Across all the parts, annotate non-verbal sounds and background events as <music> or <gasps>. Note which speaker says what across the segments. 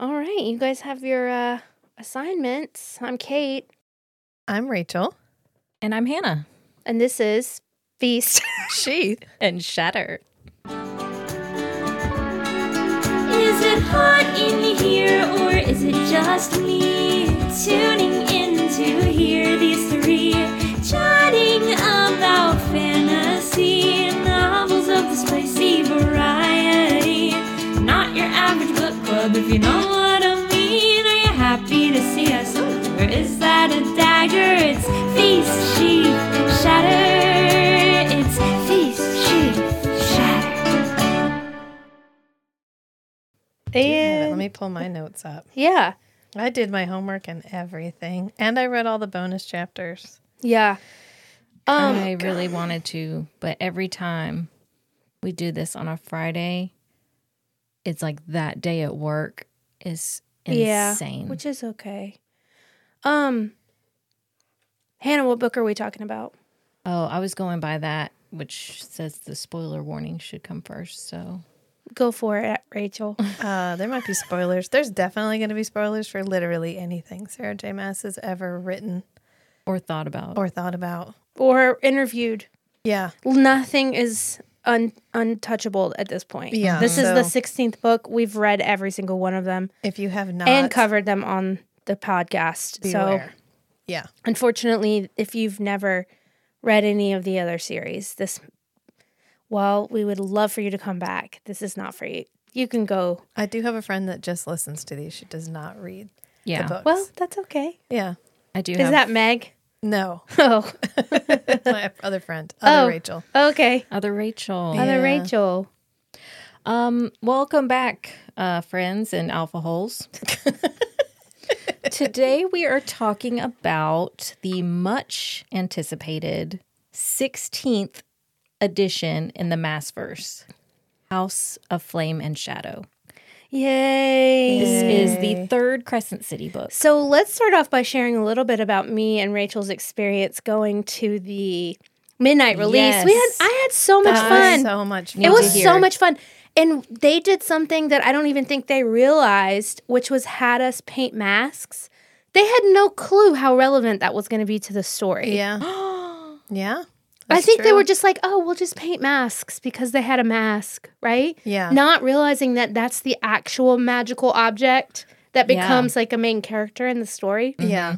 Speaker 1: All right, you guys have your uh, assignments. I'm Kate,
Speaker 2: I'm Rachel.
Speaker 3: And I'm Hannah.
Speaker 1: and this is
Speaker 2: <laughs>
Speaker 1: Feast. <laughs>
Speaker 2: She.
Speaker 3: And Shatter.
Speaker 4: Is it hot in here or is it just me tuning in to hear these three chatting about fantasy novels of the spicy variety? Not your average book club, if you know what I mean. Are you happy to see us, or is that a dagger? It's feast, sheath, shatter. It's feast, sheath, shatter.
Speaker 2: Yeah. Let
Speaker 1: And
Speaker 2: me pull my notes up.
Speaker 1: yeah,
Speaker 2: I did my homework and everything, and I read all the bonus chapters.
Speaker 1: yeah. Um,
Speaker 3: I really wanted to, but every time we do this on a Friday, it's like that day at work is insane.
Speaker 1: Yeah, which is okay. Um, Hannah, what book are we talking about?
Speaker 3: oh, I was going by that, which says the spoiler warning should come first. So
Speaker 1: Go for it,
Speaker 2: <laughs>
Speaker 1: Rachel.
Speaker 2: Uh, there might be spoilers. There's definitely going to be spoilers for literally anything Sarah J. Mass has ever written
Speaker 3: or thought about.
Speaker 2: or thought about.
Speaker 1: or interviewed.
Speaker 2: Yeah.
Speaker 1: Nothing is un- untouchable at this point.
Speaker 2: Yeah,
Speaker 1: This is
Speaker 2: so-
Speaker 1: the 16th book. We've read every single one of them
Speaker 2: If you have not,
Speaker 1: and covered them on the podcast. So,
Speaker 2: beware. yeah.
Speaker 1: unfortunately, if you've never read any of the other series, this, well, we would love for you to come back. This is not for you. You can go.
Speaker 2: I do have a friend that just listens to these. She does not read
Speaker 3: yeah.
Speaker 2: the books.
Speaker 1: Well, that's okay.
Speaker 2: yeah.
Speaker 3: I do
Speaker 1: Is
Speaker 3: have
Speaker 1: that Meg? <laughs>
Speaker 2: No.
Speaker 1: Oh,
Speaker 2: my other friend, other
Speaker 1: Oh.
Speaker 2: Rachel.
Speaker 1: okay.
Speaker 3: other Rachel.
Speaker 2: Yeah.
Speaker 1: Other Rachel.
Speaker 3: Um, welcome back, uh, friends and alpha holes. Today we are talking about the much anticipated 16th edition in the Massverse, House of Flame and Shadow.
Speaker 1: Yay.
Speaker 3: This is the third Crescent City book.
Speaker 1: So let's start off by sharing a little bit about me and Rachel's experience going to the midnight release. We had
Speaker 3: Yes.
Speaker 1: I had so much
Speaker 2: That was
Speaker 1: fun.
Speaker 2: So much.
Speaker 1: it
Speaker 3: to
Speaker 1: was
Speaker 3: hear.
Speaker 1: so much fun. And they did something that I don't even think they realized, which was had us paint masks. They had no clue how relevant that was going to be to the story. <gasps>
Speaker 2: Yeah. yeah.
Speaker 1: I
Speaker 2: That's
Speaker 1: think they
Speaker 2: true.
Speaker 1: were just like, oh, we'll just paint masks because they had a mask, right?
Speaker 2: Yeah.
Speaker 1: Not realizing that that's the actual magical object that
Speaker 3: Yeah.
Speaker 1: becomes like a main character in the story.
Speaker 2: Yeah.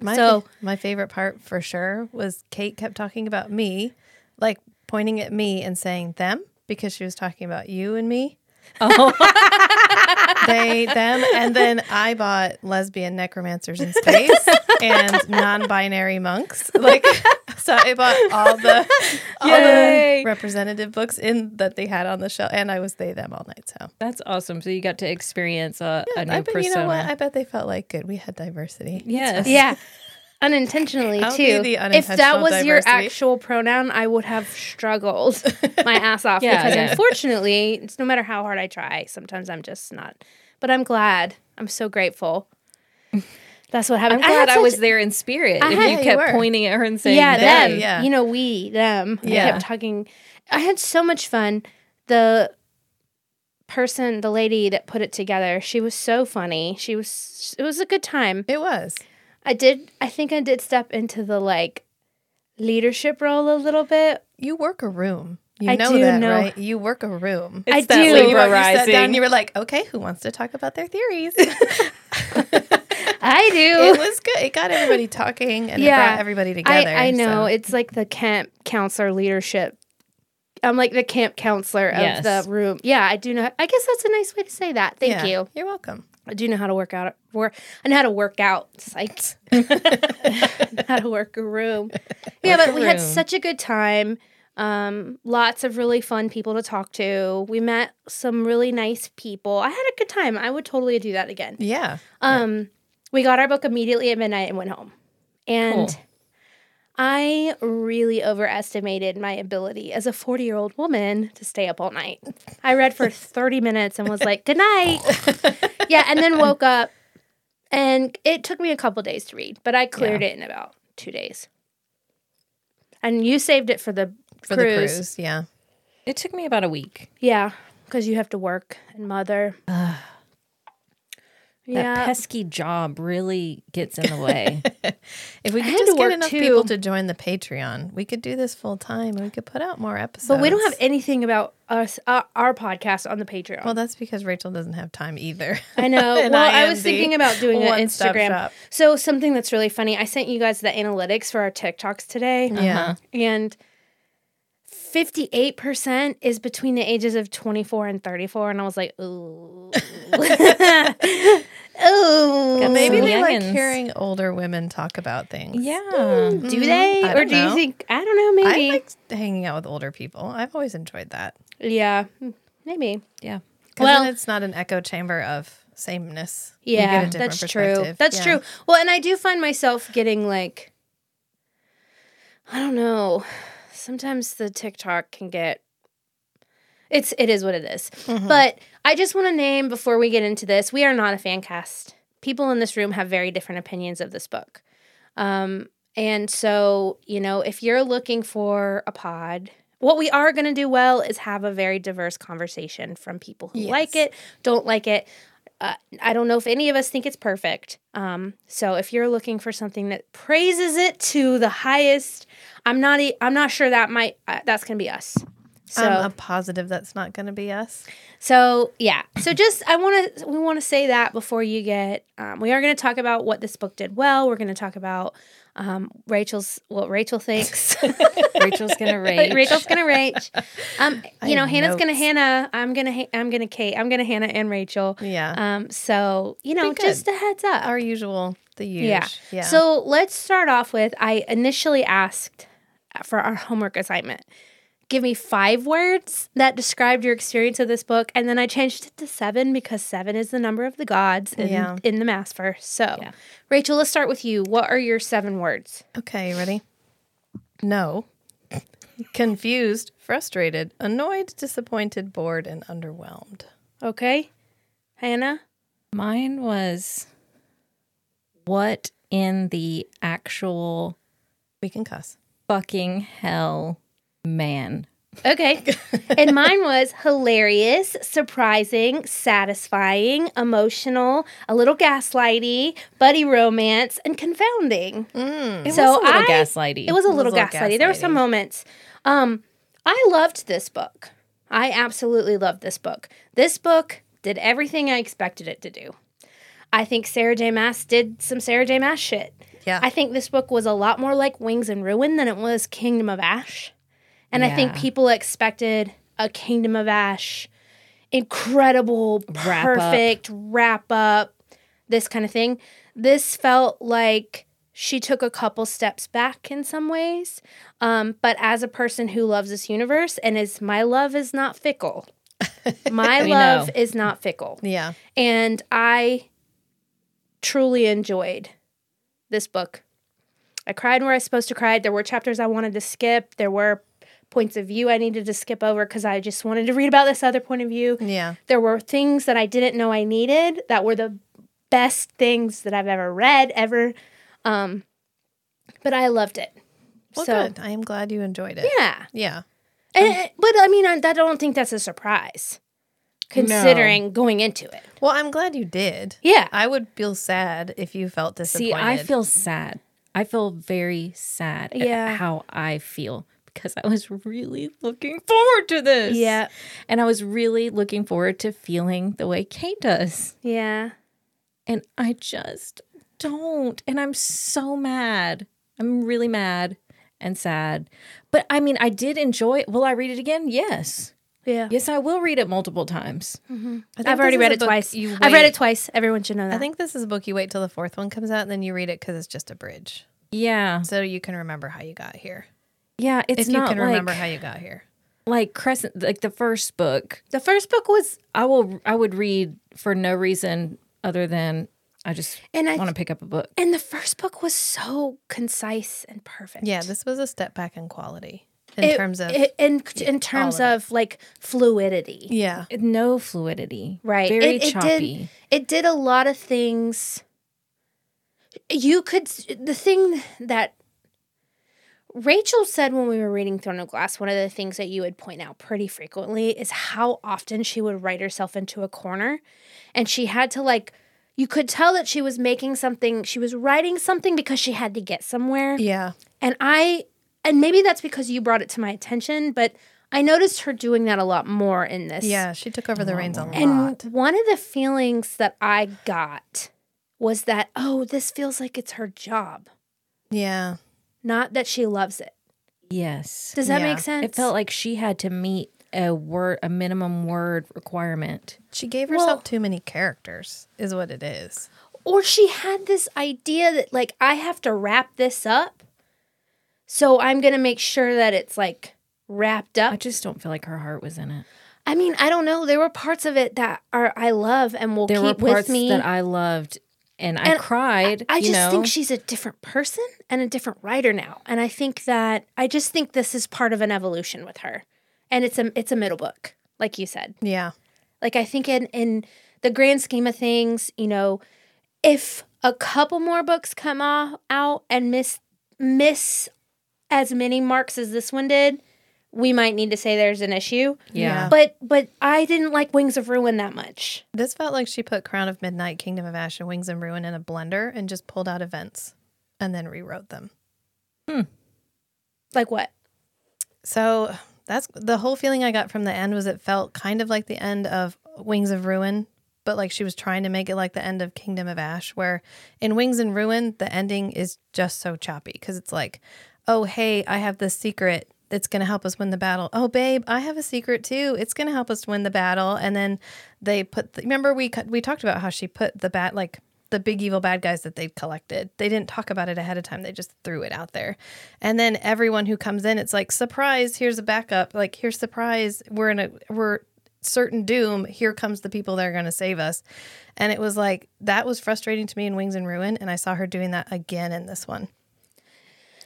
Speaker 2: My
Speaker 1: Mm-hmm. So-
Speaker 2: so my favorite part for sure was Kate kept talking about me, like pointing at me and saying them because she was talking about you and me.
Speaker 1: <laughs>
Speaker 2: Oh. they them and then I bought lesbian necromancers in space and non-binary monks. Like so I bought all the all the
Speaker 1: Yay.
Speaker 2: representative books in that they had on the show and I was they them all night so.
Speaker 3: That's awesome. So you got to experience a, a new
Speaker 2: I bet
Speaker 3: persona.
Speaker 2: you know what? I bet they felt like good. We had diversity.
Speaker 3: yes.
Speaker 1: Yeah. Unintentionally
Speaker 2: I'll be
Speaker 1: too.
Speaker 2: the
Speaker 1: if that
Speaker 2: unintentional
Speaker 1: was your
Speaker 2: diversity.
Speaker 1: actual pronoun, I would have
Speaker 2: <laughs>
Speaker 1: struggled my ass off
Speaker 3: Yeah,
Speaker 1: because
Speaker 3: yeah.
Speaker 1: unfortunately, it's no matter how hard I try, sometimes I'm just not. But I'm glad. I'm so grateful. That's what
Speaker 3: I'm
Speaker 1: happened. had
Speaker 3: glad I, was
Speaker 1: such-
Speaker 3: there in spirit.
Speaker 1: I
Speaker 3: if
Speaker 1: had-
Speaker 3: you
Speaker 2: Yeah, you
Speaker 3: kept
Speaker 2: were.
Speaker 3: pointing at her and saying,
Speaker 1: yeah,
Speaker 3: that.
Speaker 1: them.
Speaker 2: yeah.
Speaker 1: You know, we, them. I
Speaker 2: Yeah.
Speaker 1: kept talking. I had so much fun. The person, the lady that put it together, she was so funny. She was. It was a good time.
Speaker 2: It was.
Speaker 1: I did. I think I did step into the like leadership role a little
Speaker 2: <laughs>
Speaker 1: bit.
Speaker 2: You work a room. You
Speaker 1: I
Speaker 2: know
Speaker 1: do
Speaker 2: that,
Speaker 1: know-
Speaker 2: right? You work a room.
Speaker 1: I
Speaker 3: It's that
Speaker 1: do.
Speaker 2: So
Speaker 3: Libra
Speaker 2: you, you sat
Speaker 3: rising.
Speaker 2: down. You were like, "Okay, who wants to talk about their theories?" <laughs> it
Speaker 1: I do.
Speaker 2: was good. It got everybody talking and
Speaker 1: Yeah.
Speaker 2: it brought everybody
Speaker 1: I,
Speaker 2: together.
Speaker 1: I know
Speaker 2: so-
Speaker 1: it's like the camp counselor leadership. I'm like the camp counselor of
Speaker 3: Yes.
Speaker 1: the room. Yeah, I do know. I guess that's a nice way to say that. Thank
Speaker 2: Yeah.
Speaker 1: you.
Speaker 2: You're welcome.
Speaker 1: I do know how to work out. Work. I know how to work out. Psych. <laughs> how to work a room. Yeah, but
Speaker 3: a
Speaker 1: we had
Speaker 3: room.
Speaker 1: such a good time. Um, lots of really fun people to talk to. We met some really nice people. I had a good time. I would totally do that again.
Speaker 2: Yeah.
Speaker 1: Um, we got our book immediately at midnight and went home. And
Speaker 3: Cool.
Speaker 1: I really overestimated my ability as a 40 year old woman to stay up all night. I read for 30 minutes and was like, good night. yeah. And then woke up. And it took me a couple days to read, but I cleared it in about two days. And you saved it for the,
Speaker 2: For
Speaker 1: cruise.
Speaker 2: the cruise. Yeah.
Speaker 3: It took me about a week.
Speaker 1: Yeah. Because you have to work and mother. Yeah.
Speaker 3: That pesky job really gets in
Speaker 1: <laughs>
Speaker 3: the way.
Speaker 2: If we could
Speaker 1: had to
Speaker 2: just
Speaker 1: work
Speaker 2: get enough
Speaker 1: too.
Speaker 2: people to join the Patreon, we could do this full time and we could put out more episodes.
Speaker 1: But we don't have anything about us uh, our podcast on the Patreon.
Speaker 2: Well, that's because Rachel doesn't have time either.
Speaker 1: <laughs> I know.
Speaker 2: <laughs> And
Speaker 1: well,
Speaker 2: I
Speaker 1: I,
Speaker 2: am
Speaker 1: was
Speaker 2: the
Speaker 1: thinking about doing an
Speaker 2: one-stop
Speaker 1: Instagram.
Speaker 2: shop.
Speaker 1: So something that's really funny. I sent you guys the analytics for our TikToks today.
Speaker 2: Yeah.
Speaker 1: And 58% is between the ages of 24 and 34 and I was like, "Ooh." <laughs> Ooh.
Speaker 2: <laughs>
Speaker 3: Got
Speaker 2: Maybe
Speaker 3: Some
Speaker 2: they like
Speaker 3: youngins.
Speaker 2: hearing older women talk about things.
Speaker 3: yeah.
Speaker 1: Do they?
Speaker 2: Mm-hmm. I
Speaker 1: or
Speaker 2: don't
Speaker 1: do you
Speaker 2: know.
Speaker 1: think I don't know,
Speaker 2: I
Speaker 1: maybe.
Speaker 2: like hanging out with older people. I've always enjoyed that.
Speaker 1: yeah. Maybe.
Speaker 3: Yeah.
Speaker 2: 'Cause
Speaker 1: Well-
Speaker 2: then it's not an echo chamber of sameness. You get a
Speaker 1: Yeah,
Speaker 2: different
Speaker 1: that's true.
Speaker 2: perspective.
Speaker 1: That's
Speaker 2: Yeah.
Speaker 1: true. Well, and I do find myself getting like, I don't know. Sometimes the TikTok can get. It's it is what it is.
Speaker 2: Mm-hmm.
Speaker 1: But I just want to name before we get into this, we are not a fan cast. People in this room have very different opinions of this book. Um, and so, you know, if you're looking for a pod, what we are going to do well is have a very diverse conversation from people who like it, don't like it. Uh, I don't know if any of us think it's perfect. Um, so if you're looking for something that praises it to the highest, I'm not. e- I'm not sure that might. Uh, that's going to be us. So
Speaker 2: I'm a positive that's not going to be us.
Speaker 1: so yeah. So just I want to we want to say that before you get. Um, we are going to talk about what this book did well. We're going to talk about um, Rachel's what Rachel thinks.
Speaker 3: Rachel's going
Speaker 1: <laughs>
Speaker 3: to rage.
Speaker 1: Rachel's going to rage. Um, you know,
Speaker 2: have
Speaker 1: Hannah's going to
Speaker 2: notes.
Speaker 1: Hannah. I'm going to ha- I'm going to Kate. I'm going to Hannah and Rachel.
Speaker 2: Yeah.
Speaker 1: Um. So you know,
Speaker 2: good.
Speaker 1: just a heads up.
Speaker 2: Our usual, the huge.
Speaker 1: Yeah.
Speaker 2: yeah.
Speaker 1: So let's start off with I initially asked for our homework assignment. Give me five words that described your experience of this book, and then I changed it to seven because seven is the number of the gods in,
Speaker 2: Yeah.
Speaker 1: in the mass verse. So,
Speaker 3: Yeah.
Speaker 1: Rachel, let's start with you. What are your seven words?
Speaker 2: Okay, you ready? No. <laughs> Confused, frustrated, annoyed, disappointed, bored, and underwhelmed.
Speaker 1: Okay, Hannah.
Speaker 3: Mine was what in the actual
Speaker 2: We can cuss.
Speaker 3: fucking hell, man.
Speaker 2: <laughs>
Speaker 1: Okay, and mine was hilarious, surprising, satisfying, emotional, a little gaslighty, buddy romance, and confounding.
Speaker 3: It
Speaker 1: So
Speaker 3: was a little
Speaker 1: I-
Speaker 3: gaslighty.
Speaker 1: It was a little,
Speaker 2: little
Speaker 1: gaslighty. There were some
Speaker 2: gaslighty.
Speaker 1: moments. Um, I loved this book. I absolutely loved this book. This book did everything I expected it to do. I think Sarah J. Mass did some Sarah J. Mass shit.
Speaker 2: Yeah.
Speaker 1: I think this book was a lot more like Wings and Ruin than it was Kingdom of Ash. And I think
Speaker 3: Yeah.
Speaker 1: people expected a Kingdom of Ash incredible,
Speaker 3: Wrap up.
Speaker 1: perfect wrap up, this kind of thing. This felt like she took a couple steps back in some ways. Um, but as a person who loves this universe and is my love is not
Speaker 3: <laughs>
Speaker 1: fickle. My
Speaker 3: We
Speaker 1: love
Speaker 3: know.
Speaker 1: is not fickle.
Speaker 2: Yeah.
Speaker 1: And I truly enjoyed this book. I cried where I was supposed to cry. There were chapters I wanted to skip. There were points of view I needed to skip over because I just wanted to read about this other point of view.
Speaker 2: Yeah.
Speaker 1: There were things that I didn't know I needed that were the best things that I've ever read, ever. Um, but I loved it.
Speaker 2: Well,
Speaker 1: so,
Speaker 2: good. I am glad you enjoyed it.
Speaker 1: yeah.
Speaker 2: Yeah. Um,
Speaker 1: And, but I mean, I, I don't think that's a surprise considering going into it.
Speaker 2: Well, I'm glad you did.
Speaker 1: Yeah.
Speaker 2: I would feel sad if you felt disappointed.
Speaker 3: See, I feel sad. I feel very sad
Speaker 1: Yeah.
Speaker 3: at how I feel because I was really looking forward to this.
Speaker 1: Yeah.
Speaker 3: And I was really looking forward to feeling the way Kate does.
Speaker 1: Yeah.
Speaker 3: And I just don't. And I'm so mad. I'm really mad and sad. But I mean, I did enjoy it. Will I read it again? Yes.
Speaker 1: Yeah.
Speaker 3: Yes, I will read it multiple times.
Speaker 2: I think
Speaker 1: I've already
Speaker 2: this is
Speaker 1: read
Speaker 2: a
Speaker 1: it
Speaker 2: book
Speaker 1: twice.
Speaker 2: you
Speaker 1: I've read
Speaker 2: wait-
Speaker 1: it twice. Everyone should know that.
Speaker 2: I think this is a book you wait till the fourth one comes out and then you read it because it's just a bridge.
Speaker 3: Yeah.
Speaker 2: So you can remember how you got here.
Speaker 3: Yeah. It's
Speaker 2: If you
Speaker 3: not
Speaker 2: can
Speaker 3: like,
Speaker 2: remember how you got here.
Speaker 3: like Crescent, like the first book.
Speaker 1: the first book was,
Speaker 3: I will. I would read for no reason other than I just
Speaker 1: and I
Speaker 3: want to pick up a book.
Speaker 1: and the first book was so concise and perfect.
Speaker 2: Yeah, this was a step back in quality in
Speaker 1: It-
Speaker 2: terms of.
Speaker 1: it- in in terms
Speaker 2: all
Speaker 1: of, like fluidity.
Speaker 2: yeah.
Speaker 3: No fluidity.
Speaker 1: Right.
Speaker 3: Very
Speaker 1: it, it
Speaker 3: choppy.
Speaker 1: Did, it did a lot of things. You could the thing that Rachel said when we were reading Throne of Glass, one of the things that you would point out pretty frequently is how often she would write herself into a corner and she had to like you could tell that she was making something, she was writing something because she had to get somewhere.
Speaker 2: Yeah.
Speaker 1: And I, and maybe that's because you brought it to my attention, but I noticed her doing that a lot more in this.
Speaker 2: Yeah. She took over the reins a lot.
Speaker 1: And one of the feelings that I got was that, oh, this feels like it's her job,
Speaker 2: yeah.
Speaker 1: not that she loves it.
Speaker 3: Yes.
Speaker 1: Does that
Speaker 2: Yeah.
Speaker 1: make sense?
Speaker 3: It felt like she had to meet a word, a minimum word requirement.
Speaker 2: She gave herself
Speaker 1: Well-
Speaker 2: too many characters, is what it is.
Speaker 1: or she had this idea that like I have to wrap this up. So I'm going to make sure that it's like wrapped
Speaker 3: I
Speaker 1: up.
Speaker 3: just don't feel like her heart was in it.
Speaker 1: I mean, I don't know. There were parts of it that are I love and will
Speaker 3: There were
Speaker 1: keep
Speaker 3: parts
Speaker 1: with me.
Speaker 3: that I loved, and, I
Speaker 1: And
Speaker 3: cried.
Speaker 1: I
Speaker 3: you
Speaker 1: just
Speaker 3: know?
Speaker 1: think she's a different person and a different writer now. And I think that I just think this is part of an evolution with her. And it's a it's a middle book, like you said.
Speaker 2: Yeah.
Speaker 1: Like I think in in the grand scheme of things, you know, if a couple more books come o- out and miss miss as many marks as this one did, we might need to say there's an issue.
Speaker 3: yeah.
Speaker 1: But but I didn't like Wings of Ruin that much.
Speaker 2: This felt like she put Crown of Midnight, Kingdom of Ash, and Wings and Ruin in a blender and just pulled out events and then rewrote them.
Speaker 1: Like what?
Speaker 2: So that's the whole feeling I got from the end was it felt kind of like the end of Wings of Ruin, but like she was trying to make it like the end of Kingdom of Ash, where in Wings and Ruin, the ending is just so choppy because it's like, oh, hey, I have this secret. It's going to help us win the battle. Oh, babe, I have a secret too. It's going to help us win the battle. And then they put, the, remember, we, cut- we talked about how she put the bat, like, the big evil bad guys that they'd collected. They didn't talk about it ahead of time. They just threw it out there. And then everyone who comes in, it's like, surprise, here's a backup. Like, here's surprise. We're in a we're certain doom. Here comes the people that are gonna save us. And it was like that was frustrating to me in Wings and Ruin. And I saw her doing that again in this one.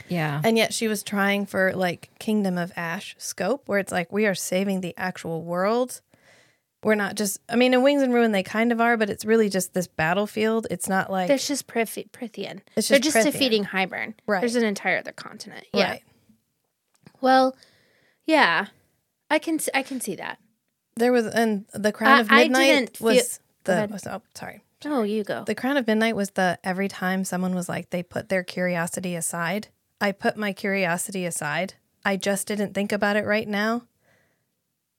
Speaker 3: yeah.
Speaker 2: And yet she was trying for like Kingdom of Ash scope, where it's like we are saving the actual world. We're not just I mean in Wings and Ruin they kind of are, but it's really just this battlefield. It's not like
Speaker 1: There's just Prith- Prithian.
Speaker 2: It's
Speaker 1: They're
Speaker 2: just
Speaker 1: just
Speaker 2: Prithian.
Speaker 1: defeating Hibern.
Speaker 2: Right.
Speaker 1: There's an entire other continent. Yeah.
Speaker 2: right.
Speaker 1: Well, yeah. I can s- I can see that.
Speaker 2: There was and the Crown
Speaker 1: I-
Speaker 2: of
Speaker 1: I
Speaker 2: Midnight
Speaker 1: didn't feel-
Speaker 2: was
Speaker 1: Go
Speaker 2: the
Speaker 1: ahead.
Speaker 2: was, oh sorry.
Speaker 1: Oh, you go.
Speaker 2: The Crown of Midnight was the every time someone was like they put their curiosity aside. I put my curiosity aside. I just didn't think about it right now.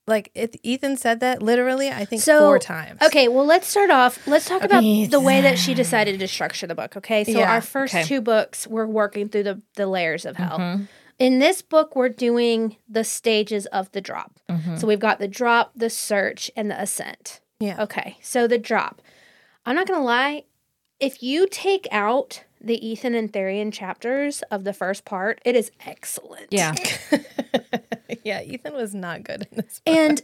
Speaker 2: Like if Ethan said that literally, I think
Speaker 1: So,
Speaker 2: four times.
Speaker 1: Okay, well, let's start off. Let's talk about
Speaker 2: Okay.
Speaker 1: the way that she decided to structure the book. Okay, so
Speaker 2: Yeah,
Speaker 1: our first
Speaker 3: okay.
Speaker 1: two books we're working through the the layers of hell.
Speaker 2: Mm-hmm.
Speaker 1: In this book, we're doing the stages of the drop.
Speaker 2: Mm-hmm.
Speaker 1: So we've got the drop, the search, and the ascent.
Speaker 2: <laughs> Yeah.
Speaker 1: Okay, so the drop. I'm not gonna lie. If you take out the Ethan and Therian chapters of the first part, it is excellent.
Speaker 3: Yeah.
Speaker 2: <laughs> yeah, Ethan was not good in this.
Speaker 1: And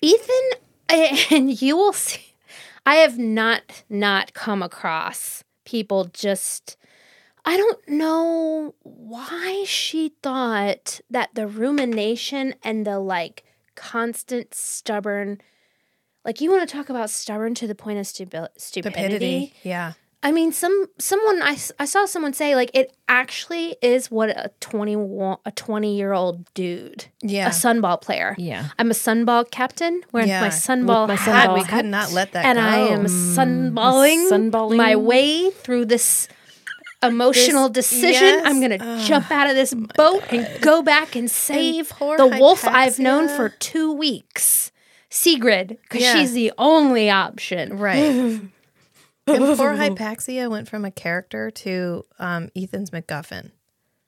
Speaker 1: Ethan, <laughs> and you will see, I have not not come across people just. I don't know why she thought that the rumination and the like constant stubborn, like you want to talk about stubborn to the point of stupi- stupidity.
Speaker 2: Stupidity. Yeah.
Speaker 1: I mean, some someone I, s- I saw someone say like it actually is what a twenty a twenty year old dude,
Speaker 2: Yeah.
Speaker 1: a sunball player,
Speaker 3: Yeah.
Speaker 1: I'm a sunball captain wearing
Speaker 2: Yeah,
Speaker 1: my
Speaker 2: with
Speaker 1: sunball
Speaker 3: my
Speaker 1: hat,
Speaker 2: God, we
Speaker 3: Sunball
Speaker 2: could not let that
Speaker 1: and
Speaker 2: go.
Speaker 1: I am sunballing,
Speaker 3: sunballing.
Speaker 1: my way through this emotional decision.
Speaker 2: yes. Oh
Speaker 1: I'm gonna jump out of this boat and go back and save
Speaker 2: poor
Speaker 1: the wolf I've known
Speaker 2: Hypatia.
Speaker 1: for two weeks, Sigrid, because
Speaker 2: Yeah.
Speaker 1: she's the only option. <laughs>
Speaker 2: Right. and poor Hypaxia went from a character to um, Ethan's MacGuffin.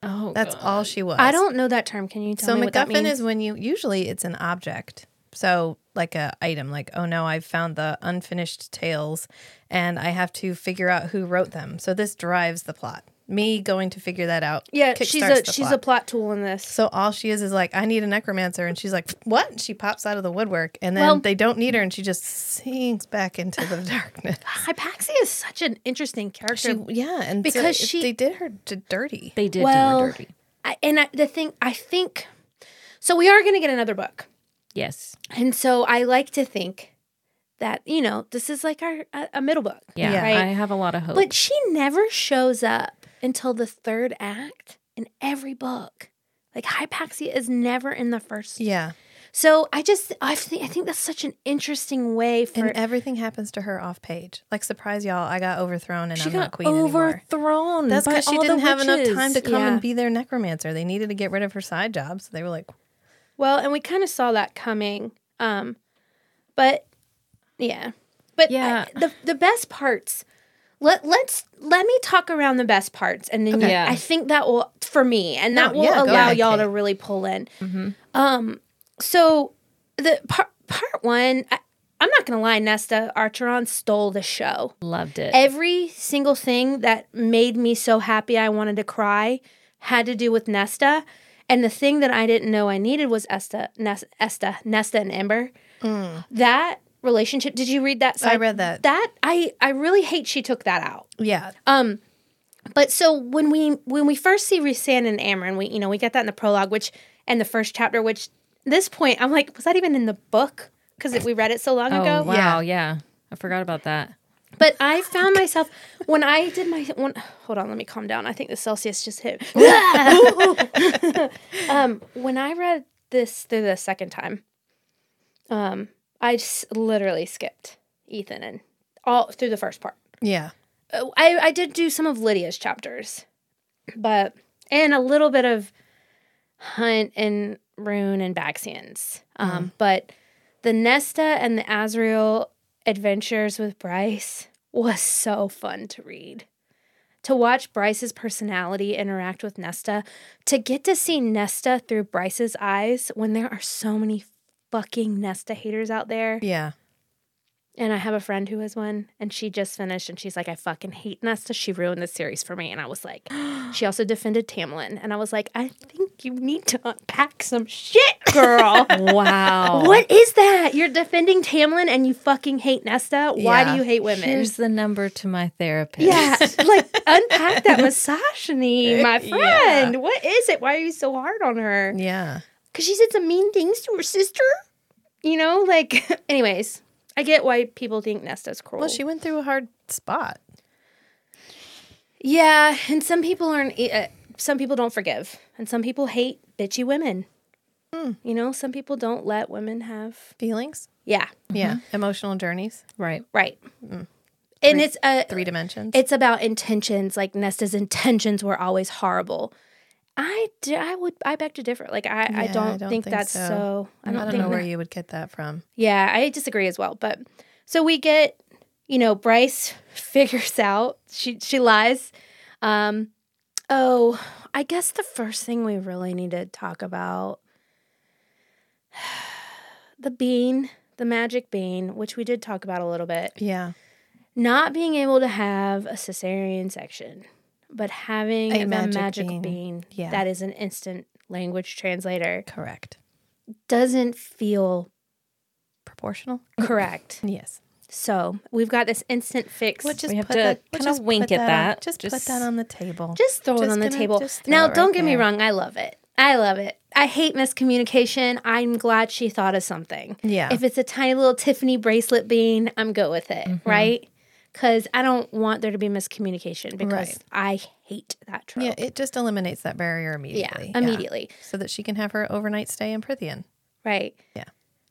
Speaker 3: Oh,
Speaker 2: That's all she was.
Speaker 1: I don't know that term. Can you tell
Speaker 2: So
Speaker 1: me what that
Speaker 2: MacGuffin
Speaker 1: means?
Speaker 2: is when you usually it's an object. So like a item, like oh no, I've found the unfinished tales, and I have to figure out who wrote them. So this drives the plot. Me going to figure that out.
Speaker 1: yeah, she's
Speaker 2: kickstarts
Speaker 1: a
Speaker 2: the
Speaker 1: she's
Speaker 2: plot.
Speaker 1: a plot tool in this.
Speaker 2: So all she is is like, I need a necromancer, and she's like, what? And she pops out of the woodwork, and then
Speaker 1: Well-
Speaker 2: they don't need her, and she just sinks back into the <laughs> darkness.
Speaker 1: Hypaxia is such an interesting character.
Speaker 2: She, yeah, and so
Speaker 1: Because
Speaker 2: it-
Speaker 1: she-
Speaker 2: they did her d- dirty.
Speaker 3: They did do
Speaker 1: Well-
Speaker 3: her dirty.
Speaker 1: I, and I, the thing I think, so we are going to get another book,
Speaker 3: Yes.
Speaker 1: and so I like to think that you know this is like our a, a middle book,
Speaker 3: Yeah.
Speaker 1: right?
Speaker 3: I have a lot of hope.
Speaker 1: but she never shows up until the third act in every book. Like Hypaxia is never in the first.
Speaker 2: Yeah,
Speaker 1: So I just I think I think that's such an interesting way for
Speaker 2: And everything happens to her off page. Like, surprise, y'all, I got overthrown and
Speaker 3: She
Speaker 2: I'm
Speaker 3: got
Speaker 2: not queen anymore.
Speaker 3: overthrown.
Speaker 2: That's
Speaker 3: by
Speaker 2: because she
Speaker 3: all the
Speaker 2: didn't have enough
Speaker 3: witches.
Speaker 2: time to come
Speaker 1: Yeah.
Speaker 2: and be their necromancer. They needed to get rid of her side job. So they were like,
Speaker 1: well, and we kind of saw that coming. Um, but yeah, but I-
Speaker 3: Yeah.
Speaker 1: the the best parts. Let let's let me talk around the best parts, and then
Speaker 3: Okay.
Speaker 1: you-
Speaker 3: Yeah.
Speaker 1: I think that will for me, and that
Speaker 2: No,
Speaker 1: will
Speaker 2: yeah, go
Speaker 1: allow
Speaker 2: ahead, Mm-hmm.
Speaker 1: y'all to
Speaker 2: Kate.
Speaker 1: really pull in. Um, so the part part one, I, I'm not gonna lie, Nesta Archeron stole the show.
Speaker 3: Loved it.
Speaker 1: Every single thing that made me so happy I wanted to cry had to do with Nesta. And the thing that I didn't know I needed was Esta, Nes, Esta, Nesta, and Ember. That relationship. Did you read that?
Speaker 2: Mm. I
Speaker 1: side-
Speaker 2: read that.
Speaker 1: That I I really hate she took that out.
Speaker 2: yeah,
Speaker 1: Um, but so when we when we first see Rhysand and Amryn, we you know we get that in the prologue, which and the first chapter, which this point I'm like, was that even in the book? Because we read it so long
Speaker 3: oh
Speaker 1: ago.
Speaker 3: wow, yeah. I forgot about <laughs> that.
Speaker 1: But I found myself when I did my when, hold on, let me calm down. I think the Celsius just hit. <laughs> um, when I read this through the second time, um, I just literally skipped Ethan and all through the first part.
Speaker 2: yeah.
Speaker 1: Uh, I I did do some of Lydia's chapters, but and a little bit of Hunt and Rune and Baxians. Um, but the Nesta and the Azrael adventures with Bryce was so fun to read. To watch Bryce's personality interact with Nesta, to get to see Nesta through Bryce's eyes when there are so many fucking Nesta haters out there.
Speaker 2: Yeah.
Speaker 1: And I have a friend who is one, and she just finished, and she's like, I fucking hate Nesta. She ruined the series for me. And I was like, <gasps> she also defended Tamlin. And I was like, I think you need to unpack some shit,
Speaker 2: <laughs>
Speaker 1: girl. <laughs>
Speaker 3: Wow.
Speaker 1: what is that? You're defending Tamlin and you fucking hate Nesta? Why do
Speaker 2: Yeah.
Speaker 1: you hate women?
Speaker 3: Here's the number to my
Speaker 1: <laughs>
Speaker 3: therapist.
Speaker 1: yeah, <laughs> like unpack that
Speaker 2: <laughs>
Speaker 1: misogyny, my friend. What is it? Why are you so hard on her?
Speaker 2: Yeah.
Speaker 1: because she said some mean things to her sister. You know, like, <laughs> anyways, I get why people think Nesta's cruel.
Speaker 2: Well, she went through a hard spot.
Speaker 1: yeah, and some people aren't. Uh, some people don't forgive, and some people hate bitchy women. You know, some people don't let women have.
Speaker 2: Feelings.
Speaker 1: Yeah,
Speaker 2: Yeah. Emotional journeys.
Speaker 3: Right.
Speaker 1: right. And it's a
Speaker 2: Three dimensions.
Speaker 1: it's about intentions. Like Nesta's intentions were always horrible. I, d- I would I beg to differ. Like I, I,
Speaker 2: Yeah,
Speaker 1: don't think, that's so. I
Speaker 2: I
Speaker 1: don't,
Speaker 2: don't,
Speaker 1: think
Speaker 2: know where
Speaker 1: that-
Speaker 2: you would get that from.
Speaker 1: Yeah, I disagree as well. But so we get, you know, Bryce <laughs> figures out she she lies. Um, oh, I guess the first thing we really need to talk about <sighs> the bean, the magic bean, which we did talk about a little bit.
Speaker 2: Yeah.
Speaker 1: Not being able to have a cesarean section, but having
Speaker 2: A
Speaker 1: the magic,
Speaker 2: magic
Speaker 1: bean,
Speaker 2: bean. Yeah.
Speaker 1: that is an instant language translator
Speaker 2: Correct.
Speaker 1: doesn't feel
Speaker 2: Proportional.
Speaker 1: correct.
Speaker 2: Yes.
Speaker 1: So we've got this instant fix.
Speaker 2: We'll just
Speaker 3: We have
Speaker 2: put
Speaker 3: to
Speaker 2: that. we'll
Speaker 3: kinda
Speaker 2: just
Speaker 3: wink
Speaker 2: put
Speaker 3: at
Speaker 2: on-
Speaker 3: that.
Speaker 2: just, put
Speaker 3: Just-
Speaker 2: that on the table.
Speaker 1: just throw it
Speaker 2: just
Speaker 1: on the
Speaker 2: gonna
Speaker 1: table.
Speaker 2: just throw
Speaker 1: Now,
Speaker 2: it right
Speaker 1: don't get me
Speaker 2: there.
Speaker 1: wrong. I love it. I love it. I hate miscommunication. I'm glad she thought of something.
Speaker 2: Yeah.
Speaker 1: If it's a tiny little Tiffany bracelet bean, I'm good with it,
Speaker 2: Mm-hmm.
Speaker 1: right? Because I don't want there to be miscommunication because
Speaker 2: Right.
Speaker 1: I hate that trope.
Speaker 2: yeah.
Speaker 1: Yeah,
Speaker 2: It just eliminates that barrier immediately.
Speaker 1: immediately.
Speaker 2: So that she can have her overnight stay in Prithian.
Speaker 1: Right.
Speaker 2: Yeah.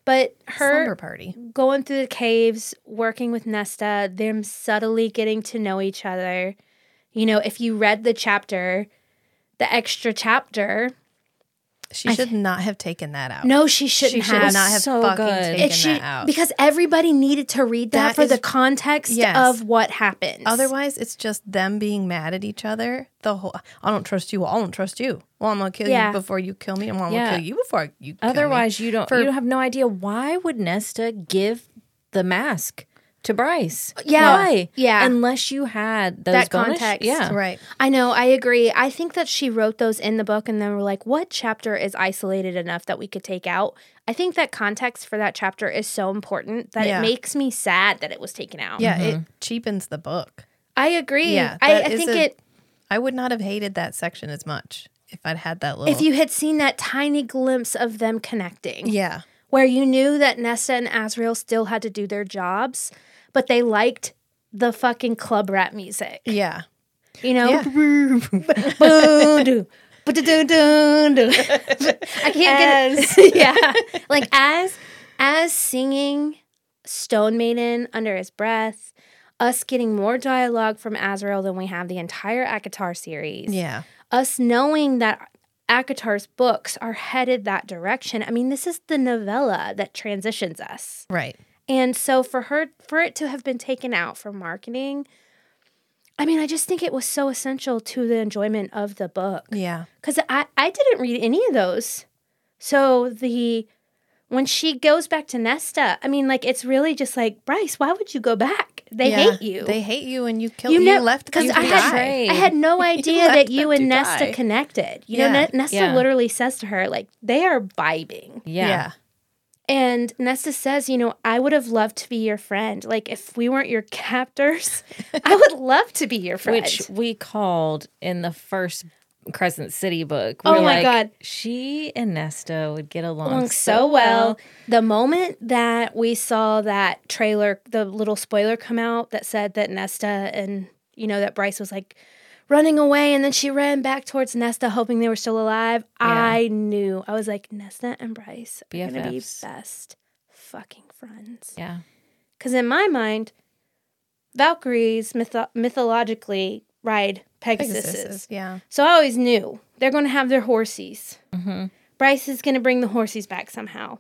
Speaker 1: But her
Speaker 2: Slumber party.
Speaker 1: going through the caves, working with Nesta, them subtly getting to know each other. You know, if you read the chapter, the extra chapter,
Speaker 2: She should not have taken that out.
Speaker 1: no, she shouldn't
Speaker 2: she should
Speaker 1: have.
Speaker 2: not have
Speaker 3: so
Speaker 2: fucking
Speaker 3: good.
Speaker 2: taken
Speaker 1: It should-
Speaker 2: that out.
Speaker 1: because everybody needed to read that,
Speaker 2: That
Speaker 1: for
Speaker 2: is-
Speaker 1: the context
Speaker 2: Yes.
Speaker 1: of what happens.
Speaker 2: Otherwise, it's just them being mad at each other. The whole I don't trust you. Well, I don't trust you. Well, I'm gonna kill
Speaker 1: Yeah.
Speaker 2: you before you kill me, and well, I'm
Speaker 3: Yeah.
Speaker 2: gonna kill you before you. Kill
Speaker 3: Otherwise, you don't. you have no idea why would Nesta give the mask to Bryce.
Speaker 1: Yeah.
Speaker 3: Why?
Speaker 1: Yeah.
Speaker 3: Unless you had those
Speaker 1: That
Speaker 3: bonus-
Speaker 1: context.
Speaker 3: Yeah.
Speaker 2: me. right?
Speaker 1: I know, I agree. I think that she wrote those in the book and then we're like, what chapter is isolated enough that we could take out? I think that context for that chapter is so important that
Speaker 2: Yeah.
Speaker 1: it makes me sad that it was taken out.
Speaker 2: Yeah, it cheapens the book.
Speaker 1: I agree.
Speaker 2: Yeah,
Speaker 1: I,
Speaker 2: that
Speaker 1: I
Speaker 2: is
Speaker 1: think
Speaker 2: a-
Speaker 1: it
Speaker 2: I would not have hated that section as much if I'd had that little.
Speaker 1: if you had seen that tiny glimpse of them connecting.
Speaker 2: yeah,
Speaker 1: where you knew that Nesta and Azrael still had to do their jobs, but they liked the fucking club rap music. <laughs>
Speaker 2: yeah,
Speaker 1: You know?
Speaker 2: Yeah.
Speaker 1: Boo-doo, I can't
Speaker 2: <laughs>
Speaker 1: get it. <laughs> yeah. Like as as singing Stone Maiden under his breath, us getting more dialogue from Azrael than we have the entire Akatar series.
Speaker 2: Yeah.
Speaker 1: Us knowing that Akatar's books are headed that direction. I mean, this is the novella that transitions us.
Speaker 2: Right.
Speaker 1: And so for her for it to have been taken out for marketing, I mean, I just think it was so essential to the enjoyment of the book
Speaker 2: Yeah.
Speaker 1: because I, I didn't read any of those. So the when she goes back to Nesta, I mean, like it's really just like Bryce. Why would you go back? They
Speaker 2: Yeah.
Speaker 1: hate you.
Speaker 2: They hate you, and you killed.
Speaker 1: You
Speaker 2: You,
Speaker 1: know-
Speaker 2: left
Speaker 1: 'cause
Speaker 2: because
Speaker 1: I
Speaker 2: I
Speaker 1: had-
Speaker 2: had.
Speaker 1: I had no idea that
Speaker 3: left
Speaker 1: you
Speaker 3: them
Speaker 1: and
Speaker 3: to
Speaker 1: Nesta
Speaker 3: die.
Speaker 1: connected. You know,
Speaker 2: Yeah.
Speaker 1: Ne- Nesta
Speaker 3: Yeah.
Speaker 1: literally says to her like they are vibing,
Speaker 3: Yeah.
Speaker 1: and Nesta says, you know, I would have loved to be your friend. Like if we weren't your captors, <laughs> I would love to be your friend.
Speaker 3: Which we called in the first Crescent City book. We
Speaker 1: Oh
Speaker 3: were
Speaker 1: my
Speaker 3: like,
Speaker 1: God.
Speaker 3: She and Nesta would get along,
Speaker 1: along so well. The moment that we saw that trailer, the little spoiler come out that said that Nesta and, you know, that Bryce was like running away and then she ran back towards Nesta hoping they were still alive. I knew. I was like, Nesta and Bryce are going to be
Speaker 3: BFFs.
Speaker 1: best fucking friends.
Speaker 3: Yeah.
Speaker 1: Because in my mind, Valkyries mytho- mythologically ride Pegasuses.
Speaker 2: Pegasuses. Yeah.
Speaker 1: So I always knew they're going to have their horsies.
Speaker 3: Mm-hmm.
Speaker 1: Bryce is going to bring the horsies back somehow.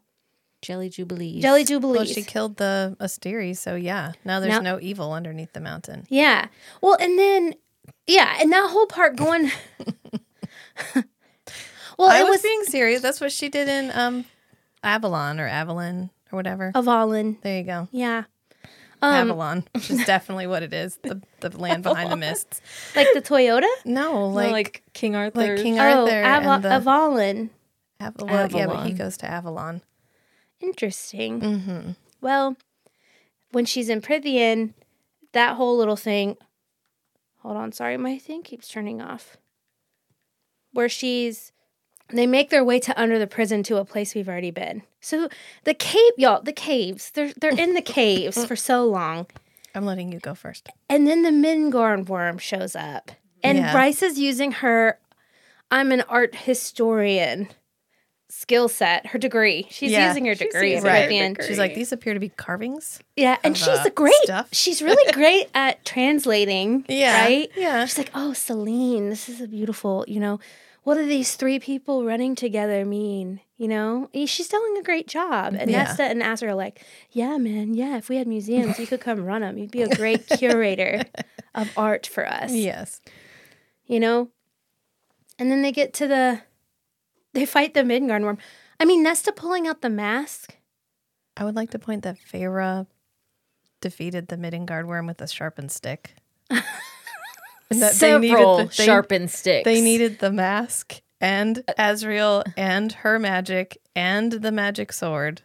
Speaker 3: Jelly Jubilees.
Speaker 1: Jelly Jubilees.
Speaker 2: Well, she killed the Asteris, so yeah. Now there's no evil underneath the mountain.
Speaker 1: yeah. Well, and then, yeah, and that whole
Speaker 2: <laughs>
Speaker 1: part going. well,
Speaker 2: I
Speaker 1: it
Speaker 2: was
Speaker 1: was,
Speaker 2: being serious. That's what she did in um, Avalon or Avalon or whatever.
Speaker 1: Avalon.
Speaker 2: There you go.
Speaker 1: Yeah.
Speaker 2: Avalon, which <laughs> is definitely what it is. The, the land behind the mists.
Speaker 1: Like the Toyota?
Speaker 2: No,
Speaker 3: No,
Speaker 2: like
Speaker 3: like,
Speaker 2: like,
Speaker 3: King Arthur.
Speaker 2: King
Speaker 1: oh,
Speaker 2: Arthur
Speaker 1: Ava-
Speaker 2: and the
Speaker 1: Avalon.
Speaker 2: Av- well, Yeah, but he
Speaker 3: Avalon.
Speaker 2: goes to Avalon.
Speaker 1: Interesting.
Speaker 2: Mm-hmm.
Speaker 1: Well, when she's in Prithian, that whole little thing. Hold on, sorry, my thing keeps turning off. Where she's, they make their way to under the prison to a place we've already been. So the cave, y'all, the caves. They're they're in the caves for so long,
Speaker 2: I'm letting you go first.
Speaker 1: and then the Mingorn worm shows up, and
Speaker 2: Yeah.
Speaker 1: Bryce is using her. I'm an art historian. Skill set, her degree. She's
Speaker 2: Yeah.
Speaker 1: using her degree.
Speaker 3: using
Speaker 1: at
Speaker 2: her
Speaker 1: the end.
Speaker 3: degree.
Speaker 2: She's like, these appear to be carvings.
Speaker 1: Yeah, and
Speaker 2: of,
Speaker 1: she's
Speaker 2: uh,
Speaker 1: a great.
Speaker 2: stuff.
Speaker 1: She's
Speaker 2: <laughs>
Speaker 1: really great at translating.
Speaker 2: Yeah, Uh-huh.
Speaker 1: Right.
Speaker 2: yeah.
Speaker 1: She's like, oh, Celine, this is a beautiful. You know, what do these three people running together mean? You know, And she's doing a great job. And
Speaker 2: Yeah.
Speaker 1: Nesta and Azra are like, yeah, man, yeah. If we had museums, you could come run them. You'd be a
Speaker 2: <laughs>
Speaker 1: great curator of art for us.
Speaker 2: Yes.
Speaker 1: You know. And then they get to the, they fight the Midgarn worm. I mean, Nesta pulling out the mask.
Speaker 2: I would like to point that Feyre defeated the Midgard worm with a sharpened <laughs> stick. And that they needed
Speaker 3: Several
Speaker 2: the- they-
Speaker 3: sharpened sticks.
Speaker 2: They needed the mask and Azrael and her magic and the magic sword.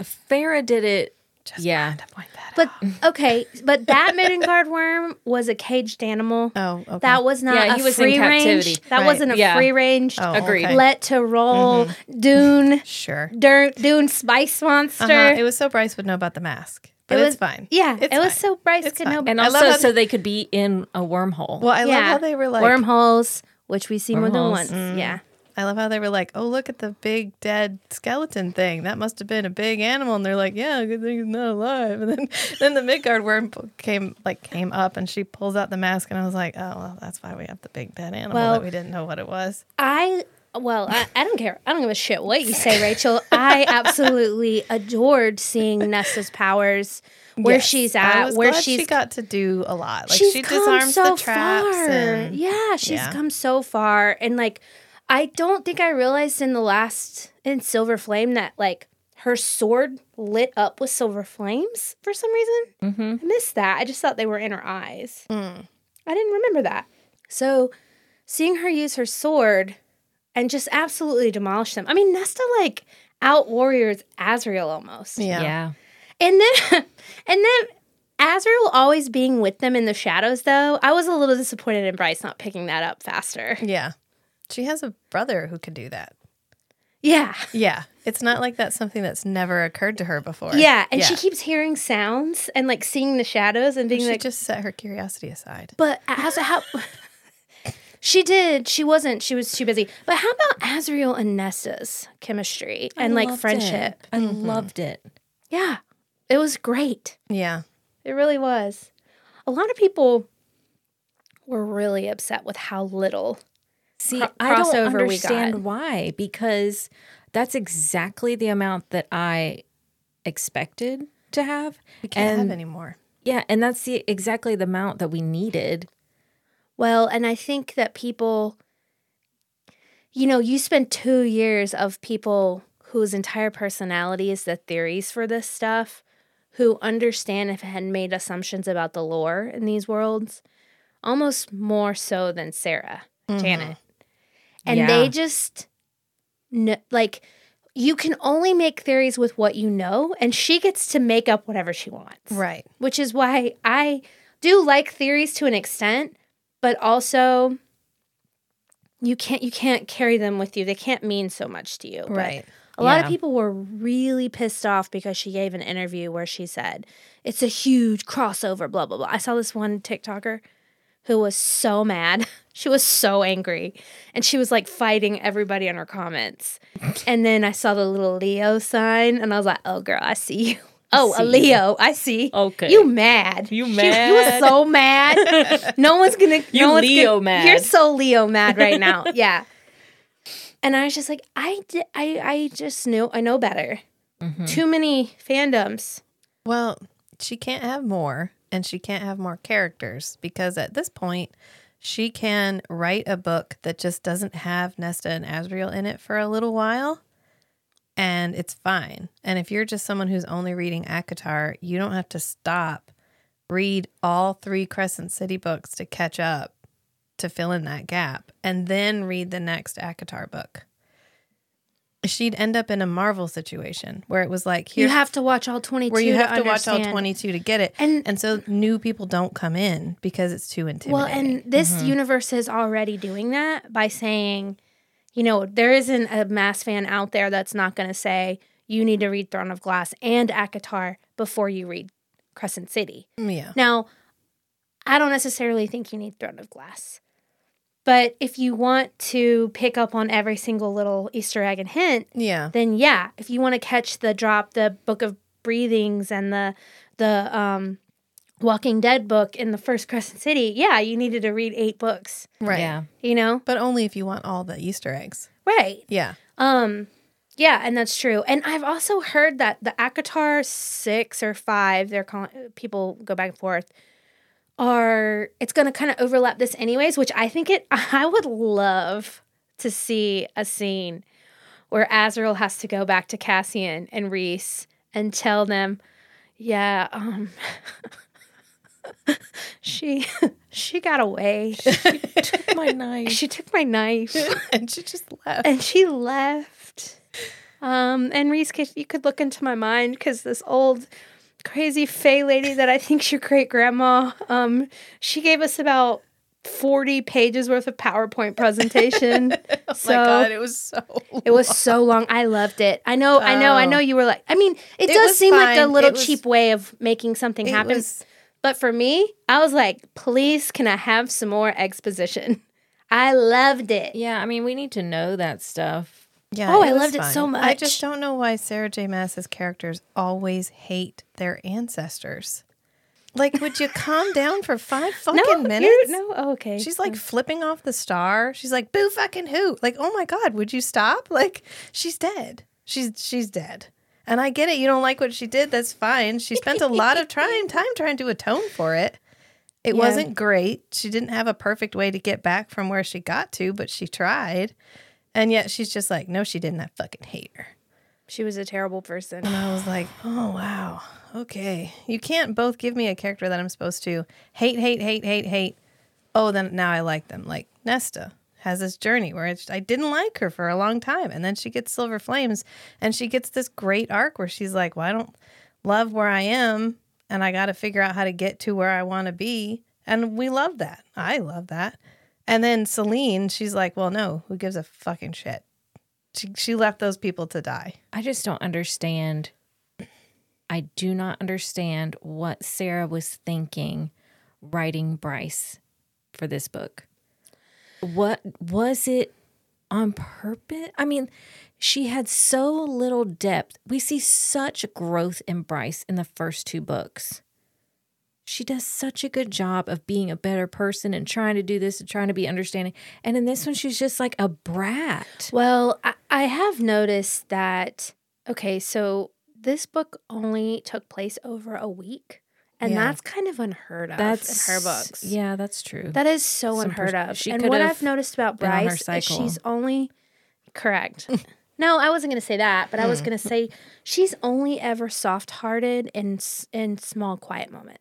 Speaker 3: Farah did it. yeah.
Speaker 2: To point that
Speaker 1: But okay, but that Midgard worm was a caged animal.
Speaker 2: out. Oh, okay.
Speaker 1: That was not
Speaker 3: Yeah,
Speaker 1: a
Speaker 3: he was in
Speaker 1: free range.
Speaker 3: captivity.
Speaker 1: That
Speaker 2: Right.
Speaker 1: wasn't a
Speaker 3: Yeah.
Speaker 1: free range.
Speaker 2: Oh,
Speaker 3: Agreed.
Speaker 2: okay. Mm-hmm.
Speaker 1: Let to roll Dune,
Speaker 2: sure.
Speaker 1: Dur- Dune Spice Monster.
Speaker 2: Uh-huh. It was so Bryce would know about the mask, but
Speaker 1: It
Speaker 2: it's fine.
Speaker 1: Yeah,
Speaker 2: It's
Speaker 1: it was
Speaker 2: fine.
Speaker 1: so Bryce
Speaker 2: It's
Speaker 1: could
Speaker 2: fine.
Speaker 1: know.
Speaker 3: And
Speaker 2: I love
Speaker 3: also
Speaker 2: how-
Speaker 3: so they could be in a wormhole.
Speaker 2: Well, I love
Speaker 1: Yeah.
Speaker 2: how they were like.
Speaker 1: wormholes, which we see more than once.
Speaker 3: Wormholes.
Speaker 2: Mm-hmm.
Speaker 1: Yeah,
Speaker 2: I love how they were like, "Oh, look at the big dead skeleton thing. That must have been a big animal." And they're like, "Yeah, good thing it's not alive." <laughs> And then, then the Midgard worm p- came like came up, and she pulls out the mask, and I was like, "Oh, well, that's why we have the big dead animal
Speaker 1: Well-
Speaker 2: that we didn't know what it was."
Speaker 1: I. Well, I, I don't care. I don't give a shit what you say, Rachel.
Speaker 2: <laughs>
Speaker 1: I absolutely adored seeing Nesta's powers, where
Speaker 2: Yes.
Speaker 1: she's
Speaker 2: I
Speaker 1: at,
Speaker 2: was
Speaker 1: where
Speaker 2: glad
Speaker 1: she's
Speaker 2: she got to do a lot. Like
Speaker 1: she's
Speaker 2: she
Speaker 1: come
Speaker 2: disarms
Speaker 1: so
Speaker 2: the traps.
Speaker 1: far.
Speaker 2: And,
Speaker 1: yeah, she's
Speaker 2: yeah.
Speaker 1: come so far, and like, I don't think I realized in the last in Silver Flame that like her sword lit up with silver flames for some reason.
Speaker 3: Mhm.
Speaker 1: I missed that. I just thought they were in her eyes.
Speaker 2: Mm-hmm. Mm.
Speaker 1: I didn't remember that. So, seeing her use her sword and just absolutely demolish them. I mean, Nesta like out warriors Azrael almost.
Speaker 2: yeah.
Speaker 3: yeah.
Speaker 1: And then, <laughs> and then Azrael always being with them in the shadows, though, I was a little disappointed in Bryce not picking that up faster.
Speaker 2: Yeah. She has a brother who could do that.
Speaker 1: Yeah.
Speaker 2: Yeah. It's not like that's something that's never occurred to her before.
Speaker 1: Yeah. And she
Speaker 2: Yeah.
Speaker 1: keeps hearing sounds and like seeing the shadows and being
Speaker 2: She
Speaker 1: like,
Speaker 2: <laughs> just set her curiosity aside.
Speaker 1: but Azrael, how. She did. She wasn't. She was too busy. But how about Azriel and Nesta's chemistry and like friendship? Mm-hmm.
Speaker 3: I loved it.
Speaker 1: Yeah. It was great.
Speaker 2: Yeah.
Speaker 1: It really was. A lot of people were really upset with how little.
Speaker 3: See,
Speaker 1: Cro-
Speaker 3: I don't
Speaker 1: crossover we got.
Speaker 3: understand why because that's exactly the amount that I expected to have.
Speaker 2: We can't
Speaker 3: and
Speaker 2: have any more.
Speaker 3: yeah, and that's the exactly the amount that we needed.
Speaker 1: Well, and I think that people, you know, you spend two years of people whose entire personality is the theories for this stuff, who understand if had made assumptions about the lore in these worlds, almost more so than Sarah,
Speaker 2: Mm-hmm.
Speaker 1: Janet. And
Speaker 3: Yeah.
Speaker 1: they just, kn- like, you can only make theories with what you know, and she gets to make up whatever she wants
Speaker 2: Mm-hmm. Right.
Speaker 1: which is why I do like theories to an extent, but also you can't you can't carry them with you. They can't mean so much to you. But
Speaker 2: Right.
Speaker 1: A lot of
Speaker 3: Yeah.
Speaker 1: people were really pissed off because she gave an interview where she said, "It's a huge crossover blah blah blah." I saw this one TikToker who was so mad. <laughs> She was so angry and she was like fighting everybody in her
Speaker 3: <laughs>
Speaker 1: comments. and then I saw the little Leo sign and I was like, "Oh girl, I see you." Oh, a
Speaker 3: see you.
Speaker 1: Leo, I see.
Speaker 3: Okay.
Speaker 1: You mad.
Speaker 3: You
Speaker 1: She- you were
Speaker 3: mad.
Speaker 1: so
Speaker 3: <laughs>
Speaker 1: mad. no one's gonna
Speaker 3: You
Speaker 1: no one's
Speaker 3: Leo
Speaker 1: gonna,
Speaker 3: mad.
Speaker 1: You're so Leo mad right
Speaker 2: <laughs>
Speaker 1: now. yeah. And I was just like, I di- I I just knew I know better.
Speaker 2: Mm-hmm.
Speaker 1: Too many fandoms.
Speaker 2: Well, she can't have more and she can't have more characters because at this point, she can write a book that just doesn't have Nesta and Azriel in it for a little while and it's fine. And if you're just someone who's only reading ACOTAR, you don't have to stop, read all three Crescent City books to catch up to fill in that gap and then read the next ACOTAR book. She'd end up in a Marvel situation where it was like,
Speaker 1: You
Speaker 2: here's
Speaker 1: have to watch all twenty two.
Speaker 2: where you have to watch all 22 to get it
Speaker 1: And-
Speaker 2: and, and so new people don't come in because it's too intimidating
Speaker 1: Well, and this
Speaker 2: Mm-hmm.
Speaker 1: universe is already doing that by saying, you know, there isn't a mass fan out there that's not going to say you need to read Throne of Glass and ACOTAR before you read Crescent City.
Speaker 2: Mm, yeah
Speaker 1: Now, I don't necessarily think you need Throne of Glass, but if you want to pick up on every single little Easter egg and hint,
Speaker 2: yeah
Speaker 1: then yeah, if you want to catch the drop, the Book of Breathings and the the um, Walking Dead book in the first Crescent City, yeah, you needed to read eight books. <laughs>
Speaker 2: right
Speaker 3: Yeah.
Speaker 1: You know,
Speaker 2: but only if you want all the easter eggs
Speaker 1: right?
Speaker 2: yeah <laughs>
Speaker 1: Um, yeah, and that's true. And I've also heard that the ACOTAR six or five, they're calling people go back and forth, are it's going to kind of overlap this anyways, which I think it. <laughs> I would love to see a scene where Azrael has to go back to Cassian and Reese and tell them, yeah, um. <laughs> She <laughs> she got away. She,
Speaker 3: My
Speaker 1: <laughs>
Speaker 3: knife.
Speaker 1: she took my knife
Speaker 2: and she just left
Speaker 1: and she left. Um, and Reese, could- you could look into my mind because this old crazy fey lady that I think's your great grandma, um, she gave us about forty pages worth of
Speaker 2: <laughs>
Speaker 1: PowerPoint presentation. so
Speaker 2: oh my god it was so <laughs>
Speaker 1: it was so long. I loved it. I know, I know, I know.
Speaker 2: Oh.
Speaker 1: You were like, I mean, it,
Speaker 2: It
Speaker 1: does
Speaker 2: was
Speaker 1: seem like a
Speaker 2: fine.
Speaker 1: little
Speaker 2: It was-
Speaker 1: cheap way of making something
Speaker 2: it
Speaker 1: happen,
Speaker 2: was-
Speaker 1: but for me, I was like, please, can I have some more exposition? I loved it.
Speaker 3: Yeah, I mean, we need to know that stuff.
Speaker 2: yeah
Speaker 1: Oh, I
Speaker 2: was
Speaker 1: loved it so
Speaker 2: i
Speaker 1: much.
Speaker 2: just don't know why sarah j mass's characters always hate their ancestors like would you calm down for five fucking
Speaker 1: No,
Speaker 2: minutes
Speaker 1: minutes? no, oh, okay.
Speaker 2: She's like flipping off the star. She's like, boo fucking who? Like, oh my God, would you stop? Like, she's dead. She's she's dead. And I get it, you don't like what she did, that's fine. She spent a lot of time time trying to atone for it. It wasn't great. She didn't have a perfect way to get back from where she got to, but she tried. And yet she's just like, no, she didn't. I fucking hate her.
Speaker 1: She was a terrible person.
Speaker 2: And I was like, oh, wow. Okay. You can't both give me a character that I'm supposed to hate, hate, hate, hate, hate. Oh, then now I like them. Like Nesta has this journey where it's, I didn't like her for a long time. And then she gets Silver Flames and she gets this great arc where she's like, well, I don't love where I am and I got to figure out how to get to where I want to be. And we love that. I love that. And then Celine, she's like, well, no, who gives a fucking shit? She, she left those people to die.
Speaker 3: I just don't understand. I do not understand what Sarah was thinking writing Bryce for this book. what was it on purpose? I mean, she had so little depth. We see such growth in Bryce in the first two books. She does such a good job of being a better person and trying to do this and trying to be understanding. And in this one, she's just like a brat.
Speaker 1: Well, I, I have noticed that. Okay, so this book only took place over a week, and
Speaker 2: Yeah.
Speaker 1: that's kind of unheard of in her books.
Speaker 3: Yeah, that's true.
Speaker 1: That is so
Speaker 3: Some pers-
Speaker 1: unheard of.
Speaker 3: she
Speaker 1: and
Speaker 3: could
Speaker 1: what
Speaker 3: have
Speaker 1: I've noticed about
Speaker 3: been on her
Speaker 1: Bryce is
Speaker 3: cycle.
Speaker 1: she's only <laughs> correct. no, I wasn't going to say that, but I
Speaker 3: Hmm.
Speaker 1: was going to say she's only ever soft-hearted in s- in small quiet moments.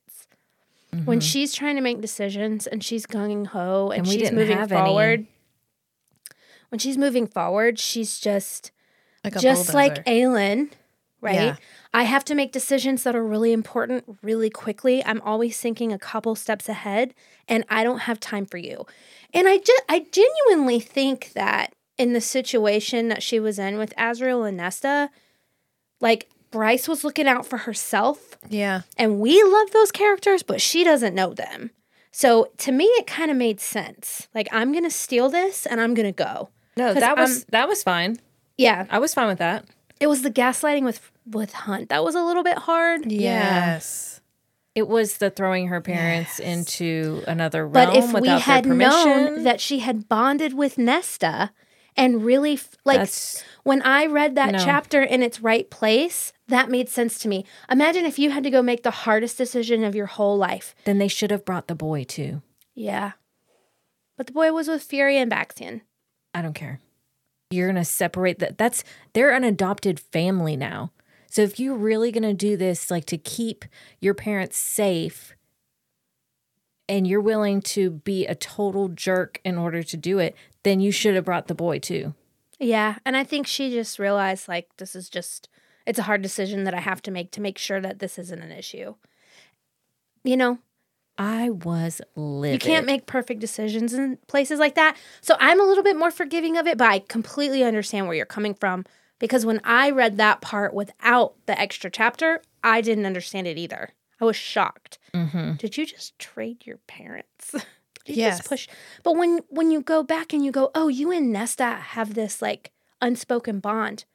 Speaker 1: When she's trying to make decisions and she's gung ho and,
Speaker 3: Mm-hmm. And we
Speaker 1: she's
Speaker 3: didn't
Speaker 1: moving
Speaker 3: have any.
Speaker 1: forward. When she's moving forward, she's just
Speaker 2: Like a
Speaker 1: just like
Speaker 2: bulldozer.
Speaker 1: Aylin, right?
Speaker 2: Yeah.
Speaker 1: I have to make decisions that are really important really quickly. I'm always thinking a couple steps ahead and I don't have time for you. And I just I genuinely think that in the situation that she was in with Azrael and Nesta, like Bryce was looking out for herself
Speaker 2: yeah.
Speaker 1: and we love those characters, but she doesn't know them. So to me it kind of made sense. Like I'm going to steal this and I'm going to go.
Speaker 3: no,
Speaker 1: 'cause
Speaker 3: that was
Speaker 1: I'm-
Speaker 3: that was fine.
Speaker 1: Yeah,
Speaker 3: I was fine with that.
Speaker 1: it was the gaslighting with with Hunt that was a little bit hard.
Speaker 2: Yes.
Speaker 3: It was the throwing her parents into another realm
Speaker 1: But if we
Speaker 3: without
Speaker 1: had
Speaker 3: their permission.
Speaker 1: known that she had bonded with Nesta and really f- like
Speaker 3: That's-
Speaker 1: when I read that
Speaker 3: No.
Speaker 1: chapter in its right place, that made sense to me. Imagine if you had to go make the hardest decision of your whole life.
Speaker 3: then they should have brought the boy too.
Speaker 1: Yeah. But the boy was with Fury and Baxian.
Speaker 3: I don't care. You're gonna separate that. That's they're an adopted family now. So if you're really gonna do this, like to keep your parents safe, and you're willing to be a total jerk in order to do it, then you should have brought the boy too.
Speaker 1: Yeah, and I think she just realized like this is just it's a hard decision that I have to make to make sure that this isn't an issue. You know,
Speaker 3: I was livid.
Speaker 1: You can't make perfect decisions in places like that. So I'm a little bit more forgiving of it, but I completely understand where you're coming from because when I read that part without the extra chapter, I didn't understand it either. I was shocked.
Speaker 3: Mhm.
Speaker 1: Did you just trade your parents? <laughs> Did you
Speaker 2: Yes.
Speaker 1: Just push. But when when you go back and you go, "Oh, you and Nesta have this like unspoken bond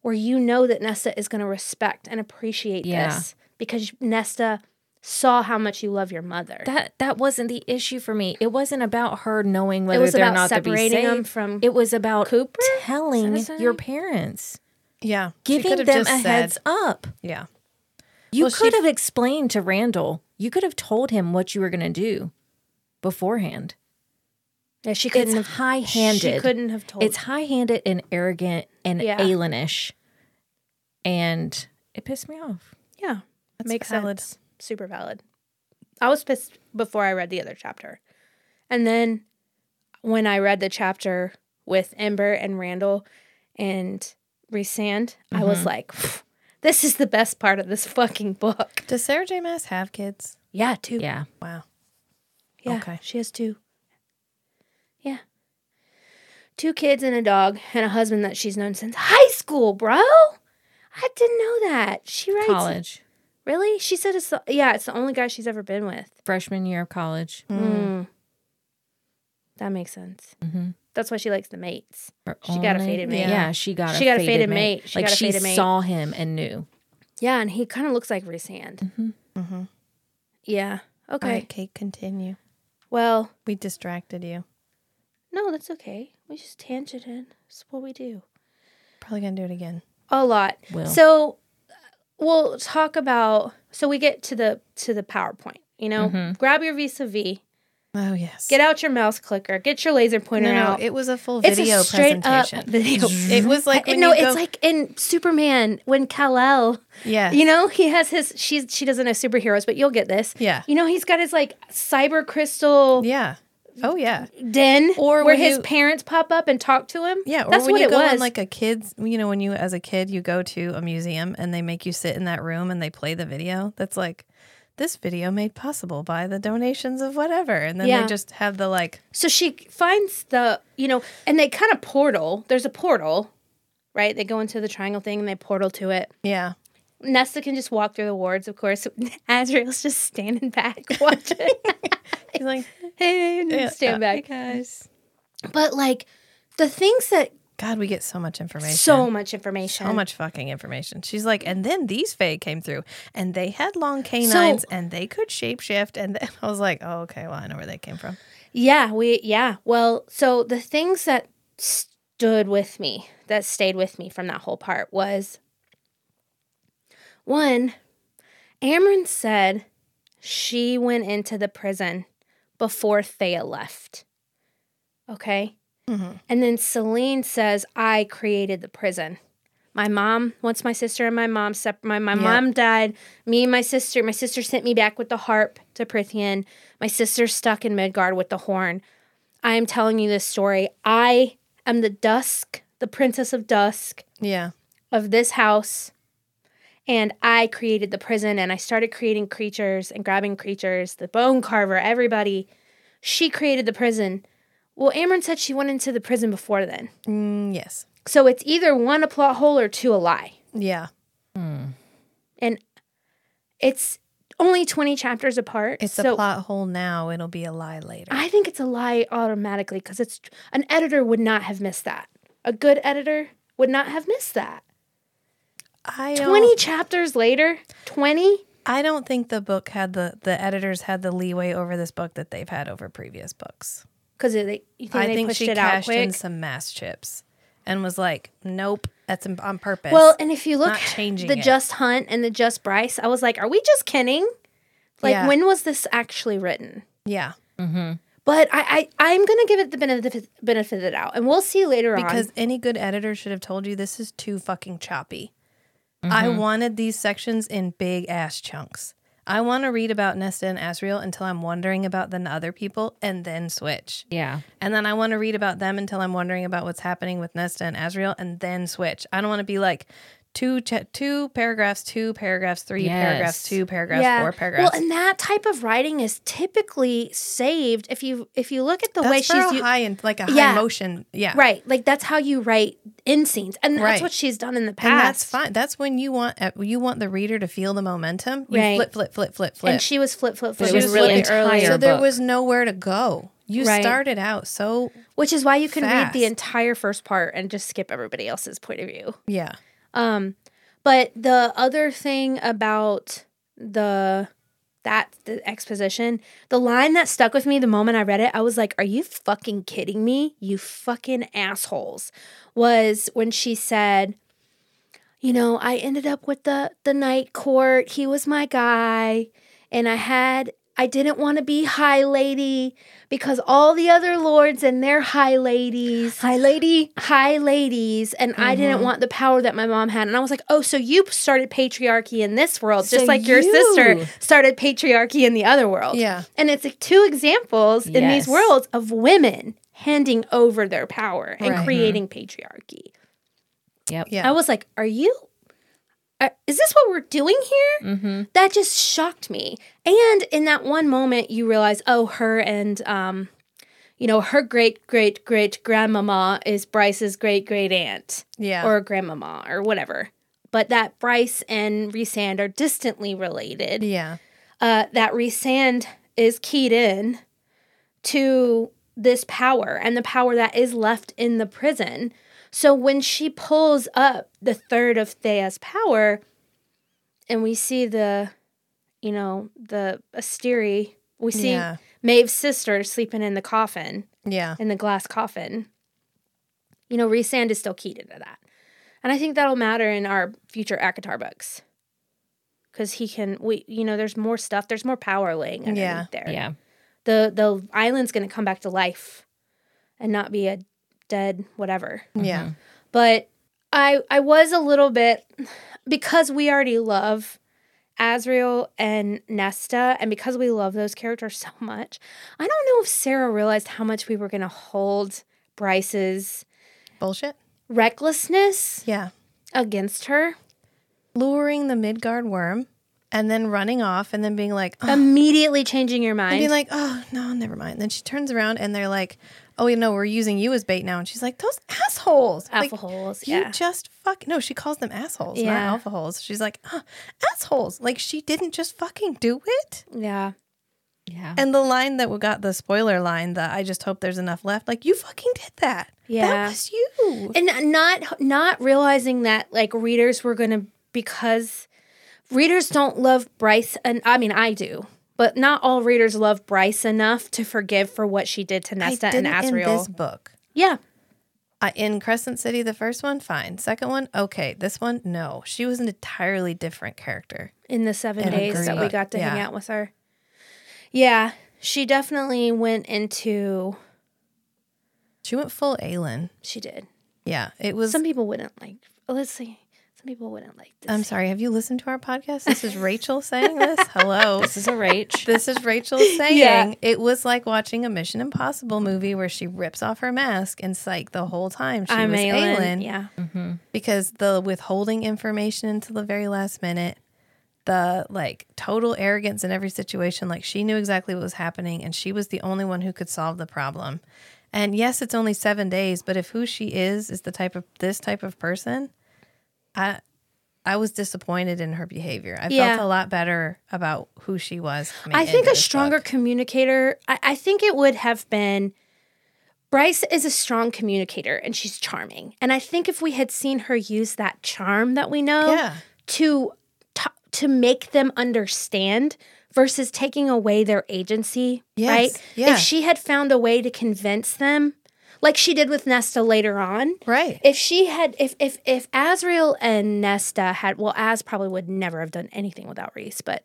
Speaker 1: where you know that Nesta is going to respect and appreciate
Speaker 3: Yeah.
Speaker 1: this because Nesta saw how much you love your mother."
Speaker 3: that that wasn't the issue for me. It wasn't about her knowing whether
Speaker 1: it was
Speaker 3: they're
Speaker 1: about
Speaker 3: not to
Speaker 1: separating
Speaker 3: be safe.
Speaker 1: them from
Speaker 3: it was about
Speaker 1: Cooper?
Speaker 3: telling
Speaker 1: Is that his
Speaker 3: your
Speaker 1: name?
Speaker 3: parents,
Speaker 2: Yeah. She
Speaker 3: giving
Speaker 2: could have
Speaker 3: them a
Speaker 2: just said-
Speaker 3: heads up.
Speaker 2: Yeah.
Speaker 3: You
Speaker 2: Well, she
Speaker 3: could
Speaker 2: f-
Speaker 3: have explained to Randall. You could have told him what you were going to do beforehand.
Speaker 1: yeah, she couldn't
Speaker 3: It's
Speaker 1: have
Speaker 3: high-handed.
Speaker 1: She couldn't have told.
Speaker 3: It's high-handed and arrogant and
Speaker 1: Yeah.
Speaker 3: alienish, and it pissed me off.
Speaker 1: yeah,
Speaker 2: That's
Speaker 1: makes
Speaker 2: valid.
Speaker 1: sense. Super valid. I was pissed before I read the other chapter, and then when I read the chapter with Ember and Randall and Resand, I was like, "Phew, "This is the best part of this fucking book."
Speaker 2: Does Sarah J. Mass have kids?
Speaker 1: Yeah, two.
Speaker 3: Yeah,
Speaker 2: Wow.
Speaker 1: Yeah,
Speaker 2: Okay.
Speaker 1: she has two. Yeah. Two kids and a dog and a husband that she's known since high school, bro. I didn't know that. She writes
Speaker 3: college,
Speaker 1: Really? She said it's the, yeah, it's the only guy she's ever been with.
Speaker 3: freshman year of college,
Speaker 1: Mm. That makes sense.
Speaker 2: Mm-hmm.
Speaker 3: Mhm.
Speaker 1: That's why she likes the mates.
Speaker 3: Her
Speaker 1: She got a
Speaker 3: only-
Speaker 1: faded mate.
Speaker 3: Yeah. she got.
Speaker 1: She
Speaker 3: a
Speaker 1: got a
Speaker 3: faded,
Speaker 1: faded
Speaker 3: mate.
Speaker 1: mate. She
Speaker 3: like
Speaker 1: got a
Speaker 3: she
Speaker 1: faded mate.
Speaker 3: saw him and knew.
Speaker 1: Yeah, and he kind of looks like Resand.
Speaker 2: Mm-hmm.
Speaker 1: Yeah. Okay.
Speaker 2: Okay. Kate, continue.
Speaker 1: Well,
Speaker 2: We distracted you.
Speaker 1: no, that's okay. We just tangented. It's what we do.
Speaker 2: Probably gonna do it again.
Speaker 1: a lot
Speaker 3: Will.
Speaker 1: so we'll talk about so we get to the to the powerpoint you know
Speaker 2: Mm-hmm.
Speaker 1: grab your visa v
Speaker 2: Oh yes.
Speaker 1: get out your mouse clicker get your laser pointer
Speaker 2: no, no,
Speaker 1: out
Speaker 2: it was a full
Speaker 1: it's
Speaker 2: video
Speaker 1: a straight up
Speaker 2: presentation.
Speaker 1: video
Speaker 2: <laughs> It was like when
Speaker 1: no
Speaker 2: you
Speaker 1: it's
Speaker 2: go-
Speaker 1: like in superman when kal-el
Speaker 2: Yes.
Speaker 1: you know he has his she's she doesn't know superheroes but you'll get this
Speaker 2: Yeah.
Speaker 1: you know he's got his like cyber crystal
Speaker 2: Yeah. Oh yeah.
Speaker 1: den
Speaker 2: Or
Speaker 1: where
Speaker 2: when
Speaker 1: his
Speaker 2: you-
Speaker 1: parents pop up and talk to him
Speaker 2: Yeah, or
Speaker 1: that's
Speaker 2: when
Speaker 1: what
Speaker 2: you
Speaker 1: it
Speaker 2: go on
Speaker 1: was
Speaker 2: like a kid's, you know, when you as a kid you go to a museum and they make you sit in that room and they play the video. That's like this video made possible by the donations of whatever, and then
Speaker 1: Yeah.
Speaker 2: they just have the like,
Speaker 1: So she finds the, you know, and they kind of portal. There's a portal, right? They go into the triangle thing and they portal to it.
Speaker 2: yeah,
Speaker 1: Nesta can just walk through the wards, of course. <laughs> Azrael's just standing back <laughs> watching.
Speaker 2: He's like,
Speaker 1: hey, and
Speaker 2: Yeah.
Speaker 1: stand back.
Speaker 3: guys,
Speaker 1: But like the things that
Speaker 2: God, we get so much information.
Speaker 1: so much information.
Speaker 2: so much fucking information. She's like, and then these Fae came through, and they had long canines, and they could shapeshift. And then <laughs> I was like, oh, okay, well, I know where they came from.
Speaker 1: Yeah, we yeah. Well, so the things that stood with me, that stayed with me from that whole part was one, Amryn said she went into the prison before Thea left. Okay?
Speaker 2: Mhm.
Speaker 1: And then Celine says I created the prison. My mom, once my sister and my mom sep- my, my
Speaker 2: Yep.
Speaker 1: mom died, me and my sister, my sister sent me back with the harp to Prithian. My sister's stuck in Midgard with the horn. I am telling you this story. I am the dusk, the princess of dusk
Speaker 2: Yeah.
Speaker 1: of this house. And I created the prison and I started creating creatures and grabbing creatures, the bone carver, everybody. She created the prison. Well, Amryn said she went into the prison before then.
Speaker 2: Mm, yes.
Speaker 1: So it's either one a plot hole or two a lie.
Speaker 2: Yeah.
Speaker 1: It's only 20 chapters apart.
Speaker 2: It's a plot hole now. It'll be a lie later.
Speaker 1: I think it's a lie automatically because it's an editor would not have missed that. A good editor would not have missed that.
Speaker 2: I
Speaker 1: Twenty
Speaker 2: don't,
Speaker 1: chapters later, twenty.
Speaker 2: I don't think the book had the the editors had the leeway over this book that they've had over previous books.
Speaker 1: Because they, you think
Speaker 2: I
Speaker 1: they
Speaker 2: think
Speaker 1: pushed
Speaker 2: she
Speaker 1: it out
Speaker 2: cashed in
Speaker 1: quick.
Speaker 2: some mass chips and was like, "Nope, that's im- on purpose."
Speaker 1: Well, and if you look
Speaker 2: not changing
Speaker 1: the
Speaker 2: it.
Speaker 1: Just Hunt and the Just Bryce, I was like, are we just kidding? Like,
Speaker 2: Yeah.
Speaker 1: when was this actually written?
Speaker 2: yeah,
Speaker 1: But I, I, I'm gonna give it the benefit, benefit of the doubt, and we'll see later
Speaker 2: because
Speaker 1: on.
Speaker 2: any good editor should have told you this is too fucking choppy. I
Speaker 1: Mm-hmm.
Speaker 2: wanted these sections in big ass chunks. I want to read about Nesta and Asriel until I'm wondering about the other people, and then switch.
Speaker 3: Yeah.
Speaker 2: And then I want to read about them until I'm wondering about what's happening with Nesta and Azriel and then switch. I don't want to be like two cha- two paragraphs, two paragraphs, three
Speaker 3: Yes.
Speaker 2: paragraphs, two paragraphs, four paragraphs.
Speaker 1: Well, and that type of writing is typically saved if you if you look at the
Speaker 2: That's
Speaker 1: way
Speaker 2: for
Speaker 1: she's
Speaker 2: a
Speaker 1: u-
Speaker 2: high and like a high
Speaker 1: Yeah.
Speaker 2: motion. Yeah.
Speaker 1: Right. Like that's how you write in scenes. And that's
Speaker 2: Right.
Speaker 1: what she's done in the past.
Speaker 2: And that's fine. That's when you want uh, you want the reader to feel the momentum. You
Speaker 1: Right.
Speaker 2: flip, flip, flip, flip, flip.
Speaker 1: And she was flip, flip, flip.
Speaker 3: it was
Speaker 1: flip,
Speaker 3: really
Speaker 1: flip,
Speaker 3: entire
Speaker 1: early.
Speaker 2: so there
Speaker 3: book.
Speaker 2: was nowhere to go. You
Speaker 1: Right.
Speaker 2: started out so
Speaker 1: Which is why you can read
Speaker 2: Fast.
Speaker 1: the entire first part and just skip everybody else's point of view.
Speaker 2: yeah.
Speaker 1: Um, but the other thing about the that the exposition, the line that stuck with me the moment I read it, I was like, "Are you fucking kidding me? You fucking assholes!" Was when she said, "You know, I ended up with the the night court. He was my guy, and I had." I didn't want to be high lady because all the other lords and their high ladies
Speaker 2: Hi, lady.
Speaker 1: high ladies and I didn't want the power that my mom had. And I was like, oh, so you started patriarchy in this world, just
Speaker 3: So
Speaker 1: like your
Speaker 3: you-
Speaker 1: sister started patriarchy in the other world.
Speaker 2: Yeah.
Speaker 1: And it's like two examples in
Speaker 3: Yes.
Speaker 1: these worlds of women handing over their power and
Speaker 2: Right. Mm-hmm.
Speaker 1: creating patriarchy.
Speaker 3: Yep.
Speaker 2: Yeah.
Speaker 1: I was like, are you? are- Is this what we're doing here?
Speaker 3: Mm-hmm.
Speaker 1: That just shocked me. And in that one moment, you realize, oh, her and, um, you know, her great great great grandmama is Bryce's great great aunt
Speaker 2: Yeah.
Speaker 1: or grandmama or whatever. But that Bryce and Resand are distantly related.
Speaker 2: yeah.
Speaker 1: Uh, that Resand is keyed in to this power and the power that is left in the prison. So when she pulls up the third of Thea's power, and we see the, you know, the Asteri, we see
Speaker 2: Yeah.
Speaker 1: Maeve's sister sleeping in the coffin
Speaker 2: Yeah.
Speaker 1: in the glass coffin, you know, Resand is still keyed into that. And I think that'll matter in our future Akatar books. Cause he can we you know, there's more stuff, there's more power laying underneath
Speaker 2: Yeah.
Speaker 1: there.
Speaker 3: Yeah.
Speaker 1: The the island's gonna come back to life and not be a dead whatever.
Speaker 2: Yeah.
Speaker 1: But I I was a little bit because we already love Azriel and Nesta, and because we love those characters so much, I don't know if Sarah realized how much we were gonna hold Bryce's
Speaker 2: Bullshit.
Speaker 1: recklessness
Speaker 2: Yeah.
Speaker 1: against her
Speaker 2: luring the Midgard worm and then running off and then being like, oh,
Speaker 1: immediately changing your
Speaker 2: and
Speaker 1: mind
Speaker 2: <gasps> being like, oh no, never mind. then she turns around and they're like, oh, you know, we're using you as bait now. And she's like, those assholes, Like,
Speaker 1: Assholes,
Speaker 2: you
Speaker 1: yeah.
Speaker 2: just fuck. No, she calls them assholes,
Speaker 1: Yeah.
Speaker 2: not alpha holes. She's like, huh, assholes. Like she didn't just fucking do it.
Speaker 1: yeah
Speaker 3: Yeah.
Speaker 2: And the line that we got the spoiler line that I just hope there's enough left. Like you fucking did that.
Speaker 1: Yeah.
Speaker 2: that was you.
Speaker 1: and not not realizing that like readers were gonna because readers don't love Bryce and I mean I do, but not all readers love Bryce enough to forgive for what she did to Nesta
Speaker 2: I didn't
Speaker 1: and Asriel.
Speaker 2: in this book.
Speaker 1: yeah,
Speaker 2: I, in Crescent City, the first one, fine. Second one, okay. This one, no. She was an entirely different character.
Speaker 1: in the seven
Speaker 2: And
Speaker 1: days that we
Speaker 2: agreed.
Speaker 1: got to hang
Speaker 2: Yeah.
Speaker 1: out with her. Yeah, she definitely went into
Speaker 2: She went full Aelin.
Speaker 1: she did.
Speaker 2: Yeah, it was.
Speaker 1: Some people wouldn't like. Let's see. Some people wouldn't like this.
Speaker 2: I'm sorry. Have you listened to our podcast? This is Rachel saying
Speaker 1: <laughs>
Speaker 2: this. Hello.
Speaker 3: This is a
Speaker 2: <laughs>
Speaker 3: rage.
Speaker 2: This is Rachel saying
Speaker 1: Yeah.
Speaker 2: it was like watching a Mission Impossible movie where she rips off her mask and psych the whole time she
Speaker 1: I'm
Speaker 2: was
Speaker 1: Aelin.
Speaker 2: Aelin.
Speaker 1: Yeah,
Speaker 2: because the withholding information until the very last minute the like total arrogance in every situation like she knew exactly what was happening and she was the only one who could solve the problem and yes it's only seven days but if who she is is the type of this type of person i i was disappointed in her behavior i
Speaker 1: Yeah.
Speaker 2: felt a lot better about who she was coming
Speaker 1: I think a
Speaker 2: into this book.
Speaker 1: stronger communicator. I, I think it would have been. Bryce is a strong communicator and she's charming. And I think if we had seen her use that charm that we know
Speaker 2: Yeah.
Speaker 1: to t- to make them understand versus taking away their agency,
Speaker 2: Yes,
Speaker 1: right?
Speaker 2: yeah.
Speaker 1: If she had found a way to convince them, like she did with Nesta later on,
Speaker 2: right
Speaker 1: if she had if if if Azriel and Nesta had well Az probably would never have done anything without Reese, but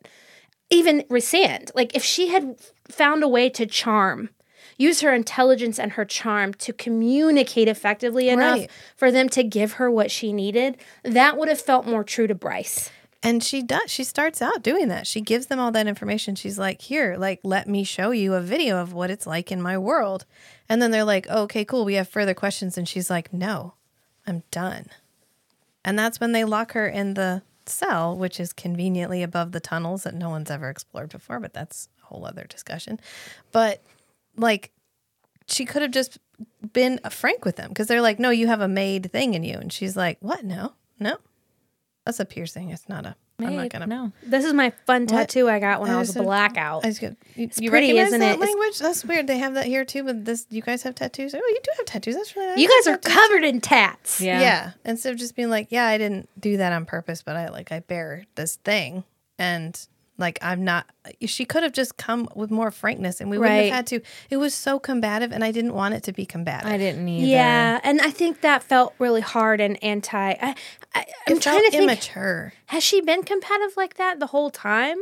Speaker 1: even Resand, like if she had found a way to charm, use her intelligence and her charm to communicate effectively enough
Speaker 2: Right.
Speaker 1: for them to give her what she needed, that would have felt more true to Bryce.
Speaker 2: And she does. She starts out doing that. She gives them all that information. She's like, "Here, like, let me show you a video of what it's like in my world." And then they're like, "Okay, cool. We have further questions." And she's like, "No, I'm done." And that's when they lock her in the cell, which is conveniently above the tunnels that no one's ever explored before. But that's a whole other discussion. But like, she could have just been frank with them because they're like, "No, you have a maid thing in you," and she's like, "What? No, no." That's a piercing. It's not a. am not
Speaker 3: Babe,
Speaker 2: gonna.
Speaker 3: no.
Speaker 1: This is my fun tattoo I got when I,
Speaker 2: I
Speaker 1: was
Speaker 2: said-
Speaker 1: blackout.
Speaker 2: I just go, you, it's
Speaker 1: pretty,
Speaker 2: recognize
Speaker 1: isn't
Speaker 2: that
Speaker 1: it? It's-
Speaker 2: language? That's weird. They have that here too, but this you guys have tattoos. Oh, you do have tattoos. That's really nice.
Speaker 1: you guys are
Speaker 2: Tattoos.
Speaker 1: covered in tats.
Speaker 3: Yeah.
Speaker 2: Yeah. Instead of just being like, yeah, I didn't do that on purpose, but I like I bear this thing, and like I'm not. She could have just come with more frankness, and we wouldn't
Speaker 1: Right.
Speaker 2: have had to. It was so combative, and I didn't want it to be combative.
Speaker 3: I didn't either.
Speaker 1: Yeah, and I think that felt really hard and anti. I, I I'm
Speaker 2: It
Speaker 1: trying
Speaker 2: felt
Speaker 1: to think.
Speaker 2: immature.
Speaker 1: Has she been competitive like that the whole time?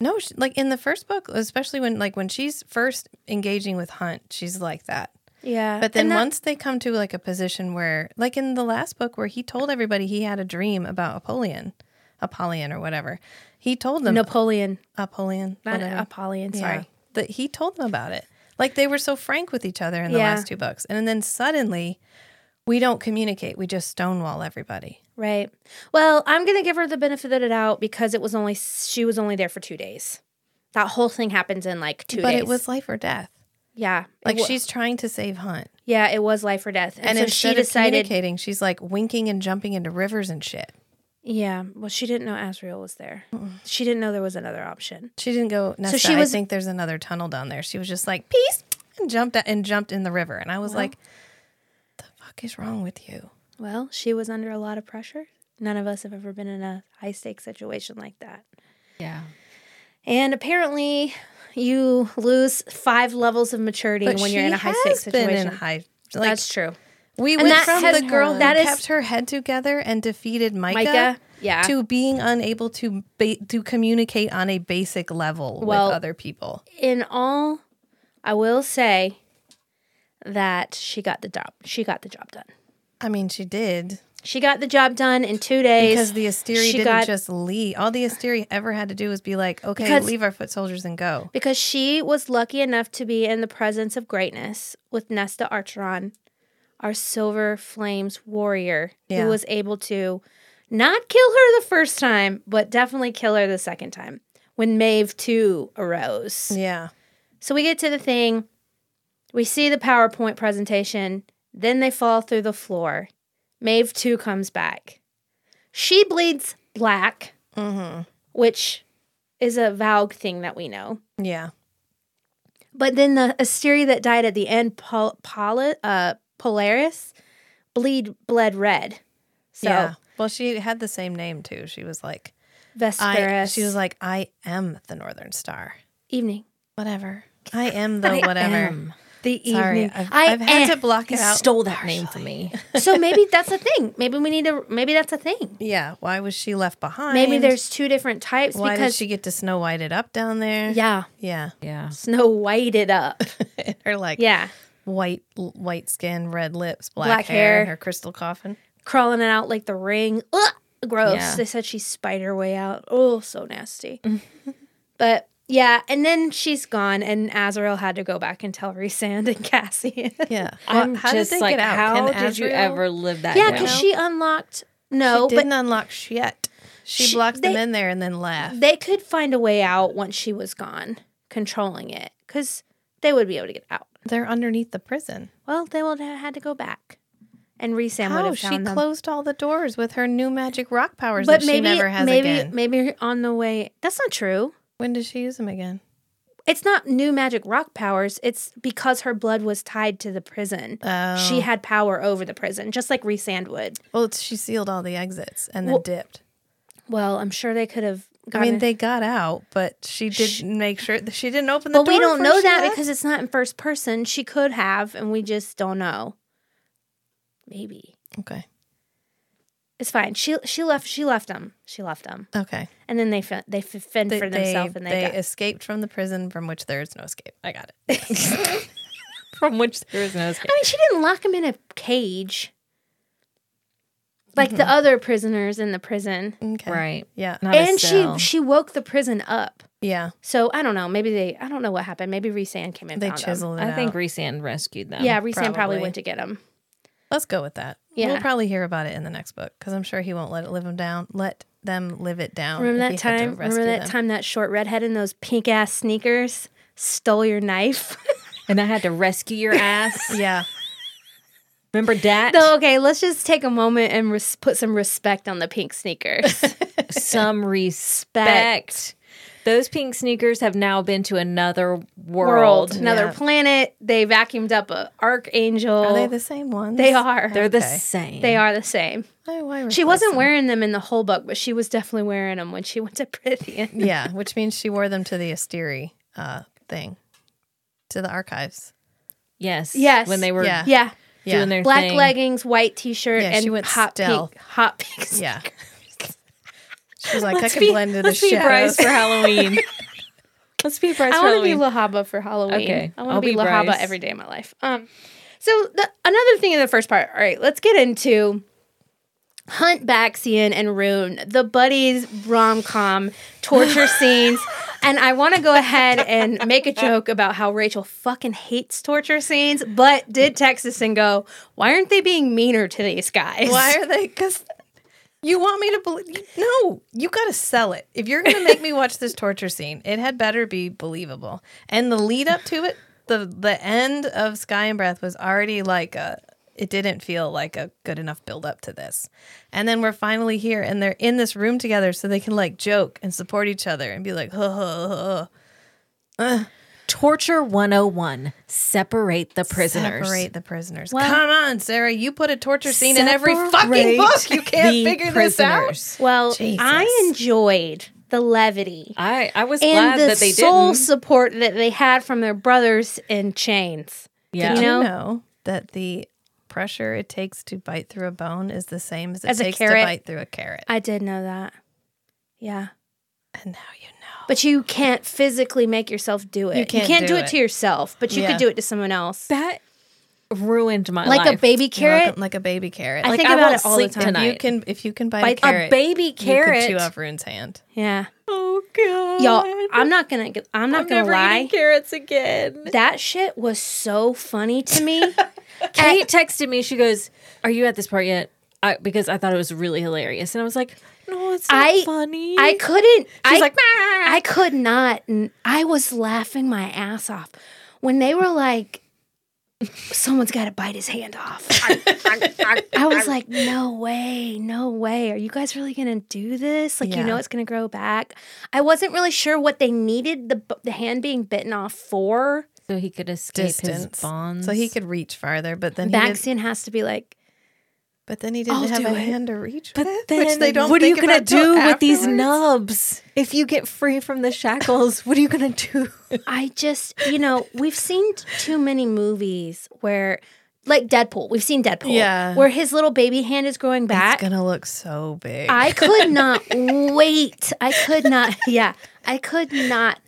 Speaker 2: No, she, like in the first book, especially when like when she's first engaging with Hunt, she's like that.
Speaker 1: Yeah.
Speaker 2: But then once they come to like a position where, like in the last book, where he told everybody he had a dream about Apollyon, Apollyon or whatever, he told them
Speaker 1: Napoleon,
Speaker 2: Apollyon,
Speaker 1: not
Speaker 2: whatever.
Speaker 1: Apollyon,
Speaker 2: Yeah.
Speaker 1: sorry.
Speaker 2: that he told them about it. Like they were so frank with each other in the
Speaker 1: Yeah.
Speaker 2: last two books, and then suddenly, we don't communicate. We just stonewall everybody.
Speaker 1: Right. Well, I'm going to give her the benefit of the doubt because it was only she was only there for 2 days. That whole thing happens in like 2
Speaker 2: but
Speaker 1: days.
Speaker 2: it was life or death.
Speaker 1: yeah. it
Speaker 2: Like
Speaker 1: wa-
Speaker 2: she's trying to save Hunt,
Speaker 1: Yeah, it was life or death. And,
Speaker 2: and,
Speaker 1: so
Speaker 2: instead
Speaker 1: she
Speaker 2: of
Speaker 1: decided
Speaker 2: communicating, she's like winking and jumping into rivers and shit.
Speaker 1: Yeah, well she didn't know Azrael was there. She didn't know there was another option.
Speaker 2: She didn't go. Nesta,
Speaker 1: she was-
Speaker 2: I think there's another tunnel down there. She was just like peace and jumped out- and jumped in the river, and I was like, "The fuck is wrong with you?"
Speaker 1: Well, she was under a lot of pressure. None of us have ever been in a high stakes situation like that.
Speaker 3: Yeah.
Speaker 1: And apparently, you lose five levels of maturity when you're in a high stakes situation.
Speaker 2: Been in high, like
Speaker 1: That's true.
Speaker 2: we
Speaker 1: And
Speaker 2: went
Speaker 1: that
Speaker 2: from
Speaker 1: has-
Speaker 2: the girl
Speaker 1: that
Speaker 2: that
Speaker 1: is-
Speaker 2: kept her head together and defeated Micah,
Speaker 1: Micah, yeah.
Speaker 2: to being unable to ba- to communicate on a basic level
Speaker 1: Well-
Speaker 2: with other people.
Speaker 1: In all, I will say that she got the job. She got the job done.
Speaker 2: I mean, she did
Speaker 1: She got the job done in two days
Speaker 2: because the Asteri
Speaker 1: she
Speaker 2: didn't
Speaker 1: got-
Speaker 2: just leave. All the Asteri ever had to do was be like, "Okay,
Speaker 1: Because-
Speaker 2: leave our foot soldiers and go."
Speaker 1: because she was lucky enough to be in the presence of greatness with Nesta Archeron, our Silver Flames warrior,
Speaker 2: Yeah.
Speaker 1: who was able to not kill her the first time, but definitely kill her the second time when Maeve too arose.
Speaker 2: Yeah.
Speaker 1: So we get to the thing. We see the PowerPoint presentation. Then they fall through the floor. Maeve 2 comes back. She bleeds black,
Speaker 2: Mm-hmm.
Speaker 1: which is a Valg thing that we know.
Speaker 2: Yeah.
Speaker 1: But then the Asteria that died at the end, Pol- Poli- uh, Polaris, bleed bled red. So
Speaker 2: yeah. Well, she had the same name too. She was like, I,
Speaker 1: Vesperus.
Speaker 2: she was like, I am the Northern Star.
Speaker 1: evening.
Speaker 2: Whatever.
Speaker 1: <laughs>
Speaker 2: I am the whatever.
Speaker 3: Am.
Speaker 1: The
Speaker 2: Sorry,
Speaker 1: evening.
Speaker 2: I've,
Speaker 1: I
Speaker 2: I've
Speaker 1: <laughs>
Speaker 2: had
Speaker 1: am.
Speaker 2: to block
Speaker 3: He
Speaker 2: it out. <laughs>
Speaker 3: stole that name from me.
Speaker 1: so maybe that's a thing. Maybe we need to. Maybe that's a thing.
Speaker 2: yeah. Why was she left behind?
Speaker 1: Maybe there's two different types
Speaker 2: Why
Speaker 1: because
Speaker 2: did she get to Snow White it up down there?
Speaker 1: yeah,
Speaker 2: Yeah.
Speaker 3: Yeah.
Speaker 1: Snow White it up.
Speaker 2: her like
Speaker 1: Yeah,
Speaker 2: white white skin, red lips, black,
Speaker 1: Black
Speaker 2: hair,
Speaker 1: hair.
Speaker 2: her crystal coffin.
Speaker 1: crawling it out like the ring. Ugh, gross.
Speaker 3: Yeah.
Speaker 1: They said she spider way out. Oh, so nasty. <laughs> but yeah, and then she's gone, and Azrael had to go back and tell Resand and <laughs> Cassie.
Speaker 2: Yeah.
Speaker 3: I'm
Speaker 2: how
Speaker 3: just
Speaker 2: did they
Speaker 3: like,
Speaker 2: get out?
Speaker 3: how
Speaker 2: Can
Speaker 3: did you
Speaker 2: Azrael-
Speaker 3: ever live that
Speaker 1: yeah,
Speaker 3: down?
Speaker 1: because she unlocked. No,
Speaker 2: she
Speaker 1: but
Speaker 2: didn't unlock shit. She,
Speaker 1: She-
Speaker 2: blocked them
Speaker 1: they-
Speaker 2: in there and then left.
Speaker 1: they could find a way out once she was gone, controlling it, because they would be able to get out.
Speaker 2: They're underneath the prison.
Speaker 1: Well, they would have had to go back, and Resand would
Speaker 2: How
Speaker 1: have
Speaker 2: she
Speaker 1: found them.
Speaker 2: closed all the doors with her new magic rock powers
Speaker 1: but
Speaker 2: that
Speaker 1: maybe,
Speaker 2: she never has
Speaker 1: maybe,
Speaker 2: again.
Speaker 1: maybe on the way. That's not true.
Speaker 2: When does she use them again?
Speaker 1: It's not new magic rock powers. It's because her blood was tied to the prison.
Speaker 2: Oh.
Speaker 1: She had power over the prison, just like Resand would.
Speaker 2: Well, it's, she sealed all the exits and then
Speaker 1: Well,
Speaker 2: dipped.
Speaker 1: Well, I'm sure they could have.
Speaker 2: I mean,
Speaker 1: gotten-
Speaker 2: they got out, but she did make sure that she didn't open the
Speaker 1: But
Speaker 2: door.
Speaker 1: we don't
Speaker 2: before
Speaker 1: know
Speaker 2: she
Speaker 1: that
Speaker 2: left.
Speaker 1: because it's not in first person. She could have, and we just don't know. Maybe
Speaker 2: okay,
Speaker 1: it's fine. She she left. She left them. She left them,
Speaker 2: okay,
Speaker 1: and then they fin- they f- fend
Speaker 2: They-
Speaker 1: for
Speaker 2: they-
Speaker 1: themselves, and they,
Speaker 2: they
Speaker 1: got-
Speaker 2: escaped from the prison from which there is no escape. I got it.
Speaker 3: <laughs>
Speaker 2: <laughs>
Speaker 1: <laughs>
Speaker 3: from which there is no escape.
Speaker 1: I mean, she didn't lock him in a cage like the other prisoners in the prison.
Speaker 2: Okay.
Speaker 3: Right.
Speaker 2: Yeah.
Speaker 3: Not
Speaker 1: And
Speaker 3: a cell.
Speaker 1: she she woke the prison up.
Speaker 2: Yeah.
Speaker 1: So I don't know. Maybe they. I don't know what happened. Maybe Resand came in.
Speaker 2: They chiseled it.
Speaker 3: I think
Speaker 2: out.
Speaker 3: Resand rescued them.
Speaker 1: Yeah, Resand probably.
Speaker 2: probably.
Speaker 1: went to get him.
Speaker 2: Let's go with that.
Speaker 1: Yeah.
Speaker 2: We'll probably hear about it in the next book because I'm sure he won't let it live him down. Let them live it down.
Speaker 1: Remember
Speaker 2: if
Speaker 1: that
Speaker 2: he had to
Speaker 1: time?
Speaker 2: rescue
Speaker 1: Remember that
Speaker 2: them.
Speaker 1: time that short redhead in those pink ass sneakers stole your knife. <laughs>
Speaker 3: And I had to rescue your ass.
Speaker 2: Yeah.
Speaker 3: Remember that?
Speaker 1: so okay, let's just take a moment and res- put some respect on the pink sneakers.
Speaker 3: <laughs> Some respect. Those pink sneakers have now been to another
Speaker 1: <laughs>
Speaker 3: world.
Speaker 1: World, another
Speaker 2: Yeah.
Speaker 1: planet. They vacuumed up a archangel.
Speaker 2: Are they the same ones?
Speaker 1: They are.
Speaker 3: They're the
Speaker 2: Okay.
Speaker 3: same.
Speaker 1: They are the same.
Speaker 2: Why, why
Speaker 1: She
Speaker 2: replace
Speaker 1: wasn't
Speaker 2: them?
Speaker 1: wearing them in the whole book, but she was definitely wearing them when she went to Prithian.
Speaker 2: <laughs> Yeah, which means she wore them to the Asteri uh, thing, to the archives.
Speaker 3: Yes.
Speaker 1: Yes.
Speaker 3: When they were
Speaker 2: Yeah.
Speaker 1: Yeah.
Speaker 2: Yeah.
Speaker 3: doing their
Speaker 1: Black
Speaker 3: thing.
Speaker 1: leggings, white t shirt,
Speaker 2: Yeah,
Speaker 1: and
Speaker 2: she went
Speaker 1: hot
Speaker 2: stealth.
Speaker 1: pink. Hot pink. <laughs>
Speaker 2: Yeah. She was like, I can
Speaker 3: be-
Speaker 2: blend into the
Speaker 3: Let's be
Speaker 2: shadows.
Speaker 3: Bryce for <laughs> Halloween. Let's be Bryce
Speaker 1: I
Speaker 3: for
Speaker 1: want to be
Speaker 3: Halloween.
Speaker 1: Lahaba for Halloween.
Speaker 3: Okay,
Speaker 1: I want
Speaker 3: I'll
Speaker 1: to be,
Speaker 3: be
Speaker 1: Lahaba
Speaker 3: Bryce.
Speaker 1: every day of my life. Um, so the, another thing in the first part. All right, let's get into Hunt Baxian and Rune, the buddies rom com <laughs> torture scenes. And I want to go ahead and make a joke about how Rachel fucking hates torture scenes, but did text us and go, "Why aren't they being meaner to these guys?"
Speaker 2: Why are they? Because you want me to believe. No, you got to sell it. If you're going to make me
Speaker 3: <laughs>
Speaker 2: watch this torture scene, it had better be believable. And the lead up to it, the the end of Sky and Breath was already like a. It didn't feel like a good enough build up to this. And then we're finally here and they're in this room together so they can like joke and support each other and be like, huh, huh, huh.
Speaker 3: Torture 101. Separate the prisoners.
Speaker 2: Separate the prisoners. Come on, Sarah. You put a torture scene in every
Speaker 3: Separate
Speaker 2: fucking book. You can't
Speaker 3: the
Speaker 2: figure this out.
Speaker 3: prisoners.
Speaker 1: Well, I
Speaker 2: Jesus.
Speaker 1: enjoyed the levity.
Speaker 3: I, I was
Speaker 1: and
Speaker 3: glad
Speaker 1: the
Speaker 3: that they
Speaker 1: soul
Speaker 3: didn't.
Speaker 1: support that they had from their brothers in chains.
Speaker 3: Yeah.
Speaker 1: you
Speaker 2: Do
Speaker 1: know?
Speaker 2: you know that the pressure it takes to bite through a bone is the same as it
Speaker 1: As a
Speaker 2: takes to
Speaker 1: carrot?
Speaker 2: bite through a carrot?
Speaker 1: I did know that. Yeah.
Speaker 2: And now you know.
Speaker 1: But you can't physically make yourself do it. You
Speaker 2: can't
Speaker 1: do,
Speaker 2: do
Speaker 1: it.
Speaker 2: it.
Speaker 1: to yourself, but you
Speaker 2: Yeah.
Speaker 1: could do it to someone else.
Speaker 3: That ruined my
Speaker 1: like
Speaker 3: life.
Speaker 1: a baby
Speaker 2: You're
Speaker 1: carrot.
Speaker 2: welcome- like a baby carrot.
Speaker 1: I
Speaker 2: Like,
Speaker 1: think
Speaker 3: I
Speaker 1: about
Speaker 3: won't
Speaker 1: it all the
Speaker 3: sleep
Speaker 1: time.
Speaker 3: tonight.
Speaker 2: you can if you can bite
Speaker 1: Bite
Speaker 2: a
Speaker 1: a
Speaker 2: carrot,
Speaker 3: baby carrot.
Speaker 2: you could chew off Rune's hand.
Speaker 1: Yeah.
Speaker 3: Oh god.
Speaker 1: Y'all, I'm not going to I'm not
Speaker 3: I'm
Speaker 1: going to
Speaker 3: never
Speaker 1: lie.
Speaker 3: eating carrots again.
Speaker 1: That shit was so funny to me.
Speaker 3: Kate texted me. She goes, "Are you at this part yet?" I, because I thought it was really hilarious, and I was like, "No, it's not
Speaker 1: I-
Speaker 3: funny."
Speaker 1: I couldn't
Speaker 3: She's
Speaker 1: I
Speaker 3: like, "Ah."
Speaker 1: I could not. And I was laughing my ass off when they were like, someone's got to bite his hand off. I was like, no way, no way. Are you guys really going to do this? Like, you know,
Speaker 2: Yeah.
Speaker 1: it's going to grow back. I wasn't really sure what they needed the, the hand being bitten off for.
Speaker 3: so he could escape his
Speaker 2: distance,
Speaker 3: bonds.
Speaker 2: so he could reach farther. But then he did,
Speaker 1: Baxian has to be like,
Speaker 2: but then he didn't
Speaker 1: I'll
Speaker 2: have
Speaker 1: do
Speaker 2: a
Speaker 1: it.
Speaker 2: hand to reach
Speaker 3: But
Speaker 2: with,
Speaker 3: then,
Speaker 2: which they don't.
Speaker 3: what are you
Speaker 2: think
Speaker 3: gonna
Speaker 2: about till
Speaker 3: do with these
Speaker 2: afterwards.
Speaker 3: nubs? If you get free from the shackles, what are you gonna do?
Speaker 1: I just, you know, we've seen t- too many movies where, like Deadpool, we've seen Deadpool,
Speaker 2: Yeah.
Speaker 1: where his little baby hand is growing back.
Speaker 2: It's gonna look so big.
Speaker 1: I could not wait. I could not, <laughs> yeah, I could not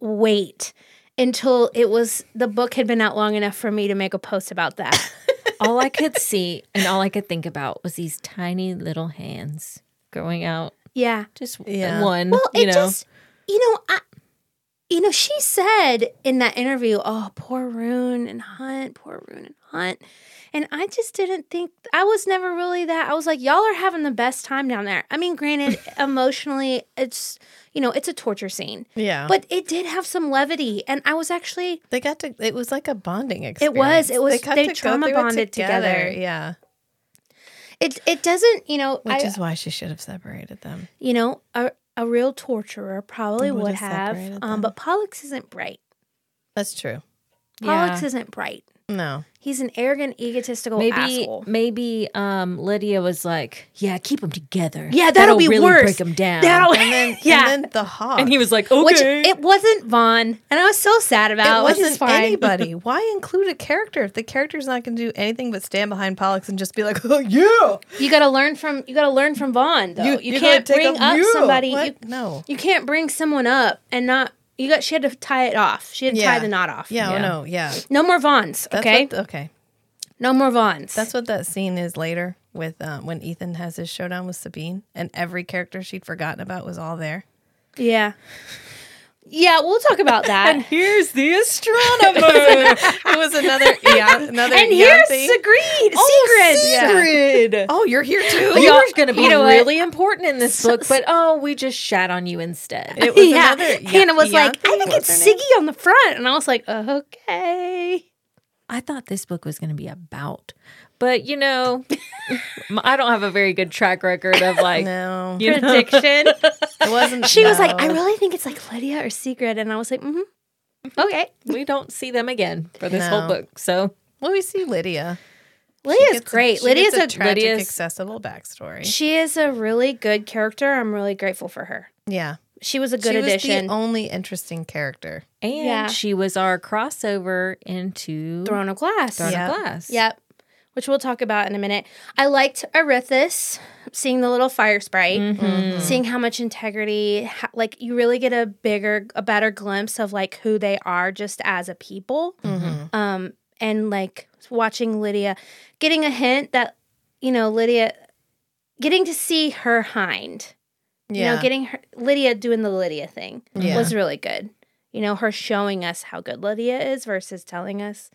Speaker 1: wait until it was the book had been out long enough for me to make a post about that.
Speaker 3: all I could see and all I could think about was these tiny little hands growing out.
Speaker 1: Yeah.
Speaker 3: Just
Speaker 2: Yeah.
Speaker 3: one,
Speaker 1: Well, it
Speaker 3: you know.
Speaker 1: just, you know, I, you know, she said in that interview, "Oh, poor Rune and Hunt, poor Rune and Hunt," and I just didn't think I was never really that. I was like, "Y'all are having the best time down there." I mean, granted, emotionally, it's you know, it's a torture scene,
Speaker 2: yeah,
Speaker 1: but it did have some levity, and I was actually
Speaker 2: they got to. It was like a bonding experience.
Speaker 1: It was, it was-
Speaker 2: got
Speaker 1: they
Speaker 2: to go
Speaker 1: trauma
Speaker 2: through it
Speaker 1: bonded together.
Speaker 2: Yeah,
Speaker 1: it. It doesn't, you know,
Speaker 2: which
Speaker 1: I,
Speaker 2: is why she should have separated them.
Speaker 1: you know, a, a real torturer probably
Speaker 2: Would've
Speaker 1: would have,
Speaker 2: separated
Speaker 1: um,
Speaker 2: them.
Speaker 1: but Pollux isn't bright.
Speaker 2: That's true.
Speaker 1: Pollux
Speaker 3: Yeah.
Speaker 1: isn't bright.
Speaker 2: No,
Speaker 1: He's an arrogant, egotistical
Speaker 3: maybe
Speaker 1: asshole.
Speaker 3: maybe um, Lydia was like, "Yeah, keep them together.
Speaker 1: Yeah, that'll be
Speaker 3: really
Speaker 1: worse.
Speaker 3: Break them down."
Speaker 1: That'll,
Speaker 2: and then
Speaker 1: <laughs> yeah.
Speaker 2: and then the hawk.
Speaker 3: and he was like,
Speaker 1: Which
Speaker 3: "Okay."
Speaker 1: it wasn't Vaughn, and I was so sad about.
Speaker 2: it
Speaker 1: which is
Speaker 2: wasn't
Speaker 1: fine. <laughs>
Speaker 2: anybody. Why include a character if the character's not going to do anything but stand behind Pollux and just be like, <laughs> "Oh yeah,
Speaker 1: You got to learn from you got to learn from Vaughn though. You,
Speaker 2: you're gonna
Speaker 1: can't
Speaker 2: take
Speaker 1: bring
Speaker 2: a-
Speaker 1: up
Speaker 2: you."
Speaker 1: somebody. You,
Speaker 2: What? no,
Speaker 1: you can't bring someone up and not. You got. She had to tie it off. She had to tie
Speaker 2: Yeah.
Speaker 1: the knot off.
Speaker 2: yeah,
Speaker 3: Yeah.
Speaker 2: Oh, no, yeah.
Speaker 1: No more Vaughns.
Speaker 2: That's
Speaker 1: okay.
Speaker 2: what the- okay.
Speaker 1: no more Vaughns.
Speaker 2: That's what that scene is later with um, when Ethan has his showdown with Sabine, and every character she'd forgotten about was all there. <laughs>
Speaker 1: yeah. Yeah, we'll talk about
Speaker 2: <laughs>
Speaker 1: that. and <laughs>
Speaker 3: Here's the astronomer.
Speaker 2: It was another, yeah, another.
Speaker 1: here's
Speaker 2: Yanthi.
Speaker 1: Segreed. Segreed.
Speaker 3: Secret.
Speaker 2: Oh, you're here
Speaker 1: <laughs>
Speaker 2: too.
Speaker 3: You were going to be
Speaker 1: you know what?
Speaker 3: really important in this book, but oh, we just shat on you instead.
Speaker 2: It was
Speaker 1: yeah.
Speaker 2: another. Ya-
Speaker 1: Hannah was like,
Speaker 2: Yanthi,
Speaker 1: I think
Speaker 2: what's
Speaker 1: it's
Speaker 2: her name?
Speaker 1: Siggy on the front. And I was like,
Speaker 2: <laughs>
Speaker 1: okay.
Speaker 3: I thought this book was going to be about, but you know, m- I don't have a very good track record
Speaker 1: <laughs>
Speaker 3: of like
Speaker 2: No,
Speaker 3: you know,
Speaker 1: Prediction.
Speaker 2: it wasn't.
Speaker 1: She was like, I
Speaker 2: no.
Speaker 1: really think it's like Lydia or Secret. And I was like, mm hmm.
Speaker 2: Mm-hmm.
Speaker 1: Okay.
Speaker 3: we don't see them again for this whole
Speaker 2: No.
Speaker 3: book. So
Speaker 2: Well, we see Lydia.
Speaker 1: Lydia's
Speaker 2: Gets a-
Speaker 1: great.
Speaker 2: she
Speaker 1: Lydia's
Speaker 2: gets
Speaker 1: a,
Speaker 2: tragic,
Speaker 3: Lydia's-
Speaker 2: accessible backstory.
Speaker 1: she is a really good character. I'm really grateful for her.
Speaker 2: Yeah,
Speaker 1: She was a good
Speaker 2: she
Speaker 1: addition.
Speaker 2: Was the only interesting character.
Speaker 3: and
Speaker 1: Yeah.
Speaker 3: she was our crossover into
Speaker 1: Throne of Glass.
Speaker 3: Throne
Speaker 1: Yep.
Speaker 2: Yeah.
Speaker 3: of Glass.
Speaker 1: Which we'll talk about in a minute. I liked Arithis, seeing the little fire sprite,
Speaker 3: Mm-hmm.
Speaker 1: seeing how much integrity, ho- like you really get a bigger, a better glimpse of like who they are just as a people. um, and like watching Lydia, getting a hint that you know Lydia, getting to see her hind, you
Speaker 2: Yeah,
Speaker 1: know, getting her Lydia doing the Lydia thing
Speaker 2: Yeah.
Speaker 1: was really good. You know, her showing us how good Lydia is versus telling us.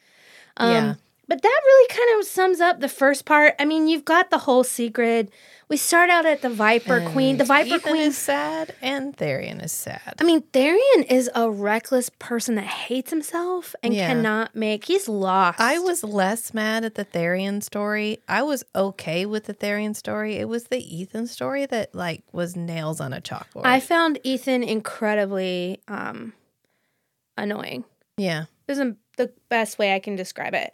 Speaker 1: Um,
Speaker 2: Yeah.
Speaker 1: But that really kind of sums up the first part. I mean, you've got the whole secret. We start out at the Viper Queen. The Viper
Speaker 2: Ethan
Speaker 1: Queen
Speaker 2: is sad, and Therian is sad.
Speaker 1: I mean, Therian is a reckless person that hates himself and
Speaker 2: Yeah.
Speaker 1: cannot make. He's lost.
Speaker 2: I was less mad at the Therian story. I was okay with the Therian story. It was the Ethan story that like was nails on a chalkboard.
Speaker 1: I found Ethan incredibly um, annoying.
Speaker 2: yeah.
Speaker 1: This isn't the best way I can describe it.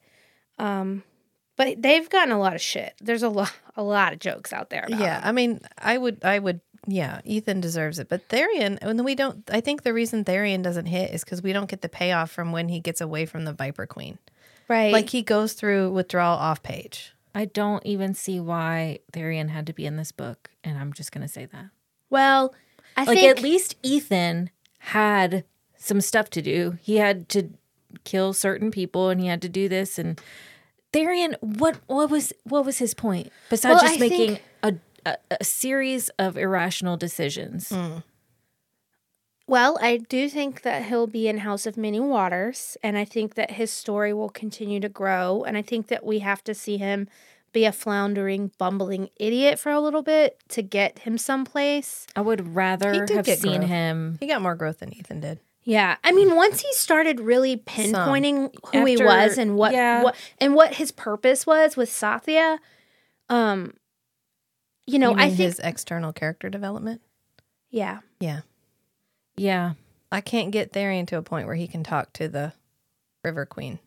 Speaker 1: Um, but they've gotten a lot of shit. There's a lot, a lot of jokes out there. About
Speaker 2: Yeah.
Speaker 1: him.
Speaker 2: I mean, I would I would yeah, Ethan deserves it. But Therian and we don't I think the reason Therian doesn't hit is because we don't get the payoff from when he gets away from the Viper Queen.
Speaker 1: right.
Speaker 2: Like he goes through withdrawal off page.
Speaker 3: I don't even see why Therian had to be in this book, and I'm just going to say that.
Speaker 1: well, I
Speaker 3: like
Speaker 1: think
Speaker 3: at least Ethan had some stuff to do. He had to kill certain people and he had to do this and Therian what what was what was his point besides
Speaker 1: Well,
Speaker 3: just
Speaker 1: I
Speaker 3: making
Speaker 1: think-
Speaker 3: a, a a series of irrational decisions.
Speaker 1: Mm. Well, I do think that he'll be in House of Many Waters, and I think that his story will continue to grow. And I think that we have to see him be a floundering, bumbling idiot for a little bit to get him someplace.
Speaker 3: I would rather
Speaker 2: did
Speaker 3: have
Speaker 2: get
Speaker 3: seen
Speaker 2: growth.
Speaker 3: him
Speaker 2: He got more growth than Ethan did.
Speaker 1: Yeah, I mean, once he started really pinpointing who he
Speaker 3: After-
Speaker 1: was and what,
Speaker 3: yeah.
Speaker 1: what and what his purpose was with Sathya, um, you know,
Speaker 2: You
Speaker 1: I
Speaker 2: mean
Speaker 1: think
Speaker 2: his external character development.
Speaker 1: yeah,
Speaker 2: Yeah.
Speaker 3: yeah.
Speaker 2: I can't get Therian to a point where he can talk to the River Queen.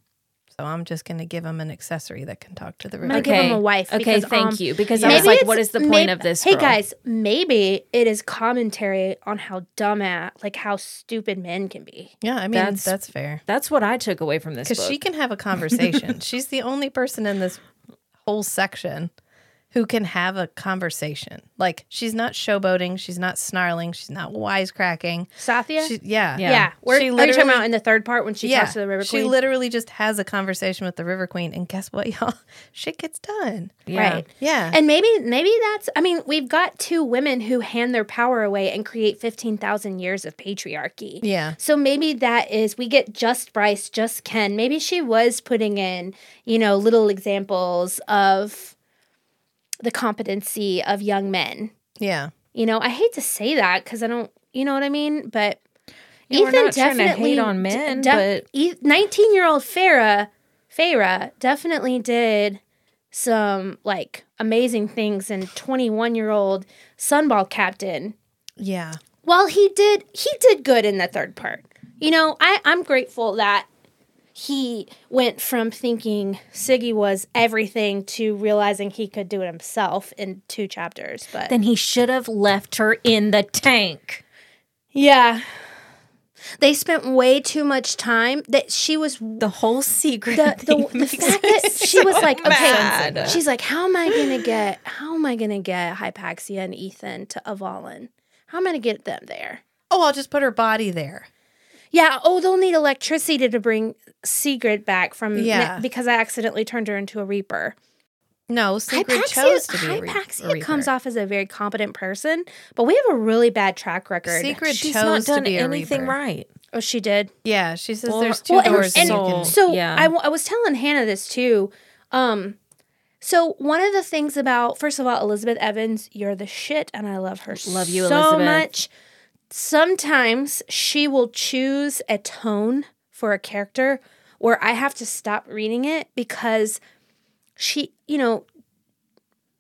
Speaker 2: So I'm just going to give him an accessory that can talk to the
Speaker 1: I
Speaker 2: river.
Speaker 1: give him a wife
Speaker 3: Okay,
Speaker 1: because,
Speaker 3: thank
Speaker 1: um,
Speaker 3: you. Because I
Speaker 1: Maybe
Speaker 3: was like, what
Speaker 1: it's-
Speaker 3: is the point
Speaker 1: maybe-
Speaker 3: of this?
Speaker 1: Hey
Speaker 3: girl?
Speaker 1: guys, maybe it is commentary on how dumb at like how stupid men can be.
Speaker 2: Yeah, I mean
Speaker 3: That's-
Speaker 2: that's, fair
Speaker 3: that's what I took away from this
Speaker 2: because
Speaker 3: book.
Speaker 2: she can have
Speaker 1: <laughs>
Speaker 2: a conversation. She's the only person in this whole section who can have a conversation. Like she's not showboating, she's not snarling, she's not wisecracking.
Speaker 1: Sathya?
Speaker 2: She, yeah,
Speaker 1: yeah. Where, are
Speaker 2: She
Speaker 1: you talking
Speaker 2: literally-
Speaker 1: about in the third part when she talks to the River
Speaker 2: she
Speaker 1: Queen?
Speaker 2: literally just has a conversation with the River Queen, and guess what, <laughs> y'all? Shit gets done.
Speaker 3: Yeah.
Speaker 1: Right.
Speaker 2: Yeah,
Speaker 1: And maybe maybe that's I mean, we've got two women who hand their power away and create 15,000 years of patriarchy.
Speaker 2: yeah.
Speaker 1: So maybe that is we get just Bryce, just Ken. Maybe she was putting in, you know, little examples of the competency of young men.
Speaker 2: Yeah.
Speaker 1: You know, I hate to say that cuz I don't, you know what I mean, but
Speaker 3: Yeah, we're not trying to hate on
Speaker 1: d-
Speaker 3: men,
Speaker 1: def-
Speaker 3: but-
Speaker 1: E- 19-year-old Farah, Farah definitely did some like amazing things and 21-year-old Sunball captain
Speaker 2: Yeah.
Speaker 1: well he did he did good in the third part you know i i'm grateful that he went from thinking siggy was everything to realizing he could do it himself in two chapters but
Speaker 3: Then he should have left her in the tank.
Speaker 1: yeah they spent way too much time that she was
Speaker 3: The whole
Speaker 2: <laughs>
Speaker 3: secret.
Speaker 1: the, the, the fact that she was like okay
Speaker 3: mad.
Speaker 1: she's like how am i gonna get how am i gonna get hypaxia and ethan to avalon how am i gonna get them there
Speaker 2: Oh, I'll just put her body there.
Speaker 1: Yeah. Oh, they'll need electricity to, to bring Sigrid back from.
Speaker 2: Yeah.
Speaker 1: because I accidentally turned her into a Reaper.
Speaker 2: No, Sigrid
Speaker 1: Hypaxia,
Speaker 2: chose to be a re-
Speaker 1: Hypaxia
Speaker 2: a reaper.
Speaker 1: comes off as a very competent person, but we have a really bad track record.
Speaker 2: Sigrid
Speaker 3: She's not
Speaker 2: chose to
Speaker 3: done
Speaker 2: be
Speaker 3: anything
Speaker 2: a reaper.
Speaker 3: right.
Speaker 1: Oh, she did.
Speaker 2: Yeah, she says
Speaker 3: Well,
Speaker 2: there's two
Speaker 1: well, and-
Speaker 2: doors.
Speaker 1: and
Speaker 2: that you
Speaker 3: so-
Speaker 2: can-
Speaker 1: So
Speaker 3: Yeah.
Speaker 1: I, w- I was telling Hannah this too. Um, so one of the things about first of all, Elizabeth Evans, you're the shit, and I love her
Speaker 3: Love you,
Speaker 1: so
Speaker 3: Elizabeth.
Speaker 1: much. Sometimes she will choose a tone for a character where I have to stop reading it because she, you know,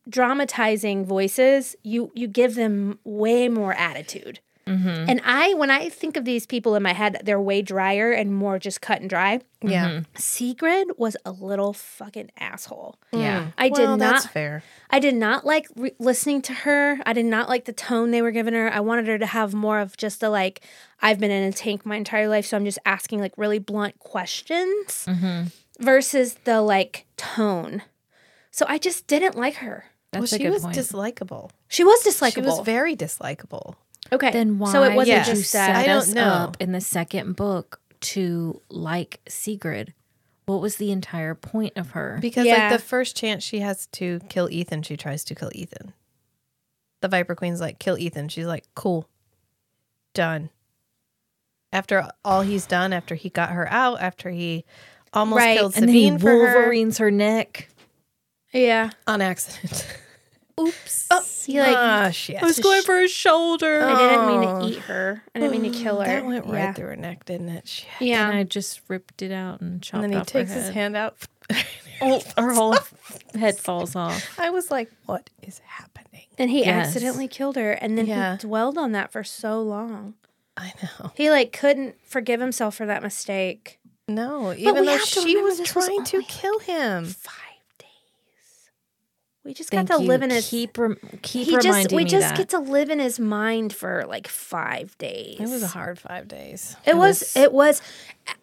Speaker 1: dramatizing voices, you you give them way more attitude.
Speaker 3: Mm-hmm.
Speaker 1: And I, when I think of these people in my head, they're way drier and more just cut and dry.
Speaker 2: yeah.
Speaker 1: mm-hmm. Sigrid was a little fucking asshole.
Speaker 3: Yeah.
Speaker 1: I
Speaker 2: Well,
Speaker 1: did
Speaker 2: that's
Speaker 1: not.
Speaker 2: fair.
Speaker 1: I did not like re- listening to her. I did not like the tone they were giving her. I wanted her to have more of just the like, I've been in a tank my entire life, so I'm just asking like really blunt questions
Speaker 2: Mm-hmm.
Speaker 1: versus the like tone. So I just didn't like her.
Speaker 3: That's
Speaker 2: well,
Speaker 3: a
Speaker 2: she
Speaker 3: good
Speaker 2: was
Speaker 3: point.
Speaker 2: dislikable.
Speaker 1: She was dislikable.
Speaker 2: She was very dislikable.
Speaker 1: okay.
Speaker 3: then why
Speaker 1: so it wasn't
Speaker 2: yeah.
Speaker 3: did you
Speaker 1: just
Speaker 3: set
Speaker 1: that.
Speaker 2: I don't
Speaker 3: us
Speaker 2: know.
Speaker 3: up in the second book to like Sigrid? What was the entire point of her?
Speaker 2: Because
Speaker 1: Yeah.
Speaker 2: like the first chance she has to kill Ethan, she tries to kill Ethan. The Viper Queen's like, kill Ethan. She's like, cool. Done. After all he's done, after he got her out, after he almost
Speaker 1: Right.
Speaker 2: killed
Speaker 3: and then he
Speaker 2: Sabine for her
Speaker 3: Wolverines her. neck.
Speaker 1: Yeah.
Speaker 2: on accident. <laughs> Oh,
Speaker 3: Oops.
Speaker 1: He like
Speaker 2: ah, shit.
Speaker 3: for his shoulder.
Speaker 1: I didn't mean to eat her. I didn't mean to kill her.
Speaker 2: Mm, That went right
Speaker 1: yeah.
Speaker 2: through her neck, didn't it? Shit.
Speaker 1: Yeah.
Speaker 3: And I just ripped it out and
Speaker 2: And
Speaker 3: chopped
Speaker 2: then he
Speaker 3: off her
Speaker 2: takes his
Speaker 3: head.
Speaker 2: hand out. <laughs>
Speaker 3: Oh, her whole head falls off.
Speaker 2: I was like, what is happening?
Speaker 1: And he
Speaker 3: Yes.
Speaker 1: accidentally killed her, and then
Speaker 2: Yeah.
Speaker 1: he dwelled on that for so long.
Speaker 2: I know.
Speaker 1: He like couldn't forgive himself for that mistake.
Speaker 2: No, even
Speaker 1: we
Speaker 2: though
Speaker 1: have to
Speaker 2: she
Speaker 1: remember
Speaker 2: was
Speaker 1: this was
Speaker 2: trying to
Speaker 1: only-
Speaker 2: kill him.
Speaker 1: Five days. We just
Speaker 3: Thank
Speaker 1: got to
Speaker 3: you.
Speaker 1: live in his.
Speaker 3: keep rem- keep
Speaker 1: he just
Speaker 3: reminding
Speaker 1: we
Speaker 3: me
Speaker 1: just
Speaker 3: that.
Speaker 1: get to live in his mind for like five days.
Speaker 2: It was a hard five days.
Speaker 1: It was. It was.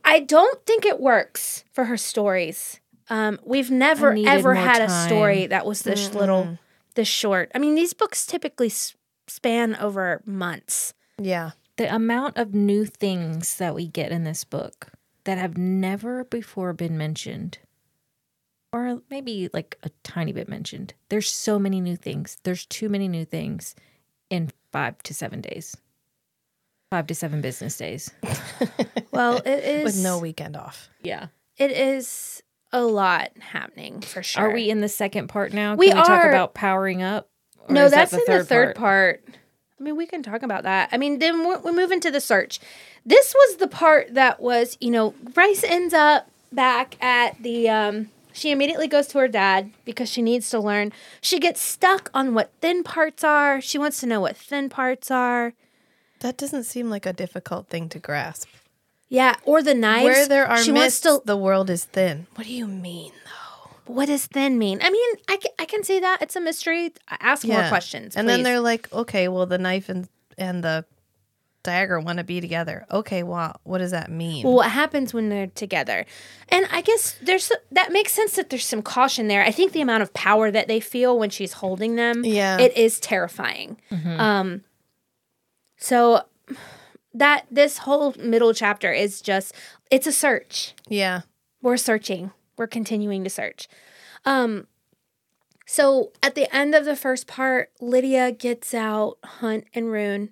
Speaker 1: I don't think it works for her stories. Um, we've never
Speaker 3: needed
Speaker 1: ever
Speaker 3: more
Speaker 1: had a
Speaker 3: time.
Speaker 1: story that was this little, this short. I mean, these books typically s- span over months.
Speaker 2: Yeah.
Speaker 3: the amount of new things that we get in this book that have never before been mentioned or maybe like a tiny bit mentioned there's so many new things there's too many new things in five to seven days five to seven business days
Speaker 1: Well, it
Speaker 3: <laughs>
Speaker 1: is
Speaker 2: With no weekend off.
Speaker 3: yeah
Speaker 1: It is a lot happening for sure.
Speaker 3: are we in the second part now
Speaker 1: We
Speaker 3: can we talk
Speaker 1: are-
Speaker 3: about powering up Or
Speaker 1: No,
Speaker 3: is that
Speaker 1: that's in the third part? I mean, we can talk about that. I mean, then we we move into the search. This was the part that was, you know, Bryce ends up back at the. Um, she immediately goes to her dad because she needs to learn. She gets stuck on what thin parts are. She wants to know what thin parts are.
Speaker 2: That doesn't seem like a difficult thing to grasp.
Speaker 1: Yeah, or the knives.
Speaker 2: Where there are
Speaker 1: she wants
Speaker 2: mists,
Speaker 1: to.
Speaker 2: the world is thin. What do you mean?
Speaker 1: What does thin mean? I mean, I can, I can say that it's a mystery. Ask more questions,
Speaker 2: And then
Speaker 1: please.
Speaker 2: they're like, okay, well, the knife and and the dagger want to be together. Okay, wow, what does that mean?
Speaker 1: Well, what happens when they're together? And I guess there's that makes sense that there's some caution there. I think the amount of power that they feel when she's holding them,
Speaker 2: Yeah. Mm-hmm.
Speaker 1: it is terrifying. Um, so that this whole middle chapter is just it's a search.
Speaker 2: yeah,
Speaker 1: We're searching. We're continuing to search. Um, so at the end of the first part, Lydia gets out Hunt and Rune.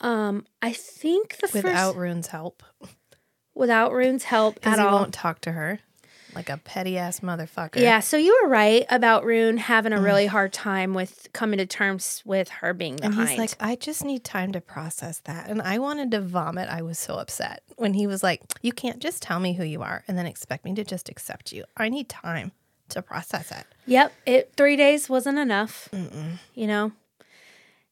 Speaker 1: Um, I think the
Speaker 2: without
Speaker 1: first
Speaker 2: Rune's help,
Speaker 1: without Rune's help
Speaker 2: because
Speaker 1: at
Speaker 2: he
Speaker 1: all.
Speaker 2: won't talk to her like a petty ass motherfucker.
Speaker 1: Yeah, so you were right about Rune having a
Speaker 2: Mm.
Speaker 1: really hard time with coming to terms with her being
Speaker 2: And
Speaker 1: behind.
Speaker 2: he's like, I just need time to process that. And I wanted to vomit. I was so upset when he was like, You can't just tell me who you are and then expect me to just accept you. I need time to process it.
Speaker 1: "Yep, it three days wasn't enough." You know.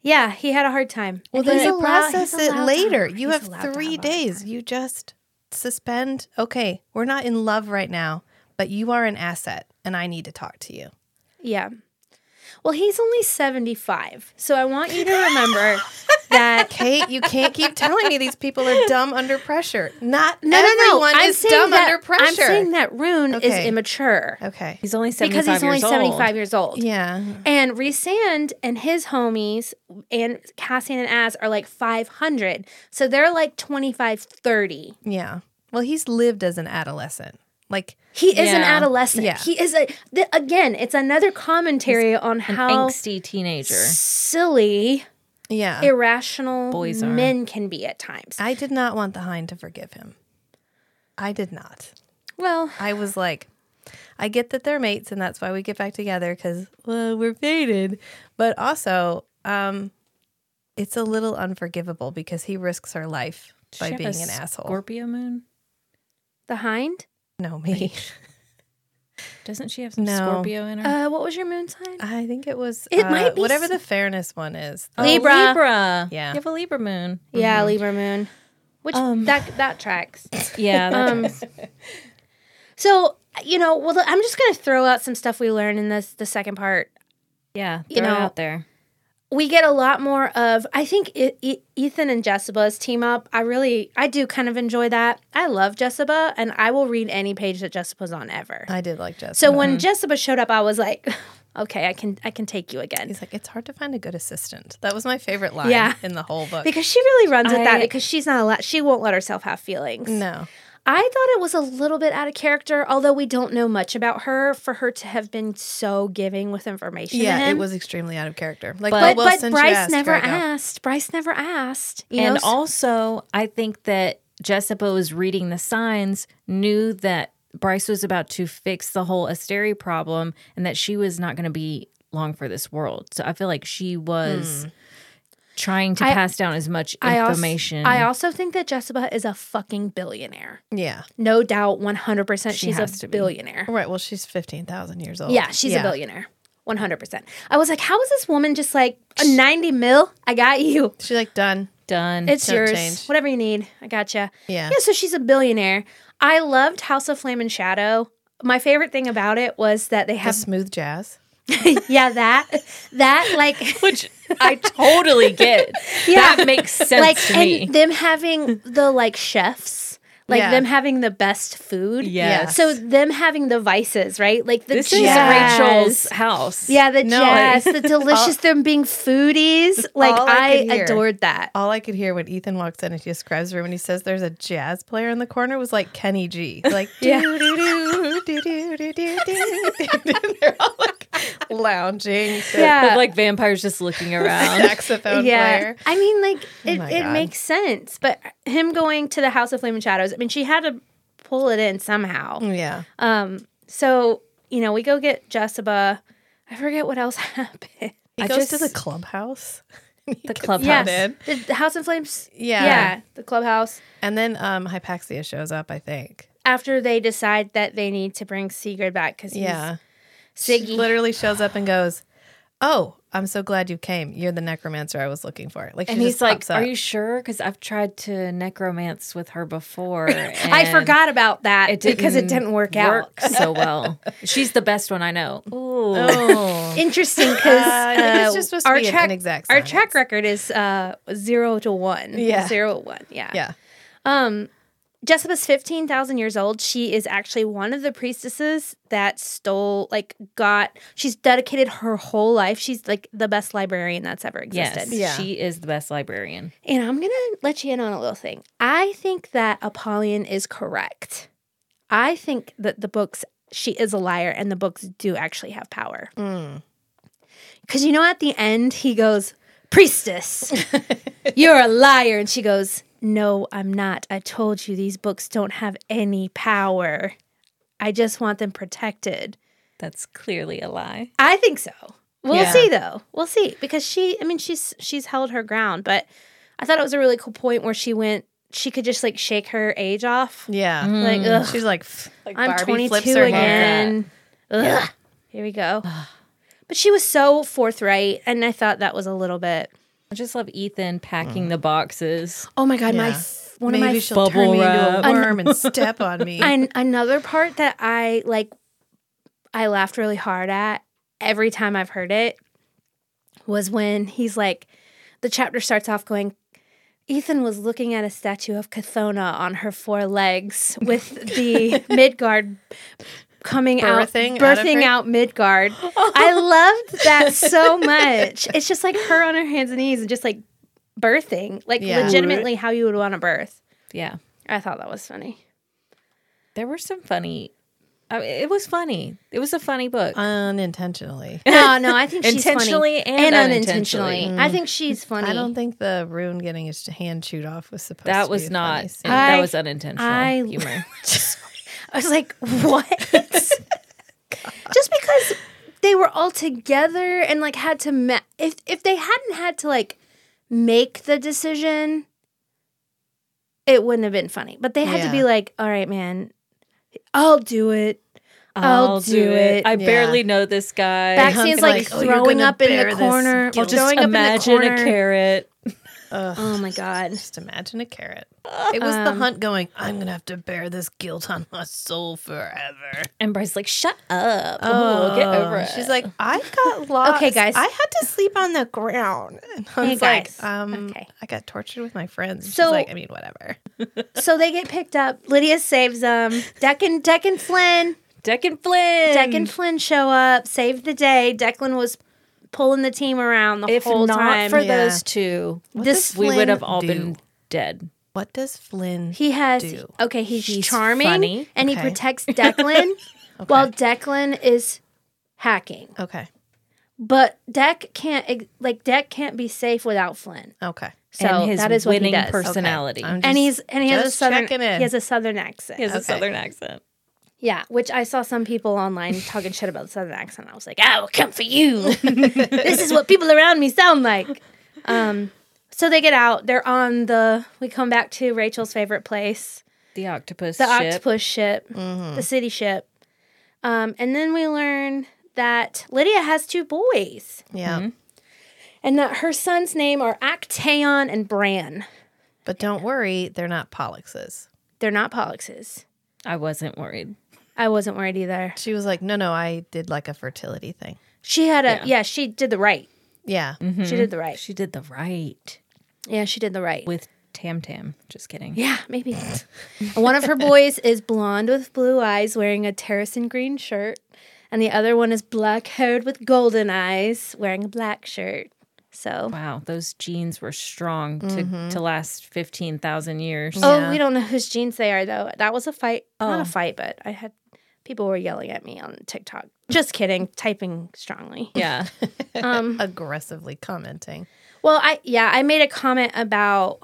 Speaker 1: Yeah, he had a hard time.
Speaker 2: Well,
Speaker 1: And
Speaker 2: then
Speaker 1: he's
Speaker 2: you
Speaker 1: allowed-
Speaker 2: process
Speaker 1: he's
Speaker 2: it
Speaker 1: allowed to
Speaker 2: later.
Speaker 1: him.
Speaker 2: You
Speaker 1: He's
Speaker 2: have
Speaker 1: allowed to him
Speaker 2: three
Speaker 1: all the time.
Speaker 2: days. You just suspend. Okay, we're not in love right now, but you are an asset, and I need to talk to you.
Speaker 1: Yeah. Well, he's only seventy five, so I want you to remember that.
Speaker 2: Kate, you can't <laughs> keep telling me these people are dumb under pressure.
Speaker 1: <laughs>
Speaker 2: Not
Speaker 1: No, no, no.
Speaker 2: everyone
Speaker 1: I'm
Speaker 2: is
Speaker 1: saying
Speaker 2: dumb
Speaker 1: that,
Speaker 2: under pressure.
Speaker 1: I'm saying that Rune is
Speaker 2: Okay.
Speaker 1: immature
Speaker 2: okay.
Speaker 3: He's only 75
Speaker 1: because he's only
Speaker 3: years old.
Speaker 1: seventy five years old.
Speaker 2: Yeah.
Speaker 1: And Resand and his homies and Cassian and Az are like 500. So they're like 25, 30.
Speaker 2: Yeah. Well, he's lived as an adolescent. Like,
Speaker 1: He is an
Speaker 3: Yeah.
Speaker 1: adolescent.
Speaker 2: Yeah.
Speaker 1: He is a, th- again, it's another commentary on
Speaker 3: An
Speaker 1: how
Speaker 3: angsty teenager.
Speaker 1: silly,
Speaker 2: yeah.
Speaker 1: irrational
Speaker 3: Boys are.
Speaker 1: men can be at times.
Speaker 2: I did not want the hind to forgive him. I did not.
Speaker 1: well,
Speaker 2: I was like, I get that they're mates and that's why we get back together because well, we're faded. But also, um, it's a little unforgivable because he risks her life
Speaker 3: Does
Speaker 2: by
Speaker 3: she have
Speaker 2: being
Speaker 3: a
Speaker 2: an asshole.
Speaker 3: Scorpio moon?
Speaker 1: the hind.
Speaker 2: no, me.
Speaker 3: Doesn't she have some
Speaker 2: No.
Speaker 3: Scorpio in her?
Speaker 1: Uh, what was your moon sign?
Speaker 2: <laughs> I think it was
Speaker 1: It
Speaker 2: uh,
Speaker 1: might be
Speaker 2: whatever
Speaker 1: s-
Speaker 2: the fairness one is.
Speaker 3: Oh,
Speaker 1: Libra.
Speaker 3: Libra.
Speaker 2: Yeah.
Speaker 3: You have a Libra moon.
Speaker 1: <laughs> Yeah, Libra moon. Which
Speaker 3: Um.
Speaker 1: that that tracks.
Speaker 3: Yeah. that-
Speaker 1: Um, so you know, well, I'm just gonna throw out some stuff we learned in this the second part.
Speaker 3: yeah. Throw
Speaker 1: you know,
Speaker 3: it out there.
Speaker 1: We get a lot more of. I think E- E- Ethan and Jessica's team up. I really, I do kind of enjoy that. I love Jessica, and I will read any page that Jessica's on ever.
Speaker 2: Oh, I did like Jessica.
Speaker 1: So when Jessica showed up, I was like, <laughs> okay, I can, I can take you again.
Speaker 2: he's like, it's hard to find a good assistant. That was my favorite line
Speaker 1: Yeah.
Speaker 2: in the whole book.
Speaker 1: Because she really runs with that
Speaker 3: I-
Speaker 1: because she's not allowed, she won't let herself have feelings.
Speaker 2: no.
Speaker 1: I thought it was a little bit out of character, although we don't know much about her for her to have been so giving with information. to
Speaker 2: Yeah, it
Speaker 1: him.
Speaker 2: was extremely out of character. Like,
Speaker 3: But-
Speaker 1: But,
Speaker 2: but, well,
Speaker 1: but
Speaker 2: since
Speaker 1: Bryce
Speaker 2: you asked,
Speaker 1: never
Speaker 2: Drago.
Speaker 1: asked. Bryce never asked. You
Speaker 3: And
Speaker 1: know?
Speaker 3: also, I think that Jessica was reading the signs, knew that Bryce was about to fix the whole Asteri problem and that she was not going to be long for this world. So I feel like she was trying to
Speaker 1: Hmm. I-
Speaker 3: pass down as much
Speaker 1: I also-
Speaker 3: information.
Speaker 1: I also think that Jessica is a fucking billionaire.
Speaker 2: Yeah.
Speaker 1: No doubt, one hundred percent, she's
Speaker 3: has to
Speaker 1: a
Speaker 3: be.
Speaker 1: billionaire.
Speaker 2: Right. Well, she's 15,000 years old.
Speaker 1: Yeah, she's a billionaire, one hundred percent. I was like, how is this woman just like a ninety mil? I got you.
Speaker 2: She's like, done.
Speaker 3: done.
Speaker 1: It's
Speaker 2: Don't
Speaker 1: yours.
Speaker 2: change.
Speaker 1: Whatever you need, I gotcha.
Speaker 2: Yeah.
Speaker 1: Yeah, so she's a billionaire. I loved House of Flame and Shadow. My favorite thing about it was that they
Speaker 2: The
Speaker 1: have
Speaker 2: smooth jazz.
Speaker 1: <laughs> yeah that that
Speaker 2: <laughs>
Speaker 1: like <laughs>
Speaker 3: which I totally get.
Speaker 1: Yeah.
Speaker 3: That makes sense
Speaker 1: like
Speaker 3: to
Speaker 1: and
Speaker 3: me.
Speaker 1: them having the like chefs like
Speaker 2: Yeah.
Speaker 1: them having the best food
Speaker 3: Yes.
Speaker 1: so them having the vices right like the
Speaker 3: this
Speaker 1: jazz.
Speaker 3: is Rachel's house.
Speaker 1: yeah the
Speaker 2: No,
Speaker 1: jazz
Speaker 3: like-
Speaker 1: the
Speaker 2: <laughs>
Speaker 1: delicious them being foodies like
Speaker 2: all I
Speaker 1: i,
Speaker 2: could hear.
Speaker 1: adored that
Speaker 2: All I could hear when Ethan walks in and she describes the room and he says there's a jazz player in the corner was like Kenny G. <laughs> Like,
Speaker 1: Yeah.
Speaker 2: doo doo doo doo doo doo doo doo doo. <laughs> They're all like lounging. to
Speaker 1: yeah
Speaker 3: With like vampires
Speaker 1: <laughs>
Speaker 3: just looking around.
Speaker 2: Saxophone
Speaker 1: yeah
Speaker 2: player.
Speaker 1: i mean like it,
Speaker 2: Oh my
Speaker 1: it
Speaker 2: God.
Speaker 1: makes sense but him going to the house of flame and shadows i mean she had to pull it in somehow
Speaker 2: Yeah.
Speaker 1: um so you know we go get jessica i forget what else <laughs> happened
Speaker 2: He
Speaker 3: I
Speaker 2: goes to the
Speaker 3: just-
Speaker 2: clubhouse.
Speaker 3: the clubhouse.
Speaker 1: Yes.
Speaker 2: Did.
Speaker 1: The, the House in Flames.
Speaker 2: Yeah.
Speaker 1: the clubhouse.
Speaker 2: And then um, Hypaxia shows up, I think.
Speaker 1: After they decide that they need to bring Sigurd back because
Speaker 2: Yeah.
Speaker 1: <laughs> he's Siggy.
Speaker 2: literally shows up and goes, "Oh, I'm so glad you came. You're the necromancer I was looking for." Like, she
Speaker 3: and he's
Speaker 2: just
Speaker 3: like,
Speaker 2: pops up.
Speaker 3: "Are you sure? Because I've tried to necromance with her before.
Speaker 1: <laughs> I
Speaker 3: and
Speaker 1: forgot about that because it didn't work, out. <laughs>
Speaker 3: work so well. She's the best one I know. Ooh,
Speaker 2: Oh,
Speaker 1: Interesting because
Speaker 2: <laughs> Uh, it was
Speaker 1: uh,
Speaker 2: just supposed to
Speaker 1: our
Speaker 2: be an
Speaker 1: track
Speaker 2: inexact
Speaker 1: our
Speaker 2: science.
Speaker 1: track record is uh, zero to one.
Speaker 2: Yeah.
Speaker 1: zero to one. Yeah,
Speaker 2: yeah,
Speaker 1: Um, Jessica's 15,000 years old. She is actually one of the priestesses that stole, like, got, she's dedicated her whole life. She's like the best librarian that's ever
Speaker 3: yes,
Speaker 1: existed.
Speaker 2: Yeah.
Speaker 3: she is the best librarian.
Speaker 1: And I'm going to let you in on a little thing. I think that Apollyon is correct. I think that the books, she is a liar and the books do actually have power. Because you know, at the end, he goes, Priestess, you're a liar. And she goes, No, I'm not. I told you these books don't have any power. I just want them protected.
Speaker 3: That's clearly a lie.
Speaker 1: I think so. We'll
Speaker 2: Yeah.
Speaker 1: see though. We'll see because she I mean she's she's held her ground, but I thought it was a really cool point where she went she could just like shake her age off.
Speaker 2: yeah.
Speaker 1: Like Mm. ugh,
Speaker 2: She's Mm. like, "Pff,
Speaker 1: I'm
Speaker 2: Barbie
Speaker 1: 22
Speaker 2: flips her hair.
Speaker 1: again. Ugh, Here we go. but she was so forthright and I thought that was a little bit
Speaker 3: I just love Ethan packing the boxes.
Speaker 1: Mm. Oh my god, my
Speaker 2: Yeah.
Speaker 1: f- one
Speaker 2: Maybe
Speaker 1: of my
Speaker 2: she'll turn
Speaker 3: bubble
Speaker 2: me
Speaker 3: wrap.
Speaker 2: into a worm <laughs> and step on me.
Speaker 1: And another part that I like, I laughed really hard at every time I've heard it was when he's like, the chapter starts off going, Ethan was looking at a statue of Kathona on her four legs with
Speaker 2: <laughs>
Speaker 1: the Midgard coming
Speaker 2: Birthing
Speaker 1: out,
Speaker 2: out of
Speaker 1: birthing
Speaker 2: her?
Speaker 1: out
Speaker 2: <laughs>
Speaker 1: Midgard. I loved that so much. It's just like her on her hands and knees and just like birthing, like
Speaker 2: Yeah.
Speaker 1: legitimately how you would want to birth.
Speaker 3: Yeah,
Speaker 1: I thought that was funny.
Speaker 3: there were some funny. I mean, it was funny. It was a funny book.
Speaker 2: unintentionally. <laughs>
Speaker 1: No, no, I think she's funny.
Speaker 3: Intentionally and unintentionally.
Speaker 1: I think she's funny.
Speaker 2: Mm. I don't think the rune getting his hand chewed off was supposed. to
Speaker 3: that
Speaker 2: be a
Speaker 3: was
Speaker 2: funny
Speaker 3: not.
Speaker 2: scene.
Speaker 1: I-
Speaker 3: that was unintentional
Speaker 1: I-
Speaker 3: humor.
Speaker 1: I was like, what?
Speaker 2: <laughs>
Speaker 1: Just because they were all together and like had to ma- if if they hadn't had to like make the decision, it wouldn't have been funny. But they had to
Speaker 2: Yeah.
Speaker 1: be like, all right, man, I'll do it. <laughs> I'll, do, it.
Speaker 3: I
Speaker 2: Yeah.
Speaker 3: barely know this guy.
Speaker 1: Baxian's like,
Speaker 2: Like, oh, you're
Speaker 1: throwing
Speaker 2: gonna
Speaker 1: up in
Speaker 2: bear
Speaker 1: the
Speaker 2: this
Speaker 1: corner. Well,
Speaker 2: guilt.
Speaker 1: throwing up in the
Speaker 3: Imagine
Speaker 1: corner.
Speaker 3: a carrot.
Speaker 2: Ugh.
Speaker 1: Oh my god.
Speaker 2: Just imagine a carrot. It was the hunt going, I'm going to have to bear this guilt on my soul forever.
Speaker 3: And Bryce's like, shut up. Oh, get over it.
Speaker 2: She's like, I got lost.
Speaker 1: Okay, guys.
Speaker 2: I had to sleep on the ground. <laughs> And I
Speaker 1: Hey,
Speaker 2: was
Speaker 1: guys.
Speaker 2: like, um,
Speaker 1: Okay.
Speaker 2: I got tortured with my friends. And
Speaker 1: So-
Speaker 2: She's like, I mean, whatever.
Speaker 1: So they get picked up. Lydia saves them. Declan, Declan Flynn,
Speaker 3: Deck and Flynn.
Speaker 1: Declan Flynn show up, save the day. Declan was pulling the team around the
Speaker 3: If
Speaker 1: whole
Speaker 3: not
Speaker 1: time.
Speaker 3: for
Speaker 2: Yeah.
Speaker 3: those two,
Speaker 2: What
Speaker 1: This-
Speaker 2: does
Speaker 3: we would
Speaker 2: Flynn
Speaker 3: have all
Speaker 2: do?
Speaker 3: been dead.
Speaker 2: What does Flynn?
Speaker 1: he has
Speaker 2: do.
Speaker 1: okay. He's,
Speaker 3: He's
Speaker 1: charming
Speaker 3: funny.
Speaker 1: and he
Speaker 2: Okay.
Speaker 1: protects
Speaker 3: <laughs>
Speaker 1: Declan while Declan is hacking.
Speaker 2: Okay.
Speaker 1: But Deck can't ex- like Deck can't be safe without Flynn.
Speaker 2: Okay.
Speaker 1: So
Speaker 3: and his
Speaker 1: that is what he
Speaker 3: winning
Speaker 1: does.
Speaker 3: personality.
Speaker 2: I'm
Speaker 1: and
Speaker 2: just-
Speaker 1: he's and he has a
Speaker 2: just
Speaker 1: southern
Speaker 2: checking in.
Speaker 1: he has a southern accent.
Speaker 3: He has a
Speaker 2: Okay.
Speaker 3: southern accent.
Speaker 1: Yeah, which I saw some people online talking shit about the Southern accent. I was like, I will come for you. <laughs> this is what people around me sound like. Um, so they get out. They're on the. We come back to Rachel's favorite place,
Speaker 3: The octopus.
Speaker 1: the
Speaker 3: ship.
Speaker 1: octopus ship, the city ship. Um, and then we learn that Lydia has two boys,
Speaker 2: Yeah.
Speaker 1: and that her sons' name are Actaeon and Bran.
Speaker 2: But don't worry, they're not Polluxes.
Speaker 1: They're not Polluxes.
Speaker 3: I wasn't worried.
Speaker 1: I wasn't worried either.
Speaker 2: She was like, no, no, I did like a fertility thing.
Speaker 1: She had a yeah. she did the right.
Speaker 2: Yeah.
Speaker 1: She did the right.
Speaker 3: She did the right
Speaker 1: Yeah, she did the right.
Speaker 3: with Tam Tam. Just kidding.
Speaker 1: Yeah, maybe. And <laughs> one of her boys is blonde with blue eyes, wearing a terracin green shirt, and the other one is black haired with golden eyes, wearing a black shirt. So,
Speaker 3: Wow, those genes were strong to, to last 15,000 years.
Speaker 1: oh, we don't know whose jeans they are though. That was a fight, not a fight, but I had people were yelling at me on TikTok. Just kidding, typing strongly.
Speaker 2: <laughs>
Speaker 3: Yeah.
Speaker 2: Aggressively commenting.
Speaker 1: Well, I yeah, I made a comment about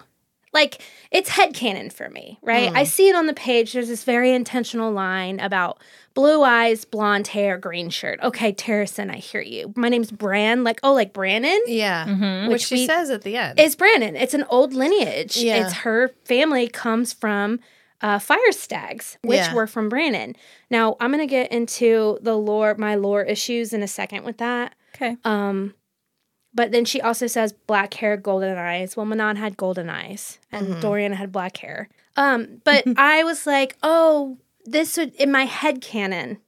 Speaker 1: like it's headcanon for me, right?
Speaker 2: Hmm.
Speaker 1: I see it on the page. There's this very intentional line about blue eyes, blonde hair, green shirt. Okay, Terrison, I hear you. My name's Bran. Like, oh, like Brannon?
Speaker 2: Yeah.
Speaker 3: Mm-hmm.
Speaker 2: Which, she
Speaker 1: we-
Speaker 2: says at the end.
Speaker 1: It's Brannon. It's an old lineage.
Speaker 2: Yeah.
Speaker 1: It's her family comes from uh, fire stags, which
Speaker 2: Yeah.
Speaker 1: were from Brannon. Now, I'm going to get into the lore, my lore issues in a second with that.
Speaker 2: Okay.
Speaker 1: Um, but then she also says black hair, golden eyes. Well, Manon had golden eyes, and Dorian had black hair. Um,
Speaker 2: <laughs>
Speaker 1: but I was like, oh, this would in my head canon.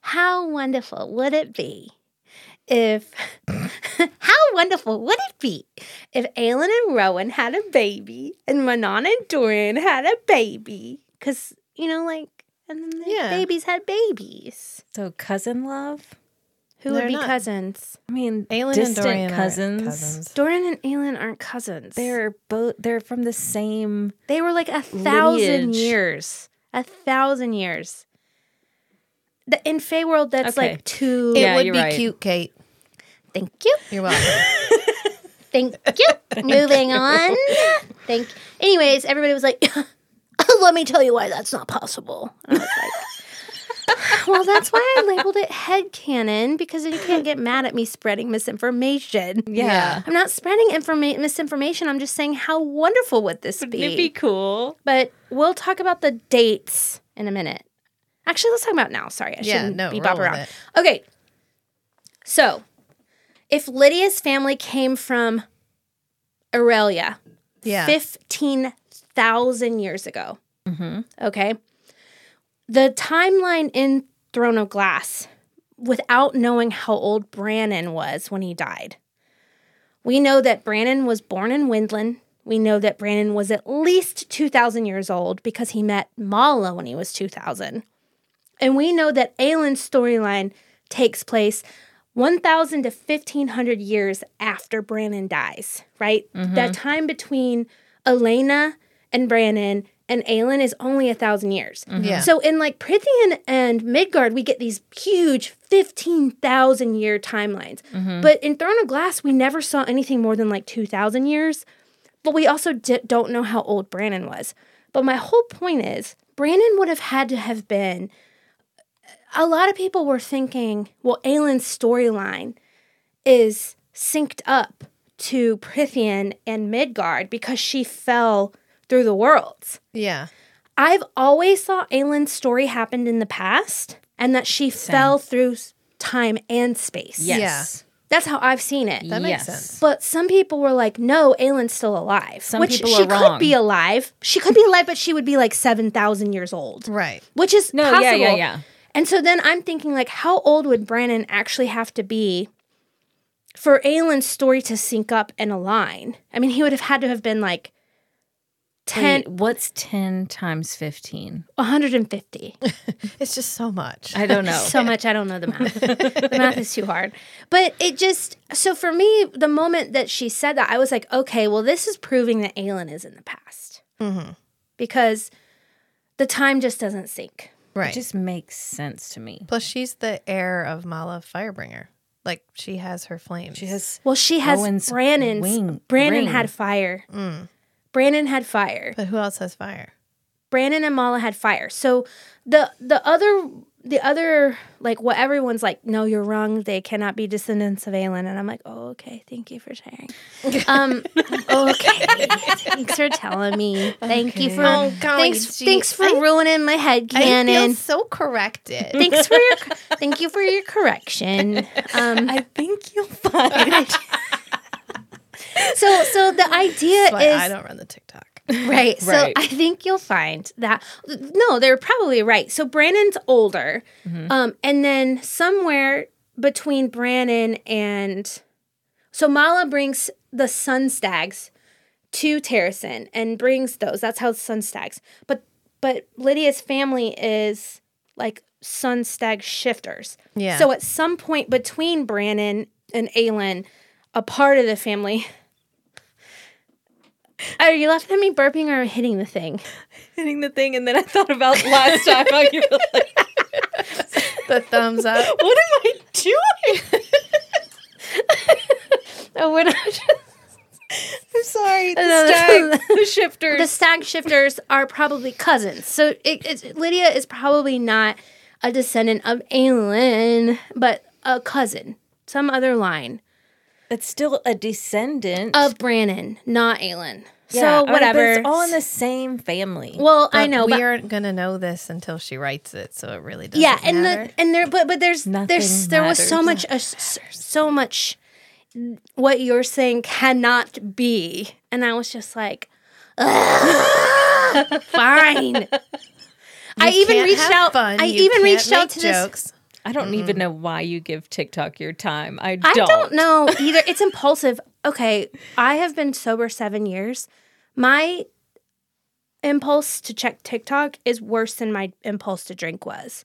Speaker 1: How wonderful would it be if? <laughs> how wonderful would it be if Aelin and Rowan had a baby, and Manon and Dorian had a baby? Because you know, like, and then the
Speaker 2: Yeah.
Speaker 1: babies had babies.
Speaker 3: So cousin love.
Speaker 1: Who
Speaker 2: They're
Speaker 1: would be
Speaker 2: not-
Speaker 1: cousins?
Speaker 3: I mean,
Speaker 2: Aelin
Speaker 3: distant
Speaker 2: and Dorian are
Speaker 3: cousins.
Speaker 2: cousins.
Speaker 1: Doran and Aelin aren't cousins.
Speaker 3: They're both. They're from the same.
Speaker 1: They were like a thousand
Speaker 3: Lineage.
Speaker 1: years. A thousand years. The, in Fey world, that's
Speaker 3: Okay.
Speaker 1: like two.
Speaker 2: It
Speaker 3: Yeah,
Speaker 2: would be
Speaker 3: you're right.
Speaker 2: cute, Kate.
Speaker 1: Thank you.
Speaker 2: You're welcome.
Speaker 1: Thank
Speaker 3: <laughs>
Speaker 1: you. Moving on. Thank. Anyways, everybody was like, <laughs> "Let me tell you why that's not possible." And I was like, <laughs> "Well, that's why I labeled it headcanon because you can't get mad at me spreading misinformation."
Speaker 2: Yeah.
Speaker 1: I'm not spreading informa- misinformation. I'm just saying how wonderful would this be?
Speaker 3: It'd be cool.
Speaker 1: But we'll talk about the dates in a minute. Actually, let's talk about it now. Sorry, I
Speaker 2: Yeah,
Speaker 1: shouldn't
Speaker 2: no,
Speaker 1: be
Speaker 2: roll
Speaker 1: bop
Speaker 2: with
Speaker 1: around.
Speaker 2: it.
Speaker 1: Okay. So, if Lydia's family came from Aurelia
Speaker 2: Yeah.
Speaker 1: 15,000 years ago, okay, the timeline in Throne of Glass, without knowing how old Brannon was when he died, we know that Brannon was born in Windland. We know that Brannon was at least 2,000 years old because he met Mala when he was 2,000. And we know that Aelin's storyline takes place 1,000 to 1,500 years after Brannon dies, right? That time between Elena and Brannon and Aelin is only a 1,000 years.
Speaker 2: Yeah.
Speaker 1: So in like Prithian and Midgard, we get these huge 15,000 year timelines. But in Throne of Glass, we never saw anything more than like 2,000 years. But we also di- don't know how old Brannon was. But my whole point is, Brannon would have had to have been. A lot of people were thinking, well, Aelin's storyline is synced up to Prithian and Midgard because she fell through the worlds.
Speaker 2: yeah.
Speaker 1: I've always thought Aelin's story happened in the past and that she fell through s- time and space.
Speaker 3: Yes.
Speaker 1: That's how I've seen it.
Speaker 2: That makes
Speaker 3: Yes.
Speaker 2: sense.
Speaker 1: But some people were like, no, Aelin's still alive.
Speaker 3: Some
Speaker 1: which
Speaker 3: people
Speaker 1: she
Speaker 3: are
Speaker 1: could
Speaker 3: wrong.
Speaker 1: be alive. She could be alive, but she would be like 7,000 years old,
Speaker 2: Right.
Speaker 1: which is
Speaker 3: No.
Speaker 1: possible.
Speaker 3: Yeah. Yeah. Yeah.
Speaker 1: And so then I'm thinking, like, how old would Brannon actually have to be for Aelin's story to sync up and align? I mean, he would have had to have been like 10,
Speaker 3: Wait, what's ten times fifteen?
Speaker 1: 150.
Speaker 3: <laughs>
Speaker 2: It's just so much.
Speaker 3: I don't know.
Speaker 1: so much. I don't know the
Speaker 3: <laughs>
Speaker 1: math. the math is too hard. But it just so for me, the moment that she said that, I was like, okay, well, this is proving that Aelin is in the past
Speaker 3: Mm-hmm.
Speaker 1: because the time just doesn't sink.
Speaker 2: right.
Speaker 3: It just makes sense to me.
Speaker 2: Plus, she's the heir of Mala Firebringer. Like she has her flames. She
Speaker 3: has-
Speaker 1: Well, she has
Speaker 3: Owen's
Speaker 1: Brandon's.
Speaker 3: wing-
Speaker 1: Brandon
Speaker 3: ring. Mm.
Speaker 1: had fire. Brandon had fire.
Speaker 2: But who else has
Speaker 1: <laughs>
Speaker 2: fire?
Speaker 1: Brandon and Mala had fire. So the the other the other like what everyone's like, no, you're wrong. They cannot be descendants of Aelin. And I'm like, oh, okay. Thank you for sharing.
Speaker 2: <laughs>
Speaker 1: um, okay. Thanks for telling me. Thank you for
Speaker 2: Oh, golly
Speaker 1: thanks
Speaker 2: gee.
Speaker 1: thanks for ruining my head
Speaker 2: <laughs> I feel
Speaker 1: canon.
Speaker 2: so
Speaker 1: <laughs>
Speaker 2: corrected.
Speaker 1: thanks for
Speaker 2: <laughs>
Speaker 1: your thank you for your correction. Um,
Speaker 3: I think you'll
Speaker 2: <laughs>
Speaker 3: find.
Speaker 1: <laughs> so so the idea
Speaker 2: That's why
Speaker 1: is
Speaker 2: I don't run the TikTok.
Speaker 1: Right. So
Speaker 3: Right.
Speaker 1: I think you'll find that no, they're probably right. So Brandon's older. Um, and then somewhere between Brandon and so Mala brings the sun stags to Terrison and brings those. That's how sun stags. But but Lydia's family is like sun stag shifters.
Speaker 2: Yeah.
Speaker 1: So at some point between Brandon and Aelin, a part of the family. <laughs> Are you laughing at me burping or hitting the thing?
Speaker 3: hitting the thing, and then I thought <laughs> about last time how you were like,
Speaker 2: the thumbs up.
Speaker 3: "What am I doing?"
Speaker 1: Oh, we're not.
Speaker 2: <laughs> I'm sorry.
Speaker 1: No,
Speaker 2: <laughs>
Speaker 1: that's-
Speaker 3: the shifter.
Speaker 1: the stag shifters are probably cousins. So it, it's, Lydia is probably not a descendant of Aelin, but a cousin, some other line
Speaker 3: It's still a descendant.
Speaker 1: of Brannon, not Aelin.
Speaker 3: Yeah, I
Speaker 1: so
Speaker 3: mean, but
Speaker 1: whatever.
Speaker 3: it's all in the same family.
Speaker 1: well, I
Speaker 2: But
Speaker 1: know,
Speaker 2: we
Speaker 1: but
Speaker 2: aren't gonna know this until she writes it, so it really doesn't
Speaker 1: yeah, and
Speaker 2: matter.
Speaker 1: the and there, but but there's there's
Speaker 3: Nothing
Speaker 1: there was so much
Speaker 3: matters.
Speaker 1: a s so much what you're saying cannot be, and I was just like,
Speaker 2: <laughs>
Speaker 1: "Ugh, fine. I even
Speaker 2: Can't
Speaker 1: reached
Speaker 2: have
Speaker 1: out.
Speaker 2: Fun.
Speaker 1: I
Speaker 2: You
Speaker 1: even
Speaker 2: can't
Speaker 1: reached out
Speaker 2: make
Speaker 1: to this
Speaker 2: jokes.
Speaker 3: I don't even know why you give TikTok your time. I
Speaker 1: I
Speaker 3: don't.
Speaker 1: don't. know either. It's impulsive. Okay, I have been sober seven years. My impulse to check TikTok is worse than my impulse to drink was.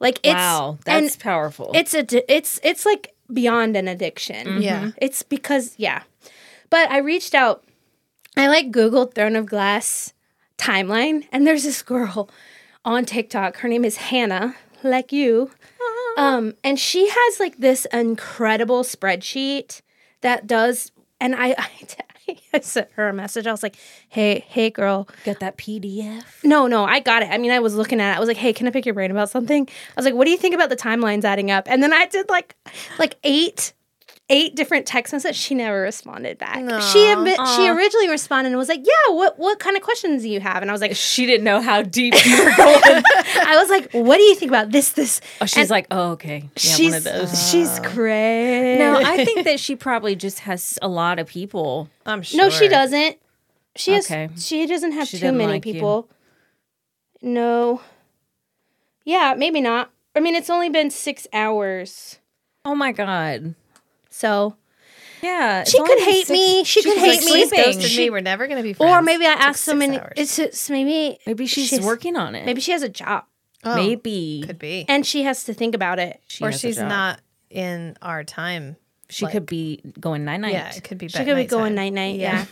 Speaker 1: Like it's
Speaker 3: wow,
Speaker 1: and
Speaker 3: that's powerful.
Speaker 1: it's a it's it's like beyond an addiction.
Speaker 2: Yeah.
Speaker 1: It's because yeah. But I reached out. I like Googled Throne of Glass timeline, and there's this girl on TikTok. Her name is Hannah, like you. Um, and she has like this incredible spreadsheet that does. And I, <laughs> I, I sent her a message. I was like, "Hey, hey, girl,
Speaker 3: got that PDF.
Speaker 1: no, no, I got it. I mean, I was looking at it. I was like, hey, can I pick your brain about something? I was like, what do you think about the timelines adding up? And then I did like like eight eight different text messages. She never responded back. She admit, she originally responded and was like, yeah, what what kind of questions do you have? And I was
Speaker 3: <laughs>
Speaker 1: like, <laughs>
Speaker 3: She didn't know how deep you were <laughs> going.
Speaker 1: I was like, what do you think about this this?
Speaker 3: oh, she's like, oh, okay. Yeah,
Speaker 1: she's
Speaker 3: one of those.
Speaker 1: she's crazy. <laughs>
Speaker 3: No, <laughs> I think that she probably just has a lot of people.
Speaker 2: I'm sure.
Speaker 1: no, she doesn't. She has,
Speaker 3: Okay.
Speaker 1: she doesn't have
Speaker 3: She
Speaker 1: too
Speaker 3: doesn't
Speaker 1: many
Speaker 3: like you.
Speaker 1: people. No. Yeah, maybe not. I mean, it's only been 6 hours.
Speaker 3: Oh my god.
Speaker 1: So
Speaker 3: Yeah, it's
Speaker 1: she
Speaker 3: only
Speaker 1: could
Speaker 3: been
Speaker 1: hate
Speaker 3: six-
Speaker 1: me. She, could
Speaker 3: was
Speaker 1: hate
Speaker 3: like
Speaker 1: me.
Speaker 2: Please
Speaker 3: sleeping.
Speaker 2: ghosted me. We're never gonna be friends.
Speaker 1: Or maybe I
Speaker 2: Took
Speaker 1: asked them,
Speaker 2: six
Speaker 1: and
Speaker 2: hours.
Speaker 1: it's just maybe
Speaker 3: Maybe she's,
Speaker 1: She's-
Speaker 3: working on it.
Speaker 1: maybe she has a job
Speaker 2: Oh,
Speaker 3: maybe
Speaker 2: could be,
Speaker 1: and she has to think about it.
Speaker 3: She
Speaker 2: or
Speaker 3: has a
Speaker 2: she's
Speaker 3: job.
Speaker 2: not in our time.
Speaker 3: She could be going nine night.
Speaker 2: Yeah, it could be.
Speaker 1: She could be going night night. Yeah.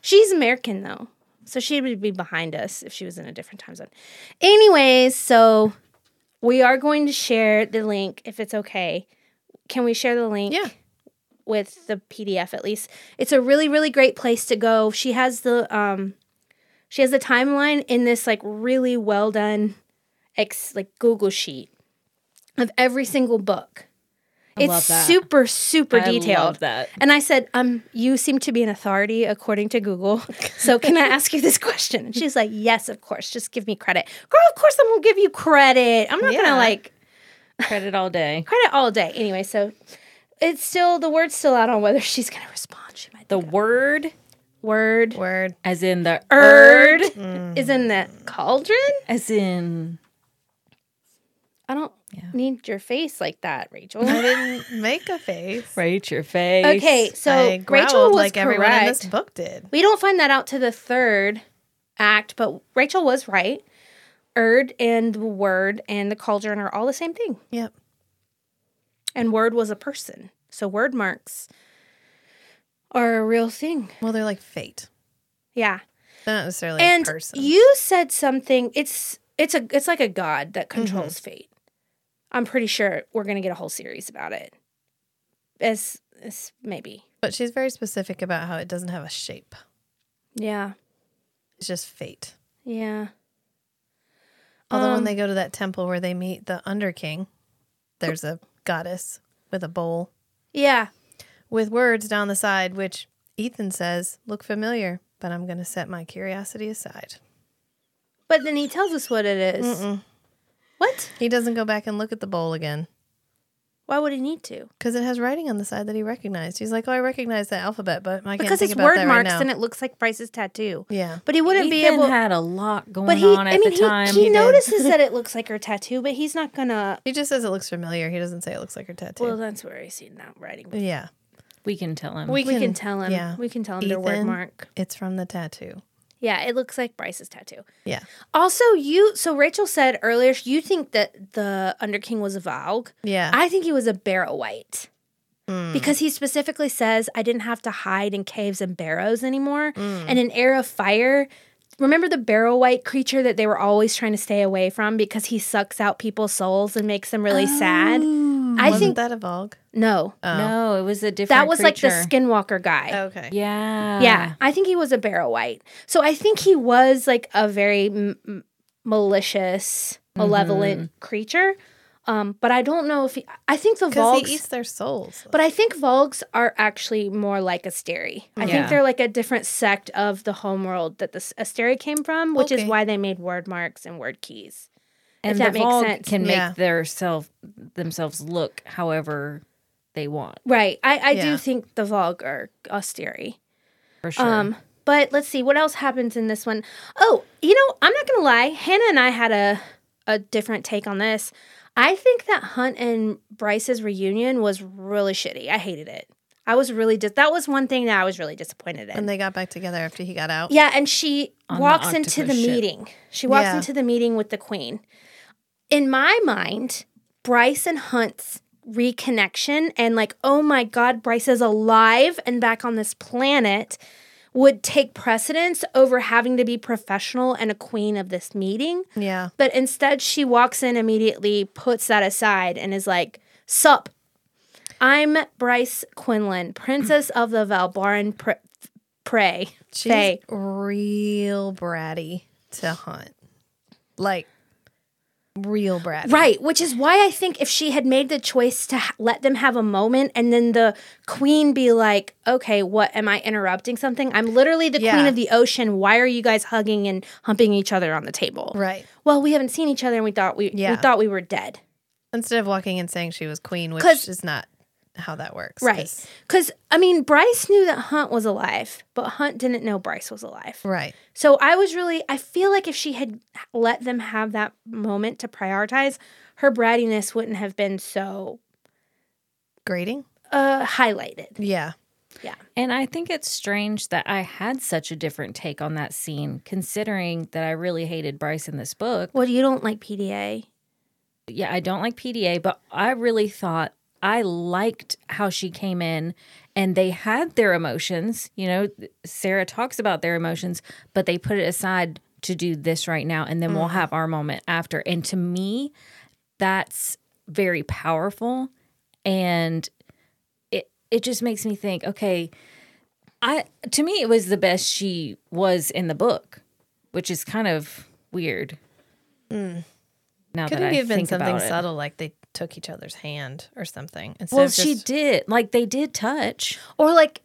Speaker 1: she's American though, so she would be behind us if she was in a different time zone. Anyways, so we are going to share the link if it's okay. Can we share the link?
Speaker 2: Yeah.
Speaker 1: with the PDF at least. It's a really really great place to go. She has the um she has the timeline in this like really well done ex like Google sheet of every single book.
Speaker 3: I
Speaker 1: it's
Speaker 3: love that.
Speaker 1: super super
Speaker 3: I
Speaker 1: detailed.
Speaker 3: love that.
Speaker 1: And I said, "Um, you seem to be an authority according to Google. So can I ask you this question?" And she's like, "Yes, of course. Just give me credit, girl. Of course I'm gonna give you credit. I'm not
Speaker 2: Yeah.
Speaker 1: gonna like
Speaker 3: Credit all day.
Speaker 1: credit all day anyway." So it's still the word's still out on whether <laughs> she's gonna respond. She might.
Speaker 3: The word,
Speaker 1: Word
Speaker 2: Word.
Speaker 3: as in the er,
Speaker 1: erd is in the
Speaker 2: Mm.
Speaker 1: cauldron.
Speaker 3: as in
Speaker 1: I don't need your face like that, Rachel.
Speaker 2: I didn't make a face.
Speaker 3: right your
Speaker 1: <laughs>
Speaker 3: face.
Speaker 1: okay, so
Speaker 2: I
Speaker 1: Rachel
Speaker 2: growled
Speaker 1: was
Speaker 2: like
Speaker 1: correct.
Speaker 2: everyone in this book did.
Speaker 1: We don't find that out to the third act, but Rachel was right. Erd and the word and the cauldron are all the same thing.
Speaker 2: Yep.
Speaker 1: And word was a person. So word marks are a real thing.
Speaker 2: Well, they're like fate.
Speaker 1: Yeah.
Speaker 2: They're not necessarily
Speaker 1: and
Speaker 2: a person.
Speaker 1: you said something it's it's a it's like a god that controls fate. I'm pretty sure we're going to get a whole series about it. As, as maybe.
Speaker 2: but she's very specific about how it doesn't have a shape.
Speaker 1: Yeah.
Speaker 2: It's just fate.
Speaker 1: Yeah.
Speaker 2: Although
Speaker 1: Um,
Speaker 2: when they go to that temple where they meet the Under King, there's a goddess with a bowl
Speaker 1: Yeah.
Speaker 2: with words down the side, which Ethan says look familiar, but I'm going to set my curiosity aside.
Speaker 1: But then he tells us what it is. What?
Speaker 2: He doesn't go back and look at the bowl again
Speaker 1: Why would he need to?
Speaker 2: because it has writing on the side that he recognized. He's like, oh, I recognize that alphabet, but I can't
Speaker 1: Because
Speaker 2: think
Speaker 1: it's
Speaker 2: about
Speaker 1: word
Speaker 2: that
Speaker 1: marks
Speaker 2: right now.
Speaker 1: and it looks like Bryce's tattoo.
Speaker 2: yeah.
Speaker 1: But he wouldn't
Speaker 3: Ethan
Speaker 1: be able.
Speaker 3: had a lot going
Speaker 1: but he,
Speaker 3: on at
Speaker 1: I mean,
Speaker 3: the
Speaker 1: he,
Speaker 3: time.
Speaker 1: he,
Speaker 2: He did.
Speaker 1: notices that it looks like her tattoo, but he's not gonna.
Speaker 2: He just says it looks familiar. He doesn't say it looks like her
Speaker 1: <laughs>
Speaker 2: tattoo.
Speaker 1: Well, that's where he's not writing. We
Speaker 2: yeah.
Speaker 3: we can tell him.
Speaker 1: can, tell him.
Speaker 2: Yeah.
Speaker 1: We can tell him their word
Speaker 2: Ethan.
Speaker 1: mark.
Speaker 2: It's from the tattoo.
Speaker 1: Yeah, it looks like Bryce's tattoo.
Speaker 2: Yeah.
Speaker 1: Also, you. So Rachel said earlier, you think that the Underking was a Valg.
Speaker 2: Yeah.
Speaker 1: I think he was a Barrow White.
Speaker 3: Hmm.
Speaker 1: Because he specifically says, I didn't have to hide in caves and barrows anymore.
Speaker 3: Hmm.
Speaker 2: Mm.
Speaker 1: And in Air of Fire, remember the barrow white creature that they were always trying to stay away from because he sucks out people's souls and makes them
Speaker 3: Oh.
Speaker 1: really sad? I
Speaker 2: Wasn't
Speaker 1: think,
Speaker 2: that a Vogue? Oh,
Speaker 1: no,
Speaker 3: no, it was a different.
Speaker 1: that was
Speaker 3: creature. Oh,
Speaker 1: like the skinwalker guy.
Speaker 2: Okay.
Speaker 3: Yeah.
Speaker 2: Uh.
Speaker 1: Yeah, I think he was a barrow white. So I think he
Speaker 2: Mm-hmm.
Speaker 1: was like a very m- m- malicious, malevolent creature. Um, but I don't know if I think the
Speaker 2: Because
Speaker 1: Volks.
Speaker 2: he eats their souls.
Speaker 1: But I think Volgs are actually more like Asteri. I
Speaker 3: Yeah.
Speaker 1: think they're like a different sect of the homeworld that the S- Asteri came from, which
Speaker 2: Okay.
Speaker 1: is why they made word marks and word keys.
Speaker 3: and
Speaker 1: that
Speaker 3: the
Speaker 1: makes
Speaker 3: Vogue
Speaker 1: sense.
Speaker 3: can
Speaker 2: Yeah.
Speaker 3: make their self themselves look however they want
Speaker 1: Right. I, I
Speaker 2: Yeah.
Speaker 1: do think the Volg are Asteri.
Speaker 3: for sure.
Speaker 1: Um, but let's see what else happens in this one. Oh, you know, I'm not gonna lie. Hannah and I had a a different take on this. I think that Hunt and Bryce's reunion was really shitty. I hated it. I was really dis- that was one thing that I was really disappointed in.
Speaker 2: and they got back together after he got out.
Speaker 1: Yeah, and she
Speaker 3: On the
Speaker 1: walks into the
Speaker 3: octopus ship.
Speaker 1: meeting. She walks
Speaker 2: Yeah.
Speaker 1: into the meeting with the queen. In my mind, Bryce and Hunt's reconnection and like, oh my God, Bryce is alive and back on this planet would take precedence over having to be professional and a queen of this meeting.
Speaker 2: Yeah.
Speaker 1: But instead, she walks in immediately, puts that aside, and is like, Sup, I'm Bryce Quinlan, Princess of the Valbaran Pre- Prey.
Speaker 2: She's
Speaker 1: Fae."
Speaker 2: real bratty to hunt. Like, real bratty.
Speaker 1: Right, which is why I think if she had made the choice to ha- let them have a moment and then the queen be like, okay, what am I interrupting something? I'm literally the
Speaker 2: Yeah.
Speaker 1: queen of the ocean. Why are you guys hugging and humping each other on the table?
Speaker 2: Right.
Speaker 1: Well, we haven't seen each other and we thought we,
Speaker 2: Yeah.
Speaker 1: we thought we were dead.
Speaker 2: Instead of walking and saying she was queen, which
Speaker 1: 'Cause-
Speaker 2: is not how that works.
Speaker 1: Right.
Speaker 2: 'cause-
Speaker 1: Cuz I mean, Bryce knew that Hunt was alive, but Hunt didn't know Bryce was alive.
Speaker 2: Right.
Speaker 1: So I was really, I feel like if she had let them have that moment to prioritize, her brattiness wouldn't have been so
Speaker 2: Grading?
Speaker 1: uh, highlighted.
Speaker 2: Yeah.
Speaker 3: And I think it's strange that I had such a different take on that scene, considering that I really hated Bryce in this book.
Speaker 1: Well, you don't like PDA.
Speaker 3: Yeah, I don't like PDA, but I really thought I liked how she came in and they had their emotions. You know, Sarah talks about their emotions, but they put it aside to do this right now and then we'll have our moment after. And to me, that's very powerful and it it just makes me think, okay, I to me it was the best she was in the book, which is kind of weird. Now
Speaker 2: Could
Speaker 3: that
Speaker 2: not
Speaker 3: I
Speaker 2: have been
Speaker 3: think
Speaker 2: something
Speaker 3: about it.
Speaker 2: subtle like they took each other's hand or something? Instead
Speaker 3: Well,
Speaker 2: of
Speaker 3: she
Speaker 2: just-
Speaker 3: did. Like they did touch.
Speaker 1: Or like,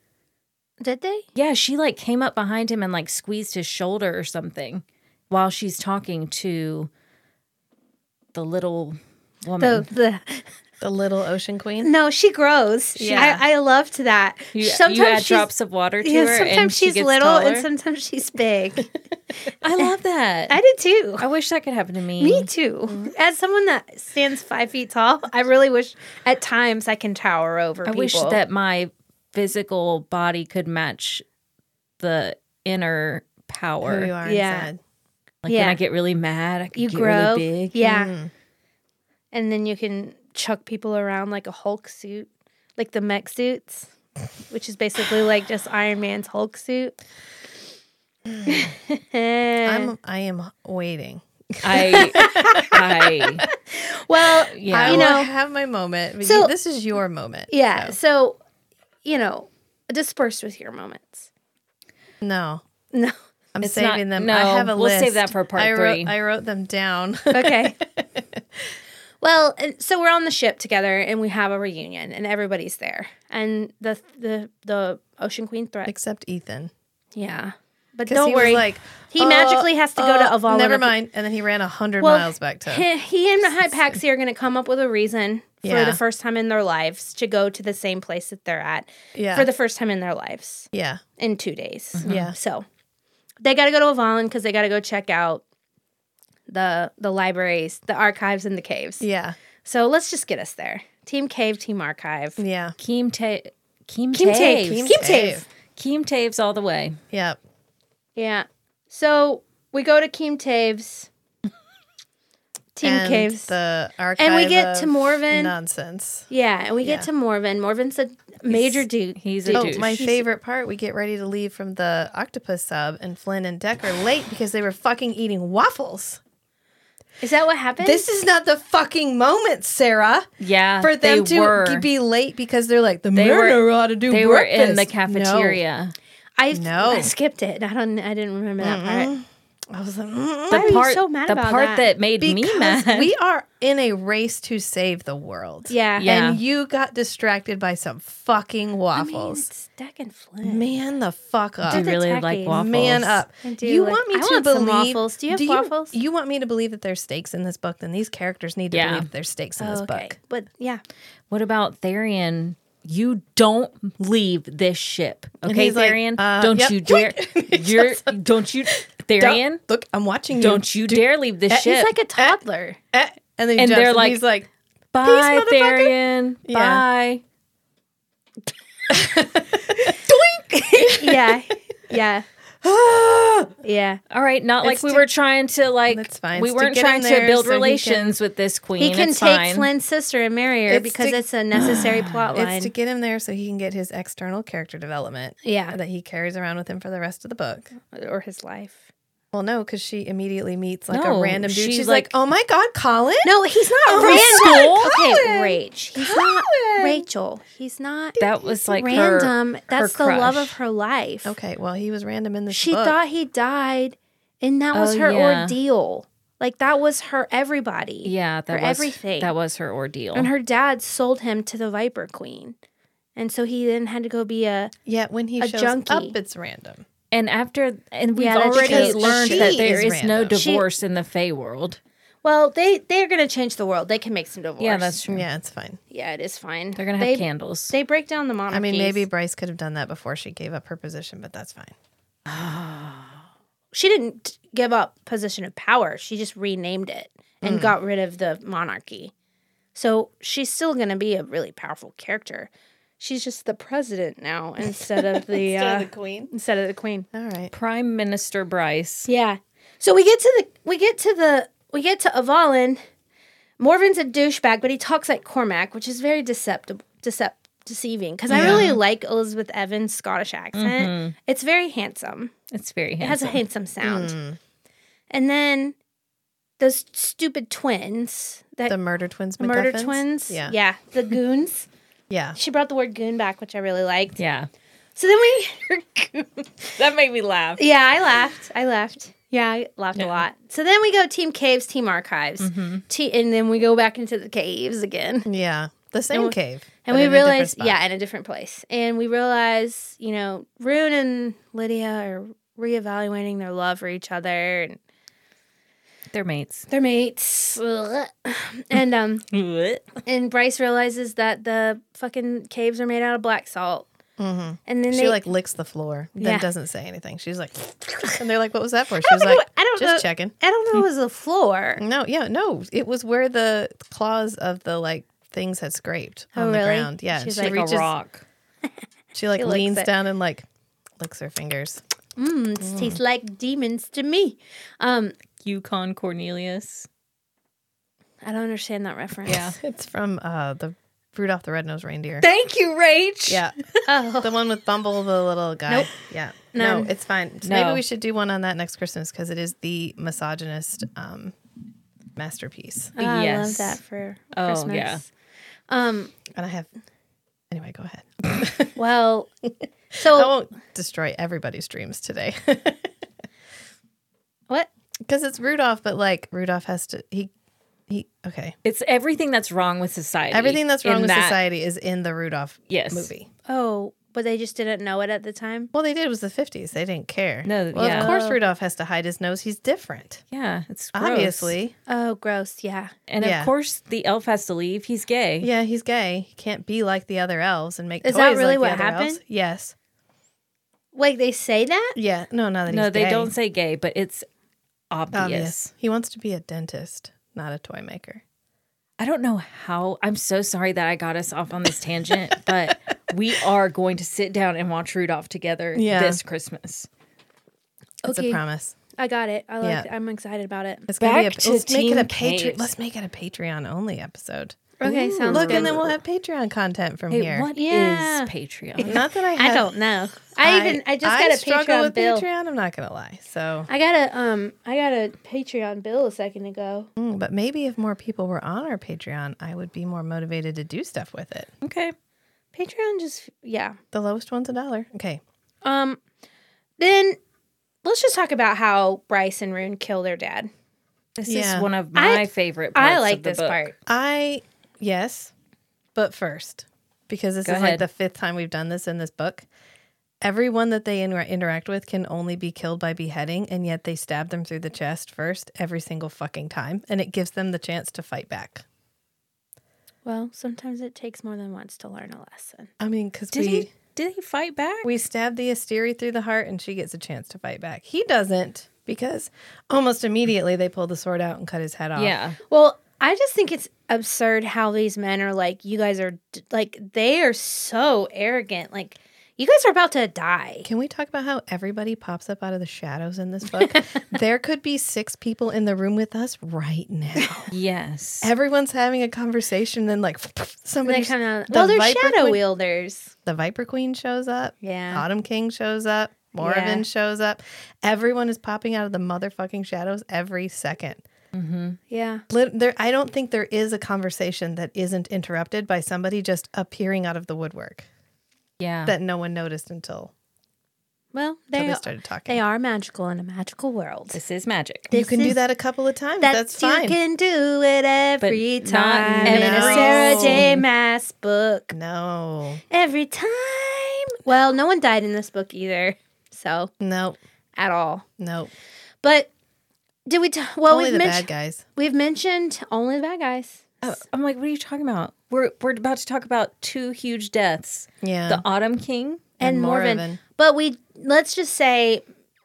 Speaker 1: did they?
Speaker 3: Yeah, she like came up behind him and like squeezed his shoulder or something while she's talking to the little woman.
Speaker 1: The, the
Speaker 2: the little ocean queen.
Speaker 1: no, she grows.
Speaker 2: Yeah.
Speaker 1: Yeah, I, I loved that.
Speaker 3: you,
Speaker 1: sometimes
Speaker 3: you add
Speaker 1: she's,
Speaker 3: drops of water to
Speaker 1: yeah,
Speaker 3: her.
Speaker 1: sometimes
Speaker 3: and she
Speaker 1: she's
Speaker 3: gets
Speaker 1: little and
Speaker 3: taller.
Speaker 1: sometimes she's
Speaker 3: <laughs>
Speaker 1: big.
Speaker 3: I love that.
Speaker 1: I
Speaker 3: <laughs> I,
Speaker 1: did too.
Speaker 3: wish that could happen to me.
Speaker 1: Me
Speaker 3: mm-hmm.
Speaker 1: too. As someone that stands five feet tall, I really wish at times I can tower over
Speaker 3: I
Speaker 1: people.
Speaker 3: wish that my physical body could match the inner power.
Speaker 2: Who you are
Speaker 1: Yeah.
Speaker 2: inside.
Speaker 3: Like when
Speaker 1: Yeah.
Speaker 3: I get really mad, I can
Speaker 1: you
Speaker 3: get
Speaker 1: grow.
Speaker 3: really big.
Speaker 1: Yeah.
Speaker 2: Mm.
Speaker 1: And then you can chuck people around like a Hulk suit, like the mech suits, which is basically like just Iron Man's Hulk suit. <laughs> Eh.
Speaker 2: I'm, I am waiting.
Speaker 3: I I
Speaker 1: well,
Speaker 3: yeah.
Speaker 2: I
Speaker 1: You
Speaker 2: will
Speaker 1: know-
Speaker 2: have my moment. But
Speaker 1: So-
Speaker 2: you- this is your moment.
Speaker 1: yeah.
Speaker 2: so-
Speaker 1: So, you know, disperse with your moments. <laughs>
Speaker 2: No.
Speaker 1: No.
Speaker 2: I'm
Speaker 3: It's not-
Speaker 2: saving them.
Speaker 3: no,
Speaker 2: I have a
Speaker 3: we'll
Speaker 2: list.
Speaker 3: save that for part
Speaker 2: I wrote,
Speaker 3: three.
Speaker 2: I wrote them down. <laughs>
Speaker 1: Okay. well, and so we're on the ship together and we have a reunion and everybody's there. And the the the Ocean Queen threat.
Speaker 2: Except Ethan.
Speaker 1: yeah. But
Speaker 2: 'Cause
Speaker 1: don't
Speaker 2: he was
Speaker 1: worry.
Speaker 2: like,
Speaker 1: he
Speaker 2: "Oh,
Speaker 1: magically has to go
Speaker 2: oh,
Speaker 1: to Avalon.
Speaker 2: Never mind. And then he ran 100 miles back to.
Speaker 1: he, he and Hypaxia are going to come up with a reason
Speaker 2: Yeah.
Speaker 1: for the first time in their lives to go to the same place that they're at
Speaker 2: yeah. Mm-hmm.
Speaker 1: for the first time in their lives
Speaker 2: yeah.
Speaker 1: in two days.
Speaker 2: Yeah.
Speaker 1: So they got to go to Avalon because they got to go check out the the libraries, the archives, and the caves.
Speaker 2: Yeah.
Speaker 1: So let's just get us there. Team Cave, Team Archive.
Speaker 2: Yeah.
Speaker 3: Keem Ta Keem
Speaker 1: Keem Tave.
Speaker 3: Taves.
Speaker 1: Keem Tave.
Speaker 2: Tave.
Speaker 3: Keem Taves all the way.
Speaker 2: Yeah.
Speaker 1: Yeah. So we go to Keem Taves. Team
Speaker 2: and
Speaker 1: Caves.
Speaker 2: The archive
Speaker 1: get to
Speaker 2: of
Speaker 1: Morven.
Speaker 2: Nonsense.
Speaker 1: yeah, and we get to Morven. Morven's a major dude.
Speaker 3: He's a
Speaker 2: Oh,
Speaker 3: douche.
Speaker 2: my favorite part. We get ready to leave from the octopus sub, and Flynn and Deck are late because they were fucking eating waffles.
Speaker 1: Is that what happened?
Speaker 2: This is not the fucking moment, Sarah.
Speaker 1: Uh,
Speaker 3: yeah,
Speaker 2: for them
Speaker 3: they
Speaker 2: to
Speaker 3: were.
Speaker 2: be late because they're like the they
Speaker 3: were-
Speaker 2: mariner ought to do
Speaker 3: they were
Speaker 2: breakfast.
Speaker 3: in the
Speaker 2: No.
Speaker 3: cafeteria.
Speaker 1: I
Speaker 2: No.
Speaker 1: I skipped it. I don't. I didn't remember that part.
Speaker 2: I was like, "Mm-mm."
Speaker 1: Why are you so mad
Speaker 3: the
Speaker 1: about
Speaker 3: part
Speaker 1: that?
Speaker 3: that, made me
Speaker 2: Because
Speaker 3: mad.
Speaker 2: we are in a race to save the world.
Speaker 1: Yeah.
Speaker 3: Yeah.
Speaker 2: And you got distracted by some fucking
Speaker 1: I mean,
Speaker 2: waffles.
Speaker 1: it's Deck and Flint.
Speaker 2: Man the fuck
Speaker 3: I
Speaker 2: up.
Speaker 1: Dude,
Speaker 3: really like
Speaker 1: detecting.
Speaker 3: waffles.
Speaker 2: Man up.
Speaker 1: I do
Speaker 2: you
Speaker 1: like-
Speaker 2: want me
Speaker 1: I
Speaker 2: to
Speaker 1: want some
Speaker 2: believe
Speaker 1: waffles. Do you have waffles?
Speaker 2: You, want me to believe that there's stakes in this book, then these characters need to
Speaker 3: Yeah.
Speaker 2: believe that there's stakes in this book.
Speaker 1: But yeah.
Speaker 3: What about Therian? You don't leave this ship, okay,
Speaker 2: he's like,
Speaker 3: Therian?
Speaker 2: uh,
Speaker 3: don't
Speaker 2: yep.
Speaker 3: you dare! You're don't you, Therian?
Speaker 2: Don't- look, I'm watching you.
Speaker 3: Don't you dare leave this ship.
Speaker 1: He's like a toddler.
Speaker 2: Eh, and then he
Speaker 3: And
Speaker 2: jumps
Speaker 3: they're
Speaker 2: and
Speaker 3: like-
Speaker 1: <gasps>
Speaker 2: he's like,
Speaker 3: Bye,
Speaker 2: motherfucker.
Speaker 3: Therian.
Speaker 2: Yeah.
Speaker 3: Bye.
Speaker 1: yeah. Yeah.
Speaker 2: "Ah!"
Speaker 1: yeah.
Speaker 3: All right, not like
Speaker 2: It's
Speaker 3: we
Speaker 2: to-
Speaker 3: were trying to like.
Speaker 2: That's fine.
Speaker 3: We
Speaker 2: It's to
Speaker 3: weren't
Speaker 2: get
Speaker 3: trying
Speaker 2: in
Speaker 3: to
Speaker 2: there
Speaker 3: build
Speaker 2: so he can-
Speaker 3: relations with this queen.
Speaker 1: He can
Speaker 3: It's
Speaker 1: take
Speaker 3: fine.
Speaker 1: Flynn's sister and marry her
Speaker 2: It's
Speaker 1: because
Speaker 2: to-
Speaker 1: it's a necessary plot line.
Speaker 2: it's to get him there so he can get his external character development
Speaker 1: yeah.
Speaker 2: that he carries around with him for the rest of the book.
Speaker 1: Or his life.
Speaker 2: Well, no, because she immediately meets like
Speaker 3: No,
Speaker 2: a random dude.
Speaker 3: she's
Speaker 2: She's, like,
Speaker 3: like-
Speaker 2: "Oh my god, Colin!"
Speaker 1: No, he's not
Speaker 3: from
Speaker 1: random.
Speaker 3: school?
Speaker 1: Okay, Rach. He's not
Speaker 2: Colin.
Speaker 1: Rachel. He's not
Speaker 3: That was like her-
Speaker 1: random. That's the love
Speaker 3: crush.
Speaker 1: of her life.
Speaker 2: Okay, well, he was random in this
Speaker 1: She
Speaker 2: book.
Speaker 1: thought he died, and that was
Speaker 3: Oh,
Speaker 1: her
Speaker 3: yeah.
Speaker 1: ordeal. Like that was her everybody.
Speaker 3: Yeah, that
Speaker 1: for
Speaker 3: was
Speaker 1: everything.
Speaker 3: That was her ordeal.
Speaker 1: And her dad sold him to the Viper Queen. And so he then had to go be a
Speaker 2: yeah, when he
Speaker 1: a
Speaker 2: shows
Speaker 1: junkie.
Speaker 2: up, it's random.
Speaker 3: And after, and we've
Speaker 1: Yeah, that's
Speaker 3: already
Speaker 1: because
Speaker 3: learned
Speaker 2: she
Speaker 3: that there
Speaker 2: is
Speaker 3: is, no
Speaker 2: random.
Speaker 1: She-
Speaker 3: divorce in the Fey world.
Speaker 1: well, they they're gonna change the world. They can make some divorce.
Speaker 3: Yeah, that's
Speaker 1: Mm.
Speaker 3: true.
Speaker 2: Yeah, it's fine.
Speaker 1: yeah, it is fine.
Speaker 3: They're gonna have
Speaker 1: they,
Speaker 3: candles.
Speaker 1: They break down the monarchy.
Speaker 2: I mean, maybe Bryce could have done that before she gave up her position, but that's fine.
Speaker 1: she didn't give up position of power. She just renamed it
Speaker 3: Mm.
Speaker 1: and got rid of the monarchy. So she's still gonna be a really powerful character. She's just the president
Speaker 3: <laughs>
Speaker 1: now instead of the uh, instead, of, the
Speaker 2: queen.
Speaker 1: instead of the queen.
Speaker 2: All right.
Speaker 3: Prime Minister Bryce.
Speaker 1: Yeah. So we get to the we get to the we get to Avalon. Morvin's a douchebag, but he talks like Cormac, which is very deceptive, decep deceiving. Because I really like Elizabeth Evans' Scottish accent. It's very handsome.
Speaker 3: It's very
Speaker 1: It has
Speaker 3: handsome.
Speaker 1: a Mm-hmm. handsome Mm-hmm. sound. And then those stupid twins that
Speaker 2: The murder twins.
Speaker 1: the murder
Speaker 2: MacGuffins?
Speaker 1: twins.
Speaker 2: Yeah.
Speaker 1: Yeah. The goons.
Speaker 2: Yeah.
Speaker 1: she brought the word goon back, which I really liked.
Speaker 3: yeah,
Speaker 1: So then we <laughs> hear goon.
Speaker 3: that made me laugh.
Speaker 1: Yeah, I laughed. I laughed. Yeah, I laughed a lot. So then we go Team Caves, Team Archives,
Speaker 2: Mm-hmm.
Speaker 1: Te- and then we go back into the caves again.
Speaker 2: Yeah. The same cave.
Speaker 1: And
Speaker 2: but
Speaker 1: we
Speaker 2: in a different
Speaker 1: realize,
Speaker 2: spot.
Speaker 1: yeah, in a different place. And we realize, you know, Rune and Lydia are reevaluating their love for each other and
Speaker 3: They're mates.
Speaker 1: their mates. Ugh. And um, and Bryce realizes that the fucking caves are made out of black salt.
Speaker 2: Mhm.
Speaker 1: And then
Speaker 2: She
Speaker 1: they
Speaker 2: like licks the floor, then
Speaker 1: Yeah.
Speaker 2: doesn't say anything. She's
Speaker 1: <laughs>
Speaker 2: like, and they're like, "What was that for?" She was like,
Speaker 1: I don't
Speaker 2: just
Speaker 1: know-
Speaker 2: checking."
Speaker 1: I don't know, it was the floor.
Speaker 2: No, yeah, no. It was where the claws of the like things had scraped
Speaker 1: Oh,
Speaker 2: on the
Speaker 1: really?
Speaker 2: ground. Yeah,
Speaker 1: She's
Speaker 2: she
Speaker 1: like a
Speaker 2: reaches,
Speaker 3: rock.
Speaker 2: she like
Speaker 1: She licks
Speaker 2: leans
Speaker 1: it.
Speaker 2: down and like licks
Speaker 1: <laughs>
Speaker 2: her fingers.
Speaker 1: Mm, it tastes like demons to me. Um,
Speaker 3: Yukon Cornelius.
Speaker 1: I don't understand that reference.
Speaker 3: Yeah.
Speaker 2: It's from uh the Rudolph the Red-Nosed Reindeer.
Speaker 3: Thank you, Rach.
Speaker 2: Yeah,
Speaker 1: <laughs> Oh,
Speaker 2: the one with Bumble, the little guy.
Speaker 1: Nope.
Speaker 2: Yeah,
Speaker 1: None.
Speaker 2: no, it's fine. So
Speaker 3: No.
Speaker 2: Maybe we should do one on that next Christmas because it is the misogynist um, masterpiece.
Speaker 1: Ah, I love
Speaker 3: Yes.
Speaker 1: that for
Speaker 3: Oh,
Speaker 1: Christmas.
Speaker 3: yeah.
Speaker 1: Um,
Speaker 2: And I have. Anyway, go ahead. <laughs>
Speaker 1: well,
Speaker 2: I
Speaker 1: so
Speaker 2: won't destroy everybody's dreams today. <laughs>
Speaker 1: what?
Speaker 2: Because it's Rudolph, but like Rudolph has to he he okay.
Speaker 3: It's everything that's wrong with society.
Speaker 2: Everything that's
Speaker 3: in
Speaker 2: wrong with
Speaker 3: that-
Speaker 2: society is in the Rudolph
Speaker 3: Yes.
Speaker 2: movie.
Speaker 1: Oh, but they just didn't know it at the time.
Speaker 2: Well, they did. It was the fifties. They didn't care.
Speaker 3: No,
Speaker 2: Well,
Speaker 3: yeah.
Speaker 2: of course Rudolph has to hide his nose. He's different,
Speaker 3: Yeah, it's gross.
Speaker 2: obviously.
Speaker 1: Oh, gross. Yeah.
Speaker 3: and
Speaker 2: Yeah.
Speaker 3: of course the elf has to leave. He's gay.
Speaker 2: Yeah, he's gay. He can't be like the other elves and make.
Speaker 1: Is
Speaker 2: toys
Speaker 1: that really
Speaker 2: like the
Speaker 1: what
Speaker 2: other
Speaker 1: happened?
Speaker 2: elves. Yes.
Speaker 1: Like they say that?
Speaker 2: Yeah. No. Now that
Speaker 3: No,
Speaker 2: he's
Speaker 3: they
Speaker 2: gay.
Speaker 3: don't say gay, but it's obvious.
Speaker 2: Obvious. He wants to be a dentist, not a toy maker.
Speaker 3: I don't know how. I'm so sorry that I got us off on this tangent,
Speaker 2: <laughs>
Speaker 3: but we are going to sit down and watch Rudolph together
Speaker 2: Yeah.
Speaker 3: this Christmas.
Speaker 2: It's
Speaker 1: Okay.
Speaker 2: a promise.
Speaker 1: I got it. I
Speaker 2: Yeah.
Speaker 1: like. I'm excited about it.
Speaker 2: It's gonna
Speaker 3: Back
Speaker 2: be
Speaker 3: to
Speaker 2: a. Let's make it a
Speaker 3: Team
Speaker 2: Patreon.
Speaker 3: Caves.
Speaker 2: Let's make it a Patreon only episode.
Speaker 1: Okay, sounds
Speaker 2: Look,
Speaker 1: good.
Speaker 2: and then we'll have Patreon content from
Speaker 3: Hey,
Speaker 2: here.
Speaker 3: what is
Speaker 1: Yeah.
Speaker 3: Patreon?
Speaker 2: Not that I.
Speaker 1: I
Speaker 2: Have,
Speaker 1: don't know. I, even I just got a
Speaker 2: struggle
Speaker 1: Patreon
Speaker 2: with
Speaker 1: bill.
Speaker 2: Patreon. I'm not gonna lie. So,
Speaker 1: I got a um I got a Patreon bill a second ago.
Speaker 2: Mm, but maybe if more people were on our Patreon, I would be more motivated to do stuff with it.
Speaker 3: Okay.
Speaker 1: Patreon just yeah.
Speaker 2: The lowest one's a dollar. Okay.
Speaker 1: Um then let's just talk about how Bryce and Rune kill their dad.
Speaker 3: This
Speaker 2: Yeah.
Speaker 3: is one of my
Speaker 1: I-
Speaker 3: favorite parts.
Speaker 1: I like
Speaker 3: of the
Speaker 1: this
Speaker 3: book.
Speaker 1: part.
Speaker 2: I yes, but first because this
Speaker 3: Go
Speaker 2: is like
Speaker 3: ahead.
Speaker 2: the fifth time we've done this in this book. Everyone that they inter- interact with can only be killed by beheading, and yet they stab them through the chest first every single fucking time, and it gives them the chance to fight back.
Speaker 1: Well, sometimes it takes more than once to learn a lesson.
Speaker 2: I mean, because
Speaker 3: Did
Speaker 2: we
Speaker 3: he did he fight back?
Speaker 2: we stab the Asteri through the heart, and she gets a chance to fight back. He doesn't because almost immediately they pull the sword out and cut his head off.
Speaker 3: yeah.
Speaker 1: Well, I just think it's absurd how these men are like, you guys are d- like, they are so arrogant. Like, you guys are about to die.
Speaker 2: Can we talk about how everybody pops up out of the shadows in
Speaker 1: <laughs>
Speaker 2: this book? there could be six people in the room with us right now.
Speaker 3: Yes.
Speaker 2: Everyone's having a conversation, then like <laughs> somebody.
Speaker 1: They kind of
Speaker 2: the
Speaker 1: well, they're
Speaker 2: Viper
Speaker 1: shadow
Speaker 2: Queen-
Speaker 1: wielders.
Speaker 2: The Viper Queen shows up.
Speaker 1: Yeah.
Speaker 2: Autumn King shows up. Morven
Speaker 1: Yeah.
Speaker 2: shows up. Everyone is popping out of the motherfucking shadows every second.
Speaker 1: Yeah,
Speaker 2: Lit- There, I don't think there is a conversation that isn't interrupted by somebody just appearing out of the woodwork
Speaker 3: yeah.
Speaker 2: that no one noticed until,
Speaker 1: well,
Speaker 2: until
Speaker 1: they
Speaker 2: they
Speaker 1: are,
Speaker 2: started talking.
Speaker 1: they are magical in a magical world.
Speaker 3: this is magic.
Speaker 2: you
Speaker 1: This
Speaker 2: can do
Speaker 1: is-
Speaker 2: that a couple of times. That's
Speaker 1: That's
Speaker 2: fine.
Speaker 1: you can do it every
Speaker 3: But not
Speaker 1: time in a
Speaker 2: now.
Speaker 1: Sarah
Speaker 3: <laughs>
Speaker 1: J. Mass book.
Speaker 2: No,
Speaker 1: Every time. Well, no one died in this book either, so
Speaker 2: no,
Speaker 1: at all.
Speaker 2: no.
Speaker 1: But did we? T- well,
Speaker 2: Only
Speaker 1: we've
Speaker 2: the
Speaker 1: mentioned
Speaker 2: bad guys.
Speaker 1: we've mentioned only the bad guys.
Speaker 3: Oh, I'm like, what are you talking about? We're we're about to talk about two huge deaths.
Speaker 2: Yeah.
Speaker 3: The Autumn King.
Speaker 1: and,
Speaker 2: and
Speaker 1: Morven.
Speaker 2: Morven.
Speaker 1: But we let's just say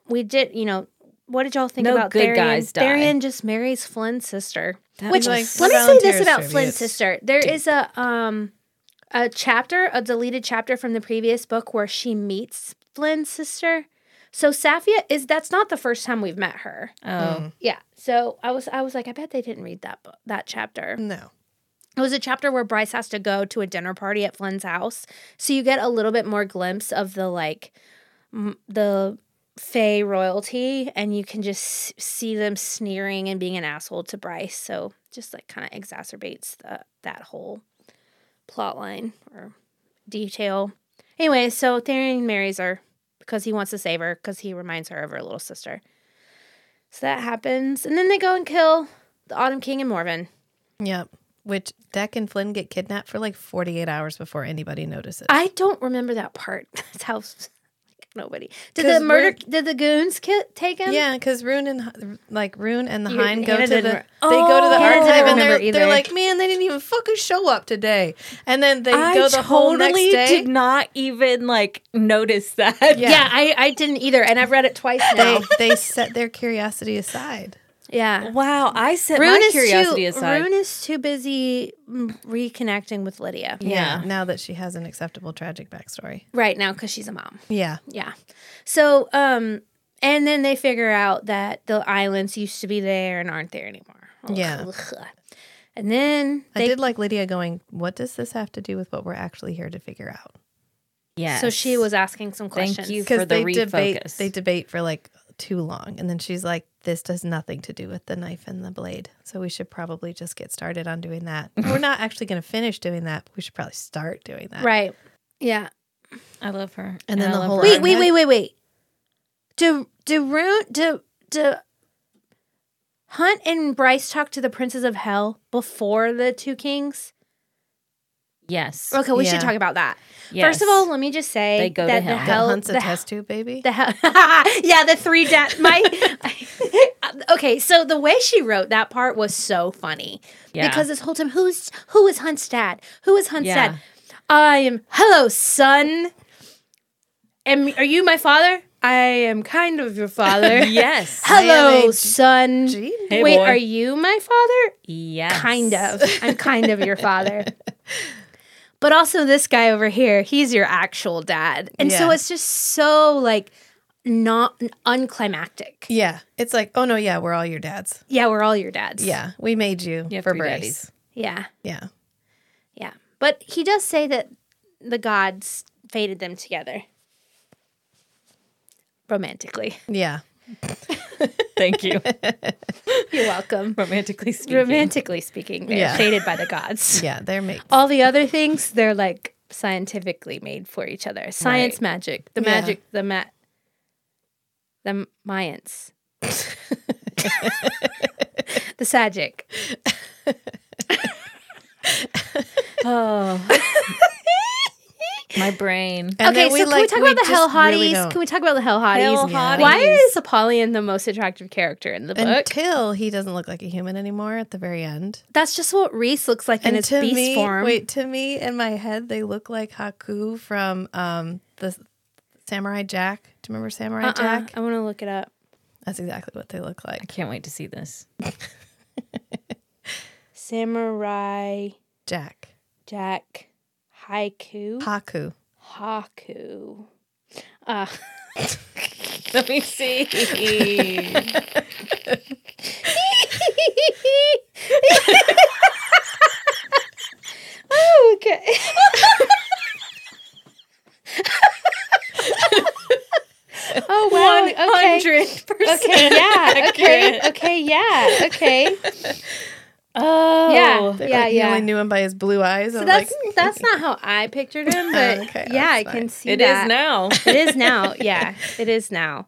Speaker 1: we did. You know, what did y'all think
Speaker 3: No
Speaker 1: about
Speaker 3: good
Speaker 1: Therian?
Speaker 3: guys die.
Speaker 1: Therian just marries Flynn's sister.
Speaker 3: That
Speaker 1: which
Speaker 2: Like,
Speaker 1: let me say this
Speaker 2: Palantir's
Speaker 1: about
Speaker 2: tribute.
Speaker 1: Flynn's sister. There is a um a chapter, a deleted chapter from the previous book where she meets Flynn's sister. So Safia is that's not the first time we've met her.
Speaker 3: Oh,
Speaker 1: Yeah. So I was I was like I bet they didn't read that book, that chapter.
Speaker 2: No.
Speaker 1: It was a chapter where Bryce has to go to a dinner party at Flynn's house, so you get a little bit more glimpse of the like m- the Fey royalty, and you can just s- see them sneering and being an asshole to Bryce. So just like kind of exacerbates the, that whole plot line or detail. Anyway, so Therian marries her because he wants to save her because he reminds her of her little sister. So that happens, and then they go and kill the Autumn King and Morven.
Speaker 2: Yep. Which Deck and Flynn get kidnapped for like 48 hours before anybody notices.
Speaker 1: I don't remember that part. <laughs> That's how like, nobody did
Speaker 2: 'Cause
Speaker 1: the murder.
Speaker 2: Rick-
Speaker 1: Did the goons ki- take him?
Speaker 2: yeah, because Rune and H- like Rune and the
Speaker 1: You-
Speaker 2: Hind go
Speaker 1: Hannah
Speaker 2: to the
Speaker 1: didn't
Speaker 2: they
Speaker 1: re-
Speaker 2: go to the
Speaker 1: Oh! Hannah didn't
Speaker 2: archive and
Speaker 1: remember
Speaker 2: they're, they're
Speaker 1: either.
Speaker 2: like, man, they didn't even fucking show up today. And then they
Speaker 3: I
Speaker 2: go the
Speaker 3: totally
Speaker 2: whole next day.
Speaker 3: did not even like notice that.
Speaker 1: yeah. I, I didn't either, and I've read it twice
Speaker 2: they
Speaker 1: now.
Speaker 2: they set their curiosity aside.
Speaker 1: yeah,
Speaker 3: Wow, I set
Speaker 1: Rune
Speaker 3: my
Speaker 1: is
Speaker 3: curiosity
Speaker 1: too.
Speaker 3: aside.
Speaker 1: Rune is too busy mm, reconnecting with Lydia
Speaker 3: yeah.
Speaker 2: Now that she has an acceptable tragic backstory.
Speaker 1: right now because she's a mom.
Speaker 2: Yeah.
Speaker 1: Yeah. So, um, and then they figure out that the islands used to be there and aren't there anymore. Ugh,
Speaker 2: Yeah.
Speaker 1: ugh. And then
Speaker 2: I
Speaker 1: they.
Speaker 2: did like Lydia going, what does this have to do with what we're actually here to figure out?
Speaker 3: Yes.
Speaker 1: So she was asking some
Speaker 3: Thank
Speaker 1: questions.
Speaker 3: you. for
Speaker 2: because
Speaker 3: the
Speaker 2: they debate
Speaker 3: refocus.
Speaker 2: they debate for like too long and then she's like this does nothing to do with the knife and the blade so we should probably just get started on
Speaker 1: <laughs>
Speaker 2: doing that we're not actually going to finish doing that but we should probably start doing that
Speaker 1: Right. Yeah.
Speaker 3: I love her.
Speaker 2: And then
Speaker 3: I
Speaker 2: the
Speaker 3: love
Speaker 2: whole-
Speaker 3: her
Speaker 1: Wait,
Speaker 2: Burn
Speaker 1: wait,
Speaker 2: it.
Speaker 1: wait, wait, wait. Do do Rune do do Hunt and Bryce talk to the princes of hell before the two kings?
Speaker 3: Yes.
Speaker 1: Okay, we
Speaker 2: Yeah.
Speaker 1: should talk about that.
Speaker 3: yes.
Speaker 1: First of all, let me just say
Speaker 3: They go to
Speaker 1: that the
Speaker 3: hell.
Speaker 2: That
Speaker 1: hell
Speaker 2: hunt's a
Speaker 1: the
Speaker 2: test tube baby
Speaker 1: the hell, <laughs> yeah, the three death.
Speaker 3: <laughs>
Speaker 1: My <laughs> okay, so the way she wrote that part was so funny
Speaker 3: Yeah.
Speaker 1: because this whole time, who's who is Hunt's dad? Who is Hunt's
Speaker 3: Yeah.
Speaker 1: dad? I am. Hello, son. Am are you my father? I am kind of your
Speaker 2: <laughs>
Speaker 1: father.
Speaker 3: yes.
Speaker 2: I
Speaker 1: <laughs>
Speaker 2: am
Speaker 1: Hello,
Speaker 2: a
Speaker 1: son.
Speaker 2: Gee,
Speaker 3: Hey,
Speaker 1: Wait,
Speaker 3: boy.
Speaker 1: are you my father?
Speaker 3: yes.
Speaker 1: Kind of. I'm kind of your
Speaker 2: <laughs>
Speaker 1: father. But also this guy over here, he's your actual dad. And so
Speaker 2: Yeah.
Speaker 1: it's just so like not unclimactic. Yeah.
Speaker 2: yeah it's like oh no yeah we're all your dads
Speaker 1: we're all your dads.
Speaker 2: yeah we made you
Speaker 3: You have
Speaker 2: for
Speaker 3: three
Speaker 2: Bryce.
Speaker 3: daddies.
Speaker 1: Yeah.
Speaker 2: yeah
Speaker 1: Yeah. But he does say that the gods fated them together. Romantically.
Speaker 2: yeah
Speaker 3: Thank you.
Speaker 1: <laughs> You're welcome.
Speaker 3: <laughs> Romantically speaking. <laughs>
Speaker 1: Romantically speaking, they're
Speaker 2: Yeah.
Speaker 1: fated by the
Speaker 2: <laughs>
Speaker 1: gods.
Speaker 2: yeah
Speaker 1: <laughs>
Speaker 2: they're made
Speaker 1: All the other things, they're like scientifically made for each other. Science magic. The
Speaker 2: Yeah.
Speaker 1: magic, the ma- the
Speaker 2: <laughs>
Speaker 1: Mayans, the Sagic.
Speaker 3: Oh. My brain.
Speaker 2: And
Speaker 1: okay,
Speaker 2: then
Speaker 1: so can we
Speaker 2: like-
Speaker 1: talk about the
Speaker 2: just
Speaker 1: Hell Hotties?
Speaker 2: really don't.
Speaker 1: can we talk about the Hell Hotties?
Speaker 3: Hell Yeah.
Speaker 1: Why
Speaker 3: hotties.
Speaker 1: is Apollyon the most attractive character in the book?
Speaker 2: Until he doesn't look like a human anymore at the very end.
Speaker 1: That's just what Reese looks like in his
Speaker 2: to
Speaker 1: beast
Speaker 2: me,
Speaker 1: form.
Speaker 2: wait, to me in my head, they look like Haku from um, the Samurai Jack. Do you remember Samurai
Speaker 1: Uh-uh,
Speaker 2: Jack?
Speaker 1: I want to look it up.
Speaker 2: That's exactly what they look like.
Speaker 3: I can't wait to see this.
Speaker 1: Samurai
Speaker 2: Jack.
Speaker 1: Jack Haiku
Speaker 2: Haku.
Speaker 1: Haku. Uh, <laughs>
Speaker 3: Let me see.
Speaker 2: <laughs>
Speaker 1: oh, okay. <laughs> oh wow. Okay.
Speaker 3: 100%.
Speaker 1: Okay. <laughs> Yeah. Okay. Okay. Yeah. Okay.
Speaker 3: Oh.
Speaker 1: Yeah.
Speaker 2: They,
Speaker 1: Yeah.
Speaker 2: like, You
Speaker 1: Yeah.
Speaker 2: only knew him by his blue eyes.
Speaker 1: So
Speaker 2: I'm
Speaker 1: that's
Speaker 2: like, <laughs>
Speaker 1: that's not how I pictured him, but
Speaker 2: okay,
Speaker 1: yeah, I
Speaker 2: that's
Speaker 1: can
Speaker 2: fine.
Speaker 1: see
Speaker 3: It is
Speaker 1: that.
Speaker 3: now.
Speaker 1: <laughs> It is now. Yeah, it is now.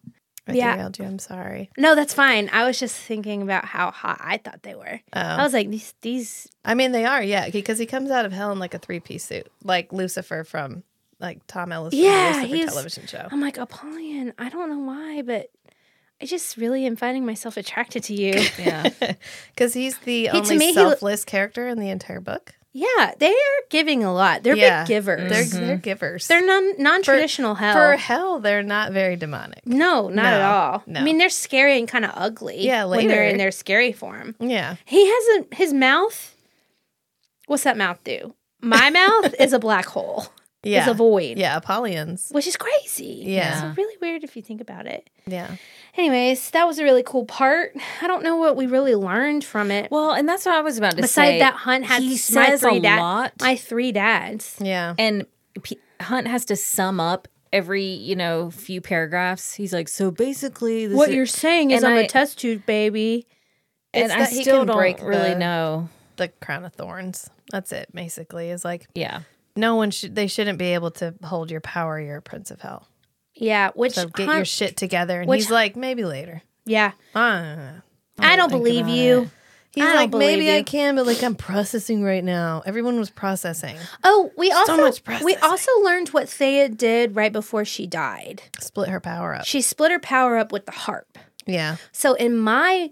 Speaker 2: I
Speaker 1: yeah.
Speaker 2: derailed you. I'm sorry.
Speaker 1: No, that's fine. I was just thinking about how hot I thought they were. I
Speaker 2: Oh.
Speaker 1: was like, these these
Speaker 2: I mean, they are, yeah, because he comes out of hell in like a three piece suit, like Lucifer from like Tom Ellis. from the
Speaker 1: Yeah,
Speaker 2: Lucifer
Speaker 1: he's-
Speaker 2: television show.
Speaker 1: I'm like, Apollyon, I don't know why, but I just really am finding myself attracted to
Speaker 2: <laughs>
Speaker 1: you.
Speaker 3: <laughs> Yeah.
Speaker 2: Because he's the
Speaker 1: to
Speaker 2: only
Speaker 1: me, he lo-
Speaker 2: selfless character in the entire book.
Speaker 1: yeah, they are giving a lot. They're
Speaker 2: Yeah.
Speaker 1: big givers.
Speaker 2: They're,
Speaker 3: Mm-hmm.
Speaker 1: Mm-hmm. They're,
Speaker 2: they're givers.
Speaker 1: non non traditional hell.
Speaker 2: For hell, they're not very demonic.
Speaker 1: no, not at
Speaker 2: No,
Speaker 1: all.
Speaker 2: no.
Speaker 1: I mean, they're scary and kind of ugly.
Speaker 2: Yeah,
Speaker 1: when they're in
Speaker 2: later.
Speaker 1: their scary form.
Speaker 2: Yeah.
Speaker 1: He has a his mouth. What's that mouth do? My mouth is a black hole.
Speaker 2: Yeah.
Speaker 1: It's a void.
Speaker 2: Yeah. Apollyons.
Speaker 1: Which is crazy.
Speaker 2: Yeah.
Speaker 1: It's really weird if you think about it.
Speaker 2: Yeah.
Speaker 1: Anyways, that was a really cool part. I don't know what we really learned from it.
Speaker 3: Well, and that's what I was about to
Speaker 1: Besides
Speaker 3: say.
Speaker 1: that, Hunt had
Speaker 3: he
Speaker 1: my
Speaker 3: says
Speaker 1: three
Speaker 3: a
Speaker 1: dad-
Speaker 3: lot,
Speaker 1: my three dads.
Speaker 2: Yeah.
Speaker 3: and P- Hunt has to sum up every you know few paragraphs. He's like, so basically, this
Speaker 1: What
Speaker 3: is-"
Speaker 1: you're saying is
Speaker 3: and
Speaker 1: I'm I, am
Speaker 3: I-
Speaker 1: a test tube baby.
Speaker 3: and
Speaker 2: It's
Speaker 3: I
Speaker 2: that he
Speaker 3: still
Speaker 2: can
Speaker 3: don't
Speaker 2: break
Speaker 3: really
Speaker 2: the-
Speaker 3: know.
Speaker 2: The crown of thorns. That's it, basically, is like
Speaker 3: Yeah,
Speaker 2: no one should, they shouldn't be able to hold your power. You're a prince of hell.
Speaker 1: Yeah, which
Speaker 2: So get
Speaker 1: Hunt-
Speaker 2: your shit together. And
Speaker 1: which-
Speaker 2: he's like, maybe later.
Speaker 1: yeah.
Speaker 2: I don't know.
Speaker 1: I don't believe you.
Speaker 2: He's
Speaker 1: I don't
Speaker 2: like,
Speaker 1: believe
Speaker 2: maybe
Speaker 1: you."
Speaker 2: I can, but like I'm processing right now. Everyone was processing.
Speaker 1: Oh, we also
Speaker 2: much
Speaker 1: we
Speaker 2: processing.
Speaker 1: also learned what Thea did right before she died.
Speaker 2: Split her power up.
Speaker 1: She split her power up with the harp.
Speaker 2: Yeah.
Speaker 1: So in my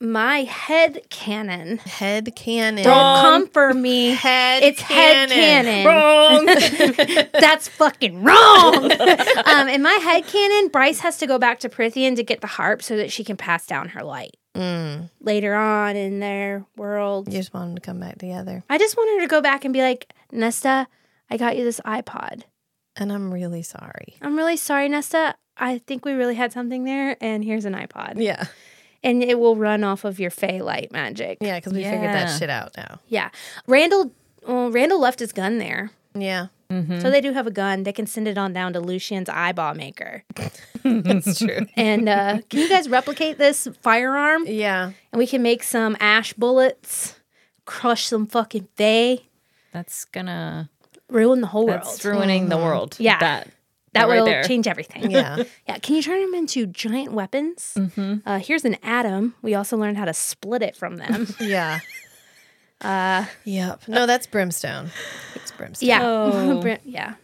Speaker 1: my head canon,
Speaker 2: Head cannon.
Speaker 1: don't come for me.
Speaker 2: <laughs> Head
Speaker 1: it's head
Speaker 2: cannon.
Speaker 1: canon. <laughs> That's fucking wrong. um, in my head canon, Bryce has to go back to Prithian to get the harp so that she can pass down her light
Speaker 2: Mm.
Speaker 1: later on in their world.
Speaker 2: You just want them to come back together.
Speaker 1: I just want her to go back and be like, Nesta, I got you this iPod.
Speaker 2: And I'm really sorry.
Speaker 1: I'm really sorry, Nesta. I think we really had something there, and here's an iPod.
Speaker 2: Yeah.
Speaker 1: And it will run off of your Fey light magic.
Speaker 2: Yeah, because we figured that
Speaker 3: Yeah.
Speaker 2: shit out now.
Speaker 1: Yeah. Randall well, Randall left his gun there.
Speaker 2: Yeah.
Speaker 1: <laughs>
Speaker 3: Mhm.
Speaker 1: So they do have a gun. They can send it on down to Lucian's eyeball maker.
Speaker 2: That's true.
Speaker 1: And
Speaker 3: <laughs>
Speaker 1: uh, can you guys replicate this firearm?
Speaker 2: <laughs> Yeah.
Speaker 1: And we can make some ash bullets, crush some fucking they,
Speaker 3: that's gonna
Speaker 1: ruin the whole world.
Speaker 3: that's ruining the world.
Speaker 1: Yeah.
Speaker 3: that
Speaker 1: That
Speaker 3: right
Speaker 1: will
Speaker 3: there.
Speaker 1: change
Speaker 3: <laughs>
Speaker 1: everything.
Speaker 2: Yeah.
Speaker 1: Yeah. Can you turn them into giant weapons?
Speaker 3: Mm-hmm.
Speaker 1: Uh, here's an atom. We also learned how to split it from them.
Speaker 2: Yeah.
Speaker 1: uh,
Speaker 2: Yep. No, that's brimstone. It's brimstone.
Speaker 1: yeah.
Speaker 3: Oh.
Speaker 1: <laughs> Br- yeah.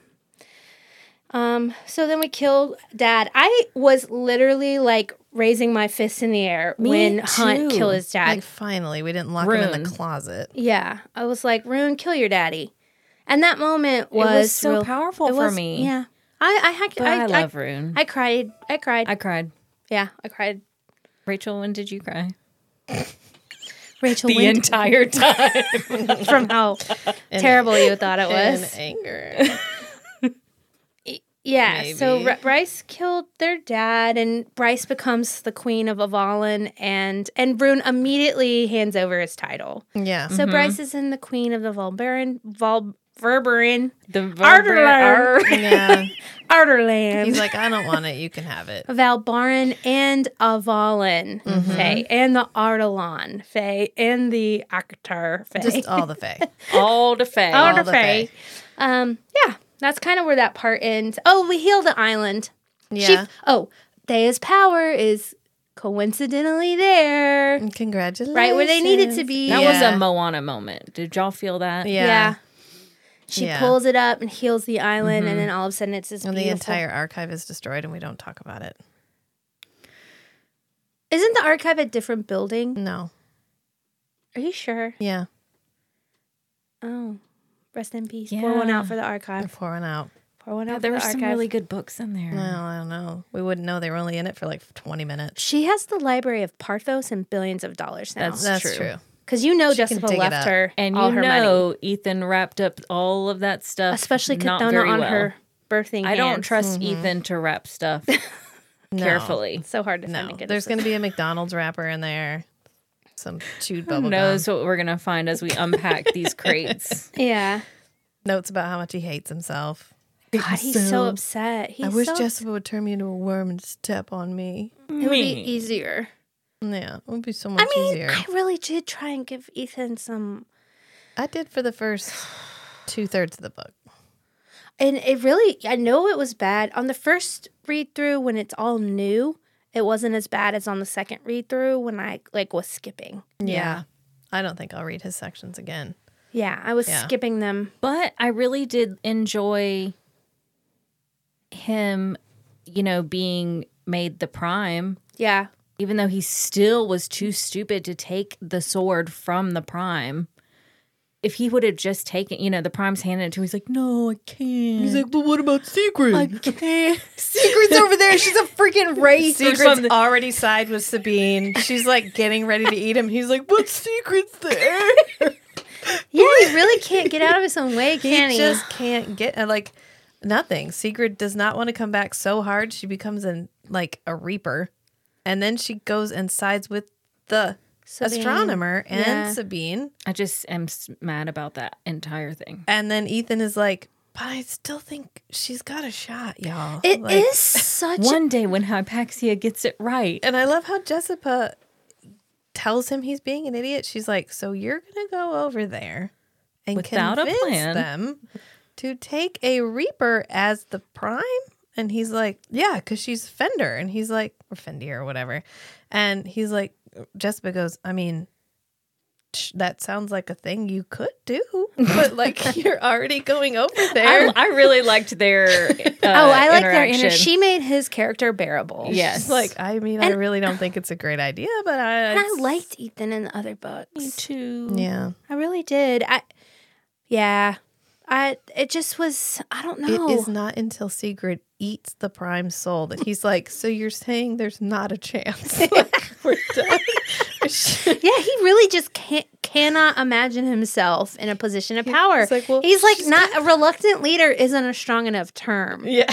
Speaker 1: Um, so then we killed dad. I was literally like raising my fist in the air
Speaker 3: Me
Speaker 1: when Hunt
Speaker 3: too.
Speaker 1: killed his dad.
Speaker 2: Like finally, we didn't lock him in
Speaker 3: Rune.
Speaker 2: the closet.
Speaker 1: Yeah, I was like, Rune, kill your daddy, and that moment was,
Speaker 3: was so
Speaker 1: real-
Speaker 3: powerful
Speaker 1: it
Speaker 3: for
Speaker 1: was-
Speaker 3: me.
Speaker 1: Yeah, I I
Speaker 3: But
Speaker 1: I,
Speaker 3: I,
Speaker 1: I, I,
Speaker 3: love Rune. I,
Speaker 1: I cried. I cried.
Speaker 3: cried.
Speaker 1: yeah, I cried.
Speaker 3: Rachel, when did
Speaker 1: <laughs>
Speaker 3: you cry?
Speaker 1: Rachel
Speaker 3: <laughs> The
Speaker 1: went
Speaker 3: <laughs> entire time.
Speaker 1: <laughs> from
Speaker 3: <laughs>
Speaker 1: how terrible you thought it
Speaker 2: In
Speaker 1: was. <laughs>
Speaker 2: anger.
Speaker 1: Yeah. So
Speaker 2: Maybe.
Speaker 1: R- Bryce killed their dad, and Bryce becomes the queen of Avalon, and and Rune immediately hands over his title.
Speaker 2: yeah.
Speaker 1: So Bryce is in the queen of the Volberin, Vol. Verberin,
Speaker 3: the
Speaker 1: Arderland, <laughs>
Speaker 2: yeah.
Speaker 1: Arderland.
Speaker 2: He's like, I don't want it. You can
Speaker 1: <laughs>
Speaker 2: have it.
Speaker 1: Valbaran and Avalon
Speaker 2: Mm-hmm.
Speaker 1: Fae, and the Ardalon Fae, and the Akatar Fae. <laughs>
Speaker 2: Just all the fae.
Speaker 3: <laughs> all the fae.
Speaker 1: Ardor
Speaker 2: the
Speaker 1: Fae.
Speaker 2: Fae.
Speaker 1: Um, yeah, that's kind of where that part ends. Oh, we heal the island.
Speaker 2: Yeah.
Speaker 1: She, oh, Thea's power is coincidentally there,
Speaker 2: Congratulations.
Speaker 1: right where they need it to be.
Speaker 3: That was
Speaker 2: Yeah.
Speaker 3: a Moana moment. Did y'all feel that?
Speaker 2: Yeah.
Speaker 1: Yeah. She
Speaker 2: Yeah.
Speaker 1: pulls it up and heals the island,
Speaker 3: Mm-hmm.
Speaker 1: and then all of a sudden it's this
Speaker 2: And Oh, the
Speaker 1: beautiful-
Speaker 2: entire archive is destroyed and we don't talk about it.
Speaker 1: Isn't the archive a different building?
Speaker 2: No.
Speaker 1: Are you sure?
Speaker 2: Yeah.
Speaker 1: Oh, rest in peace. Pour one out
Speaker 3: Yeah.
Speaker 1: for the
Speaker 2: I'm
Speaker 1: archive.
Speaker 2: pouring out.
Speaker 1: Pour one out
Speaker 3: Yeah,
Speaker 1: for
Speaker 3: there
Speaker 1: the
Speaker 3: were
Speaker 1: archive.
Speaker 3: some really good books in there.
Speaker 2: Well, I don't know. We wouldn't know. They were only in it for like 20 minutes.
Speaker 1: she has the library of Parthos and billions of dollars now.
Speaker 3: That's
Speaker 2: That's
Speaker 3: true.
Speaker 2: true.
Speaker 1: Because you know
Speaker 2: She can
Speaker 1: Jessica
Speaker 2: dig it
Speaker 1: left
Speaker 2: up.
Speaker 1: her
Speaker 3: And
Speaker 1: all
Speaker 3: you
Speaker 1: her money.
Speaker 3: know, Ethan wrapped up all of that stuff,
Speaker 1: Especially
Speaker 3: not
Speaker 1: Katona
Speaker 3: very
Speaker 1: on
Speaker 3: well.
Speaker 1: her birthing
Speaker 3: I
Speaker 1: hands. Mm.
Speaker 3: don't
Speaker 1: Mm-hmm.
Speaker 3: trust Ethan to
Speaker 1: <laughs>
Speaker 3: wrap stuff
Speaker 2: No.
Speaker 3: carefully.
Speaker 1: It's so hard to
Speaker 2: No.
Speaker 1: find a good
Speaker 2: There's going to be a McDonald's wrapper in there. Some chewed bubble gum.
Speaker 3: Who knows what we're gonna find as we unpack
Speaker 1: <laughs>
Speaker 3: these crates?
Speaker 1: Yeah.
Speaker 2: Notes about how much he hates himself.
Speaker 1: God, he's so upset. He's
Speaker 2: I wish
Speaker 1: so,
Speaker 2: Jessica would turn me into a worm and step on me.
Speaker 1: It would be easier.
Speaker 2: Yeah, it would be so much
Speaker 1: I mean,
Speaker 2: easier.
Speaker 1: I really did try and give Ethan some,
Speaker 2: I did for the first two thirds of the book.
Speaker 1: and it really. I know it was bad on the first read through when it's all new. It wasn't as bad as on the second read through when I like was skipping.
Speaker 2: Yeah. I don't think I'll read his sections again.
Speaker 1: Yeah, I was
Speaker 2: Yeah.
Speaker 1: skipping them.
Speaker 3: But I really did enjoy him, you know, being made the prime,
Speaker 1: Yeah,
Speaker 3: even though he still was too stupid to take the sword from the prime. If he would have just taken, you know, the prime's handed it to him, he's like, no, I can't. He's like,
Speaker 2: but what about Secret?
Speaker 3: I can't.
Speaker 2: <laughs> Secret's over there. She's a <laughs> freaking race.
Speaker 3: or
Speaker 2: Secret's
Speaker 3: something.
Speaker 2: already side with Sabine. She's like getting ready to eat him. He's like, "What secret's <laughs> there?"
Speaker 1: yeah. <laughs> He really can't get out of his own way, can he?
Speaker 2: He just can't get uh, like nothing. Secret does not want to come back so hard she becomes an like a reaper, and then she goes and sides with the
Speaker 1: Sabine.
Speaker 2: astronomer and
Speaker 1: Yeah.
Speaker 2: Sabine,
Speaker 3: I just am s- mad about that entire thing.
Speaker 2: and then Ethan is like, "But I still think she's got a shot, y'all."
Speaker 1: It is
Speaker 2: Like-
Speaker 1: <laughs> such.
Speaker 3: One day when Hypaxia gets it right,
Speaker 2: And I love how Jessica tells him he's being an idiot. She's like, "So you're gonna go over there and
Speaker 3: Without a
Speaker 2: convince
Speaker 3: plan.
Speaker 2: them to take a Reaper as the prime?" And he's like, "Yeah, because she's Fender." And he's like, "Or Fendi or whatever." And he's like, Jessica goes, "I mean." sh- That sounds like a thing you could do, <laughs> but
Speaker 3: <laughs>
Speaker 2: like you're already going over there.
Speaker 3: I, I really liked their. Uh,
Speaker 1: <laughs> oh, I like their inner.
Speaker 3: interaction.
Speaker 1: She made his character bearable.
Speaker 3: Yes,
Speaker 2: like, I mean, I really don't think it's a great idea, but I,
Speaker 1: and I liked Ethan in the other books.
Speaker 3: too.
Speaker 2: yeah.
Speaker 1: I really did. I yeah. I it just was I don't know.
Speaker 2: It is not until Sigrid eats the prime soul that he's like, So you're saying there's not
Speaker 1: <laughs>
Speaker 2: a chance? <laughs> Like, we're done. She-
Speaker 1: <laughs> yeah, he really just can't cannot imagine himself in a position of power.
Speaker 2: he's like, well,
Speaker 1: he's
Speaker 2: <laughs>
Speaker 1: like
Speaker 2: she's
Speaker 1: not a reluctant leader isn't a strong enough term.
Speaker 2: yeah.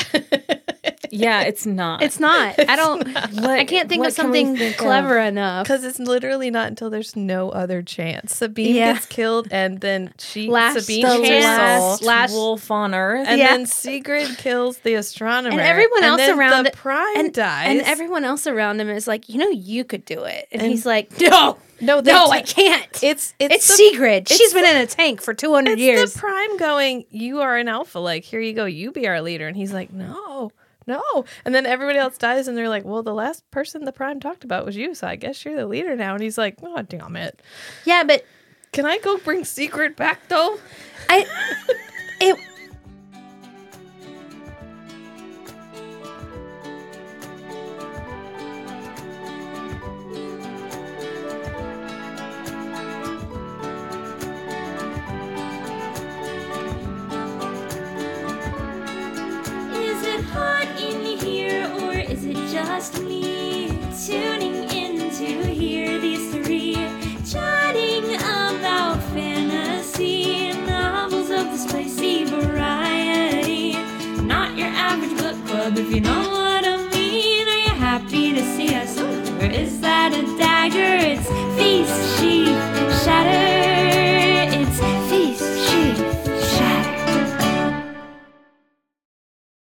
Speaker 3: Yeah, it's not.
Speaker 1: It's
Speaker 2: <laughs>
Speaker 1: not. I don't I can't think of
Speaker 3: what can we
Speaker 1: something
Speaker 3: think of?
Speaker 1: clever enough.
Speaker 2: Because it's literally not until there's no other chance. Sabine
Speaker 1: Yeah.
Speaker 2: gets killed and then she
Speaker 1: Last-
Speaker 2: Sabine
Speaker 1: the
Speaker 2: eats her
Speaker 1: last-
Speaker 2: soul.
Speaker 1: last-
Speaker 3: wolf on Earth.
Speaker 2: And
Speaker 1: Yeah.
Speaker 2: then Sigrid kills the astronomer.
Speaker 1: And everyone else
Speaker 2: then
Speaker 1: around
Speaker 2: the
Speaker 1: it-
Speaker 2: prime
Speaker 1: and,
Speaker 2: dies.
Speaker 1: and everyone else around him is like, you know, you could do it, and, he's like, no,
Speaker 2: <laughs> no, they
Speaker 1: no,
Speaker 2: t-
Speaker 1: I can't.
Speaker 2: it's it's,
Speaker 1: it's
Speaker 2: the-
Speaker 1: Sigrid.
Speaker 2: it's
Speaker 1: She's been in a tank for two hundred
Speaker 2: It's
Speaker 1: years.
Speaker 2: the prime going, you are an alpha. Like, here you go. You be our leader. And he's like, no, no. And then everybody else dies. And they're like, well, the last person the prime talked about was you. So I guess you're the leader now. And he's like, oh, damn it.
Speaker 1: yeah, but
Speaker 2: Can I go bring Secret back, though? <laughs>
Speaker 1: I it
Speaker 4: Is it hot in here or is it just me tuning in to hear these three chatting about fantasy novels of the spicy variety? Not your average book club if you know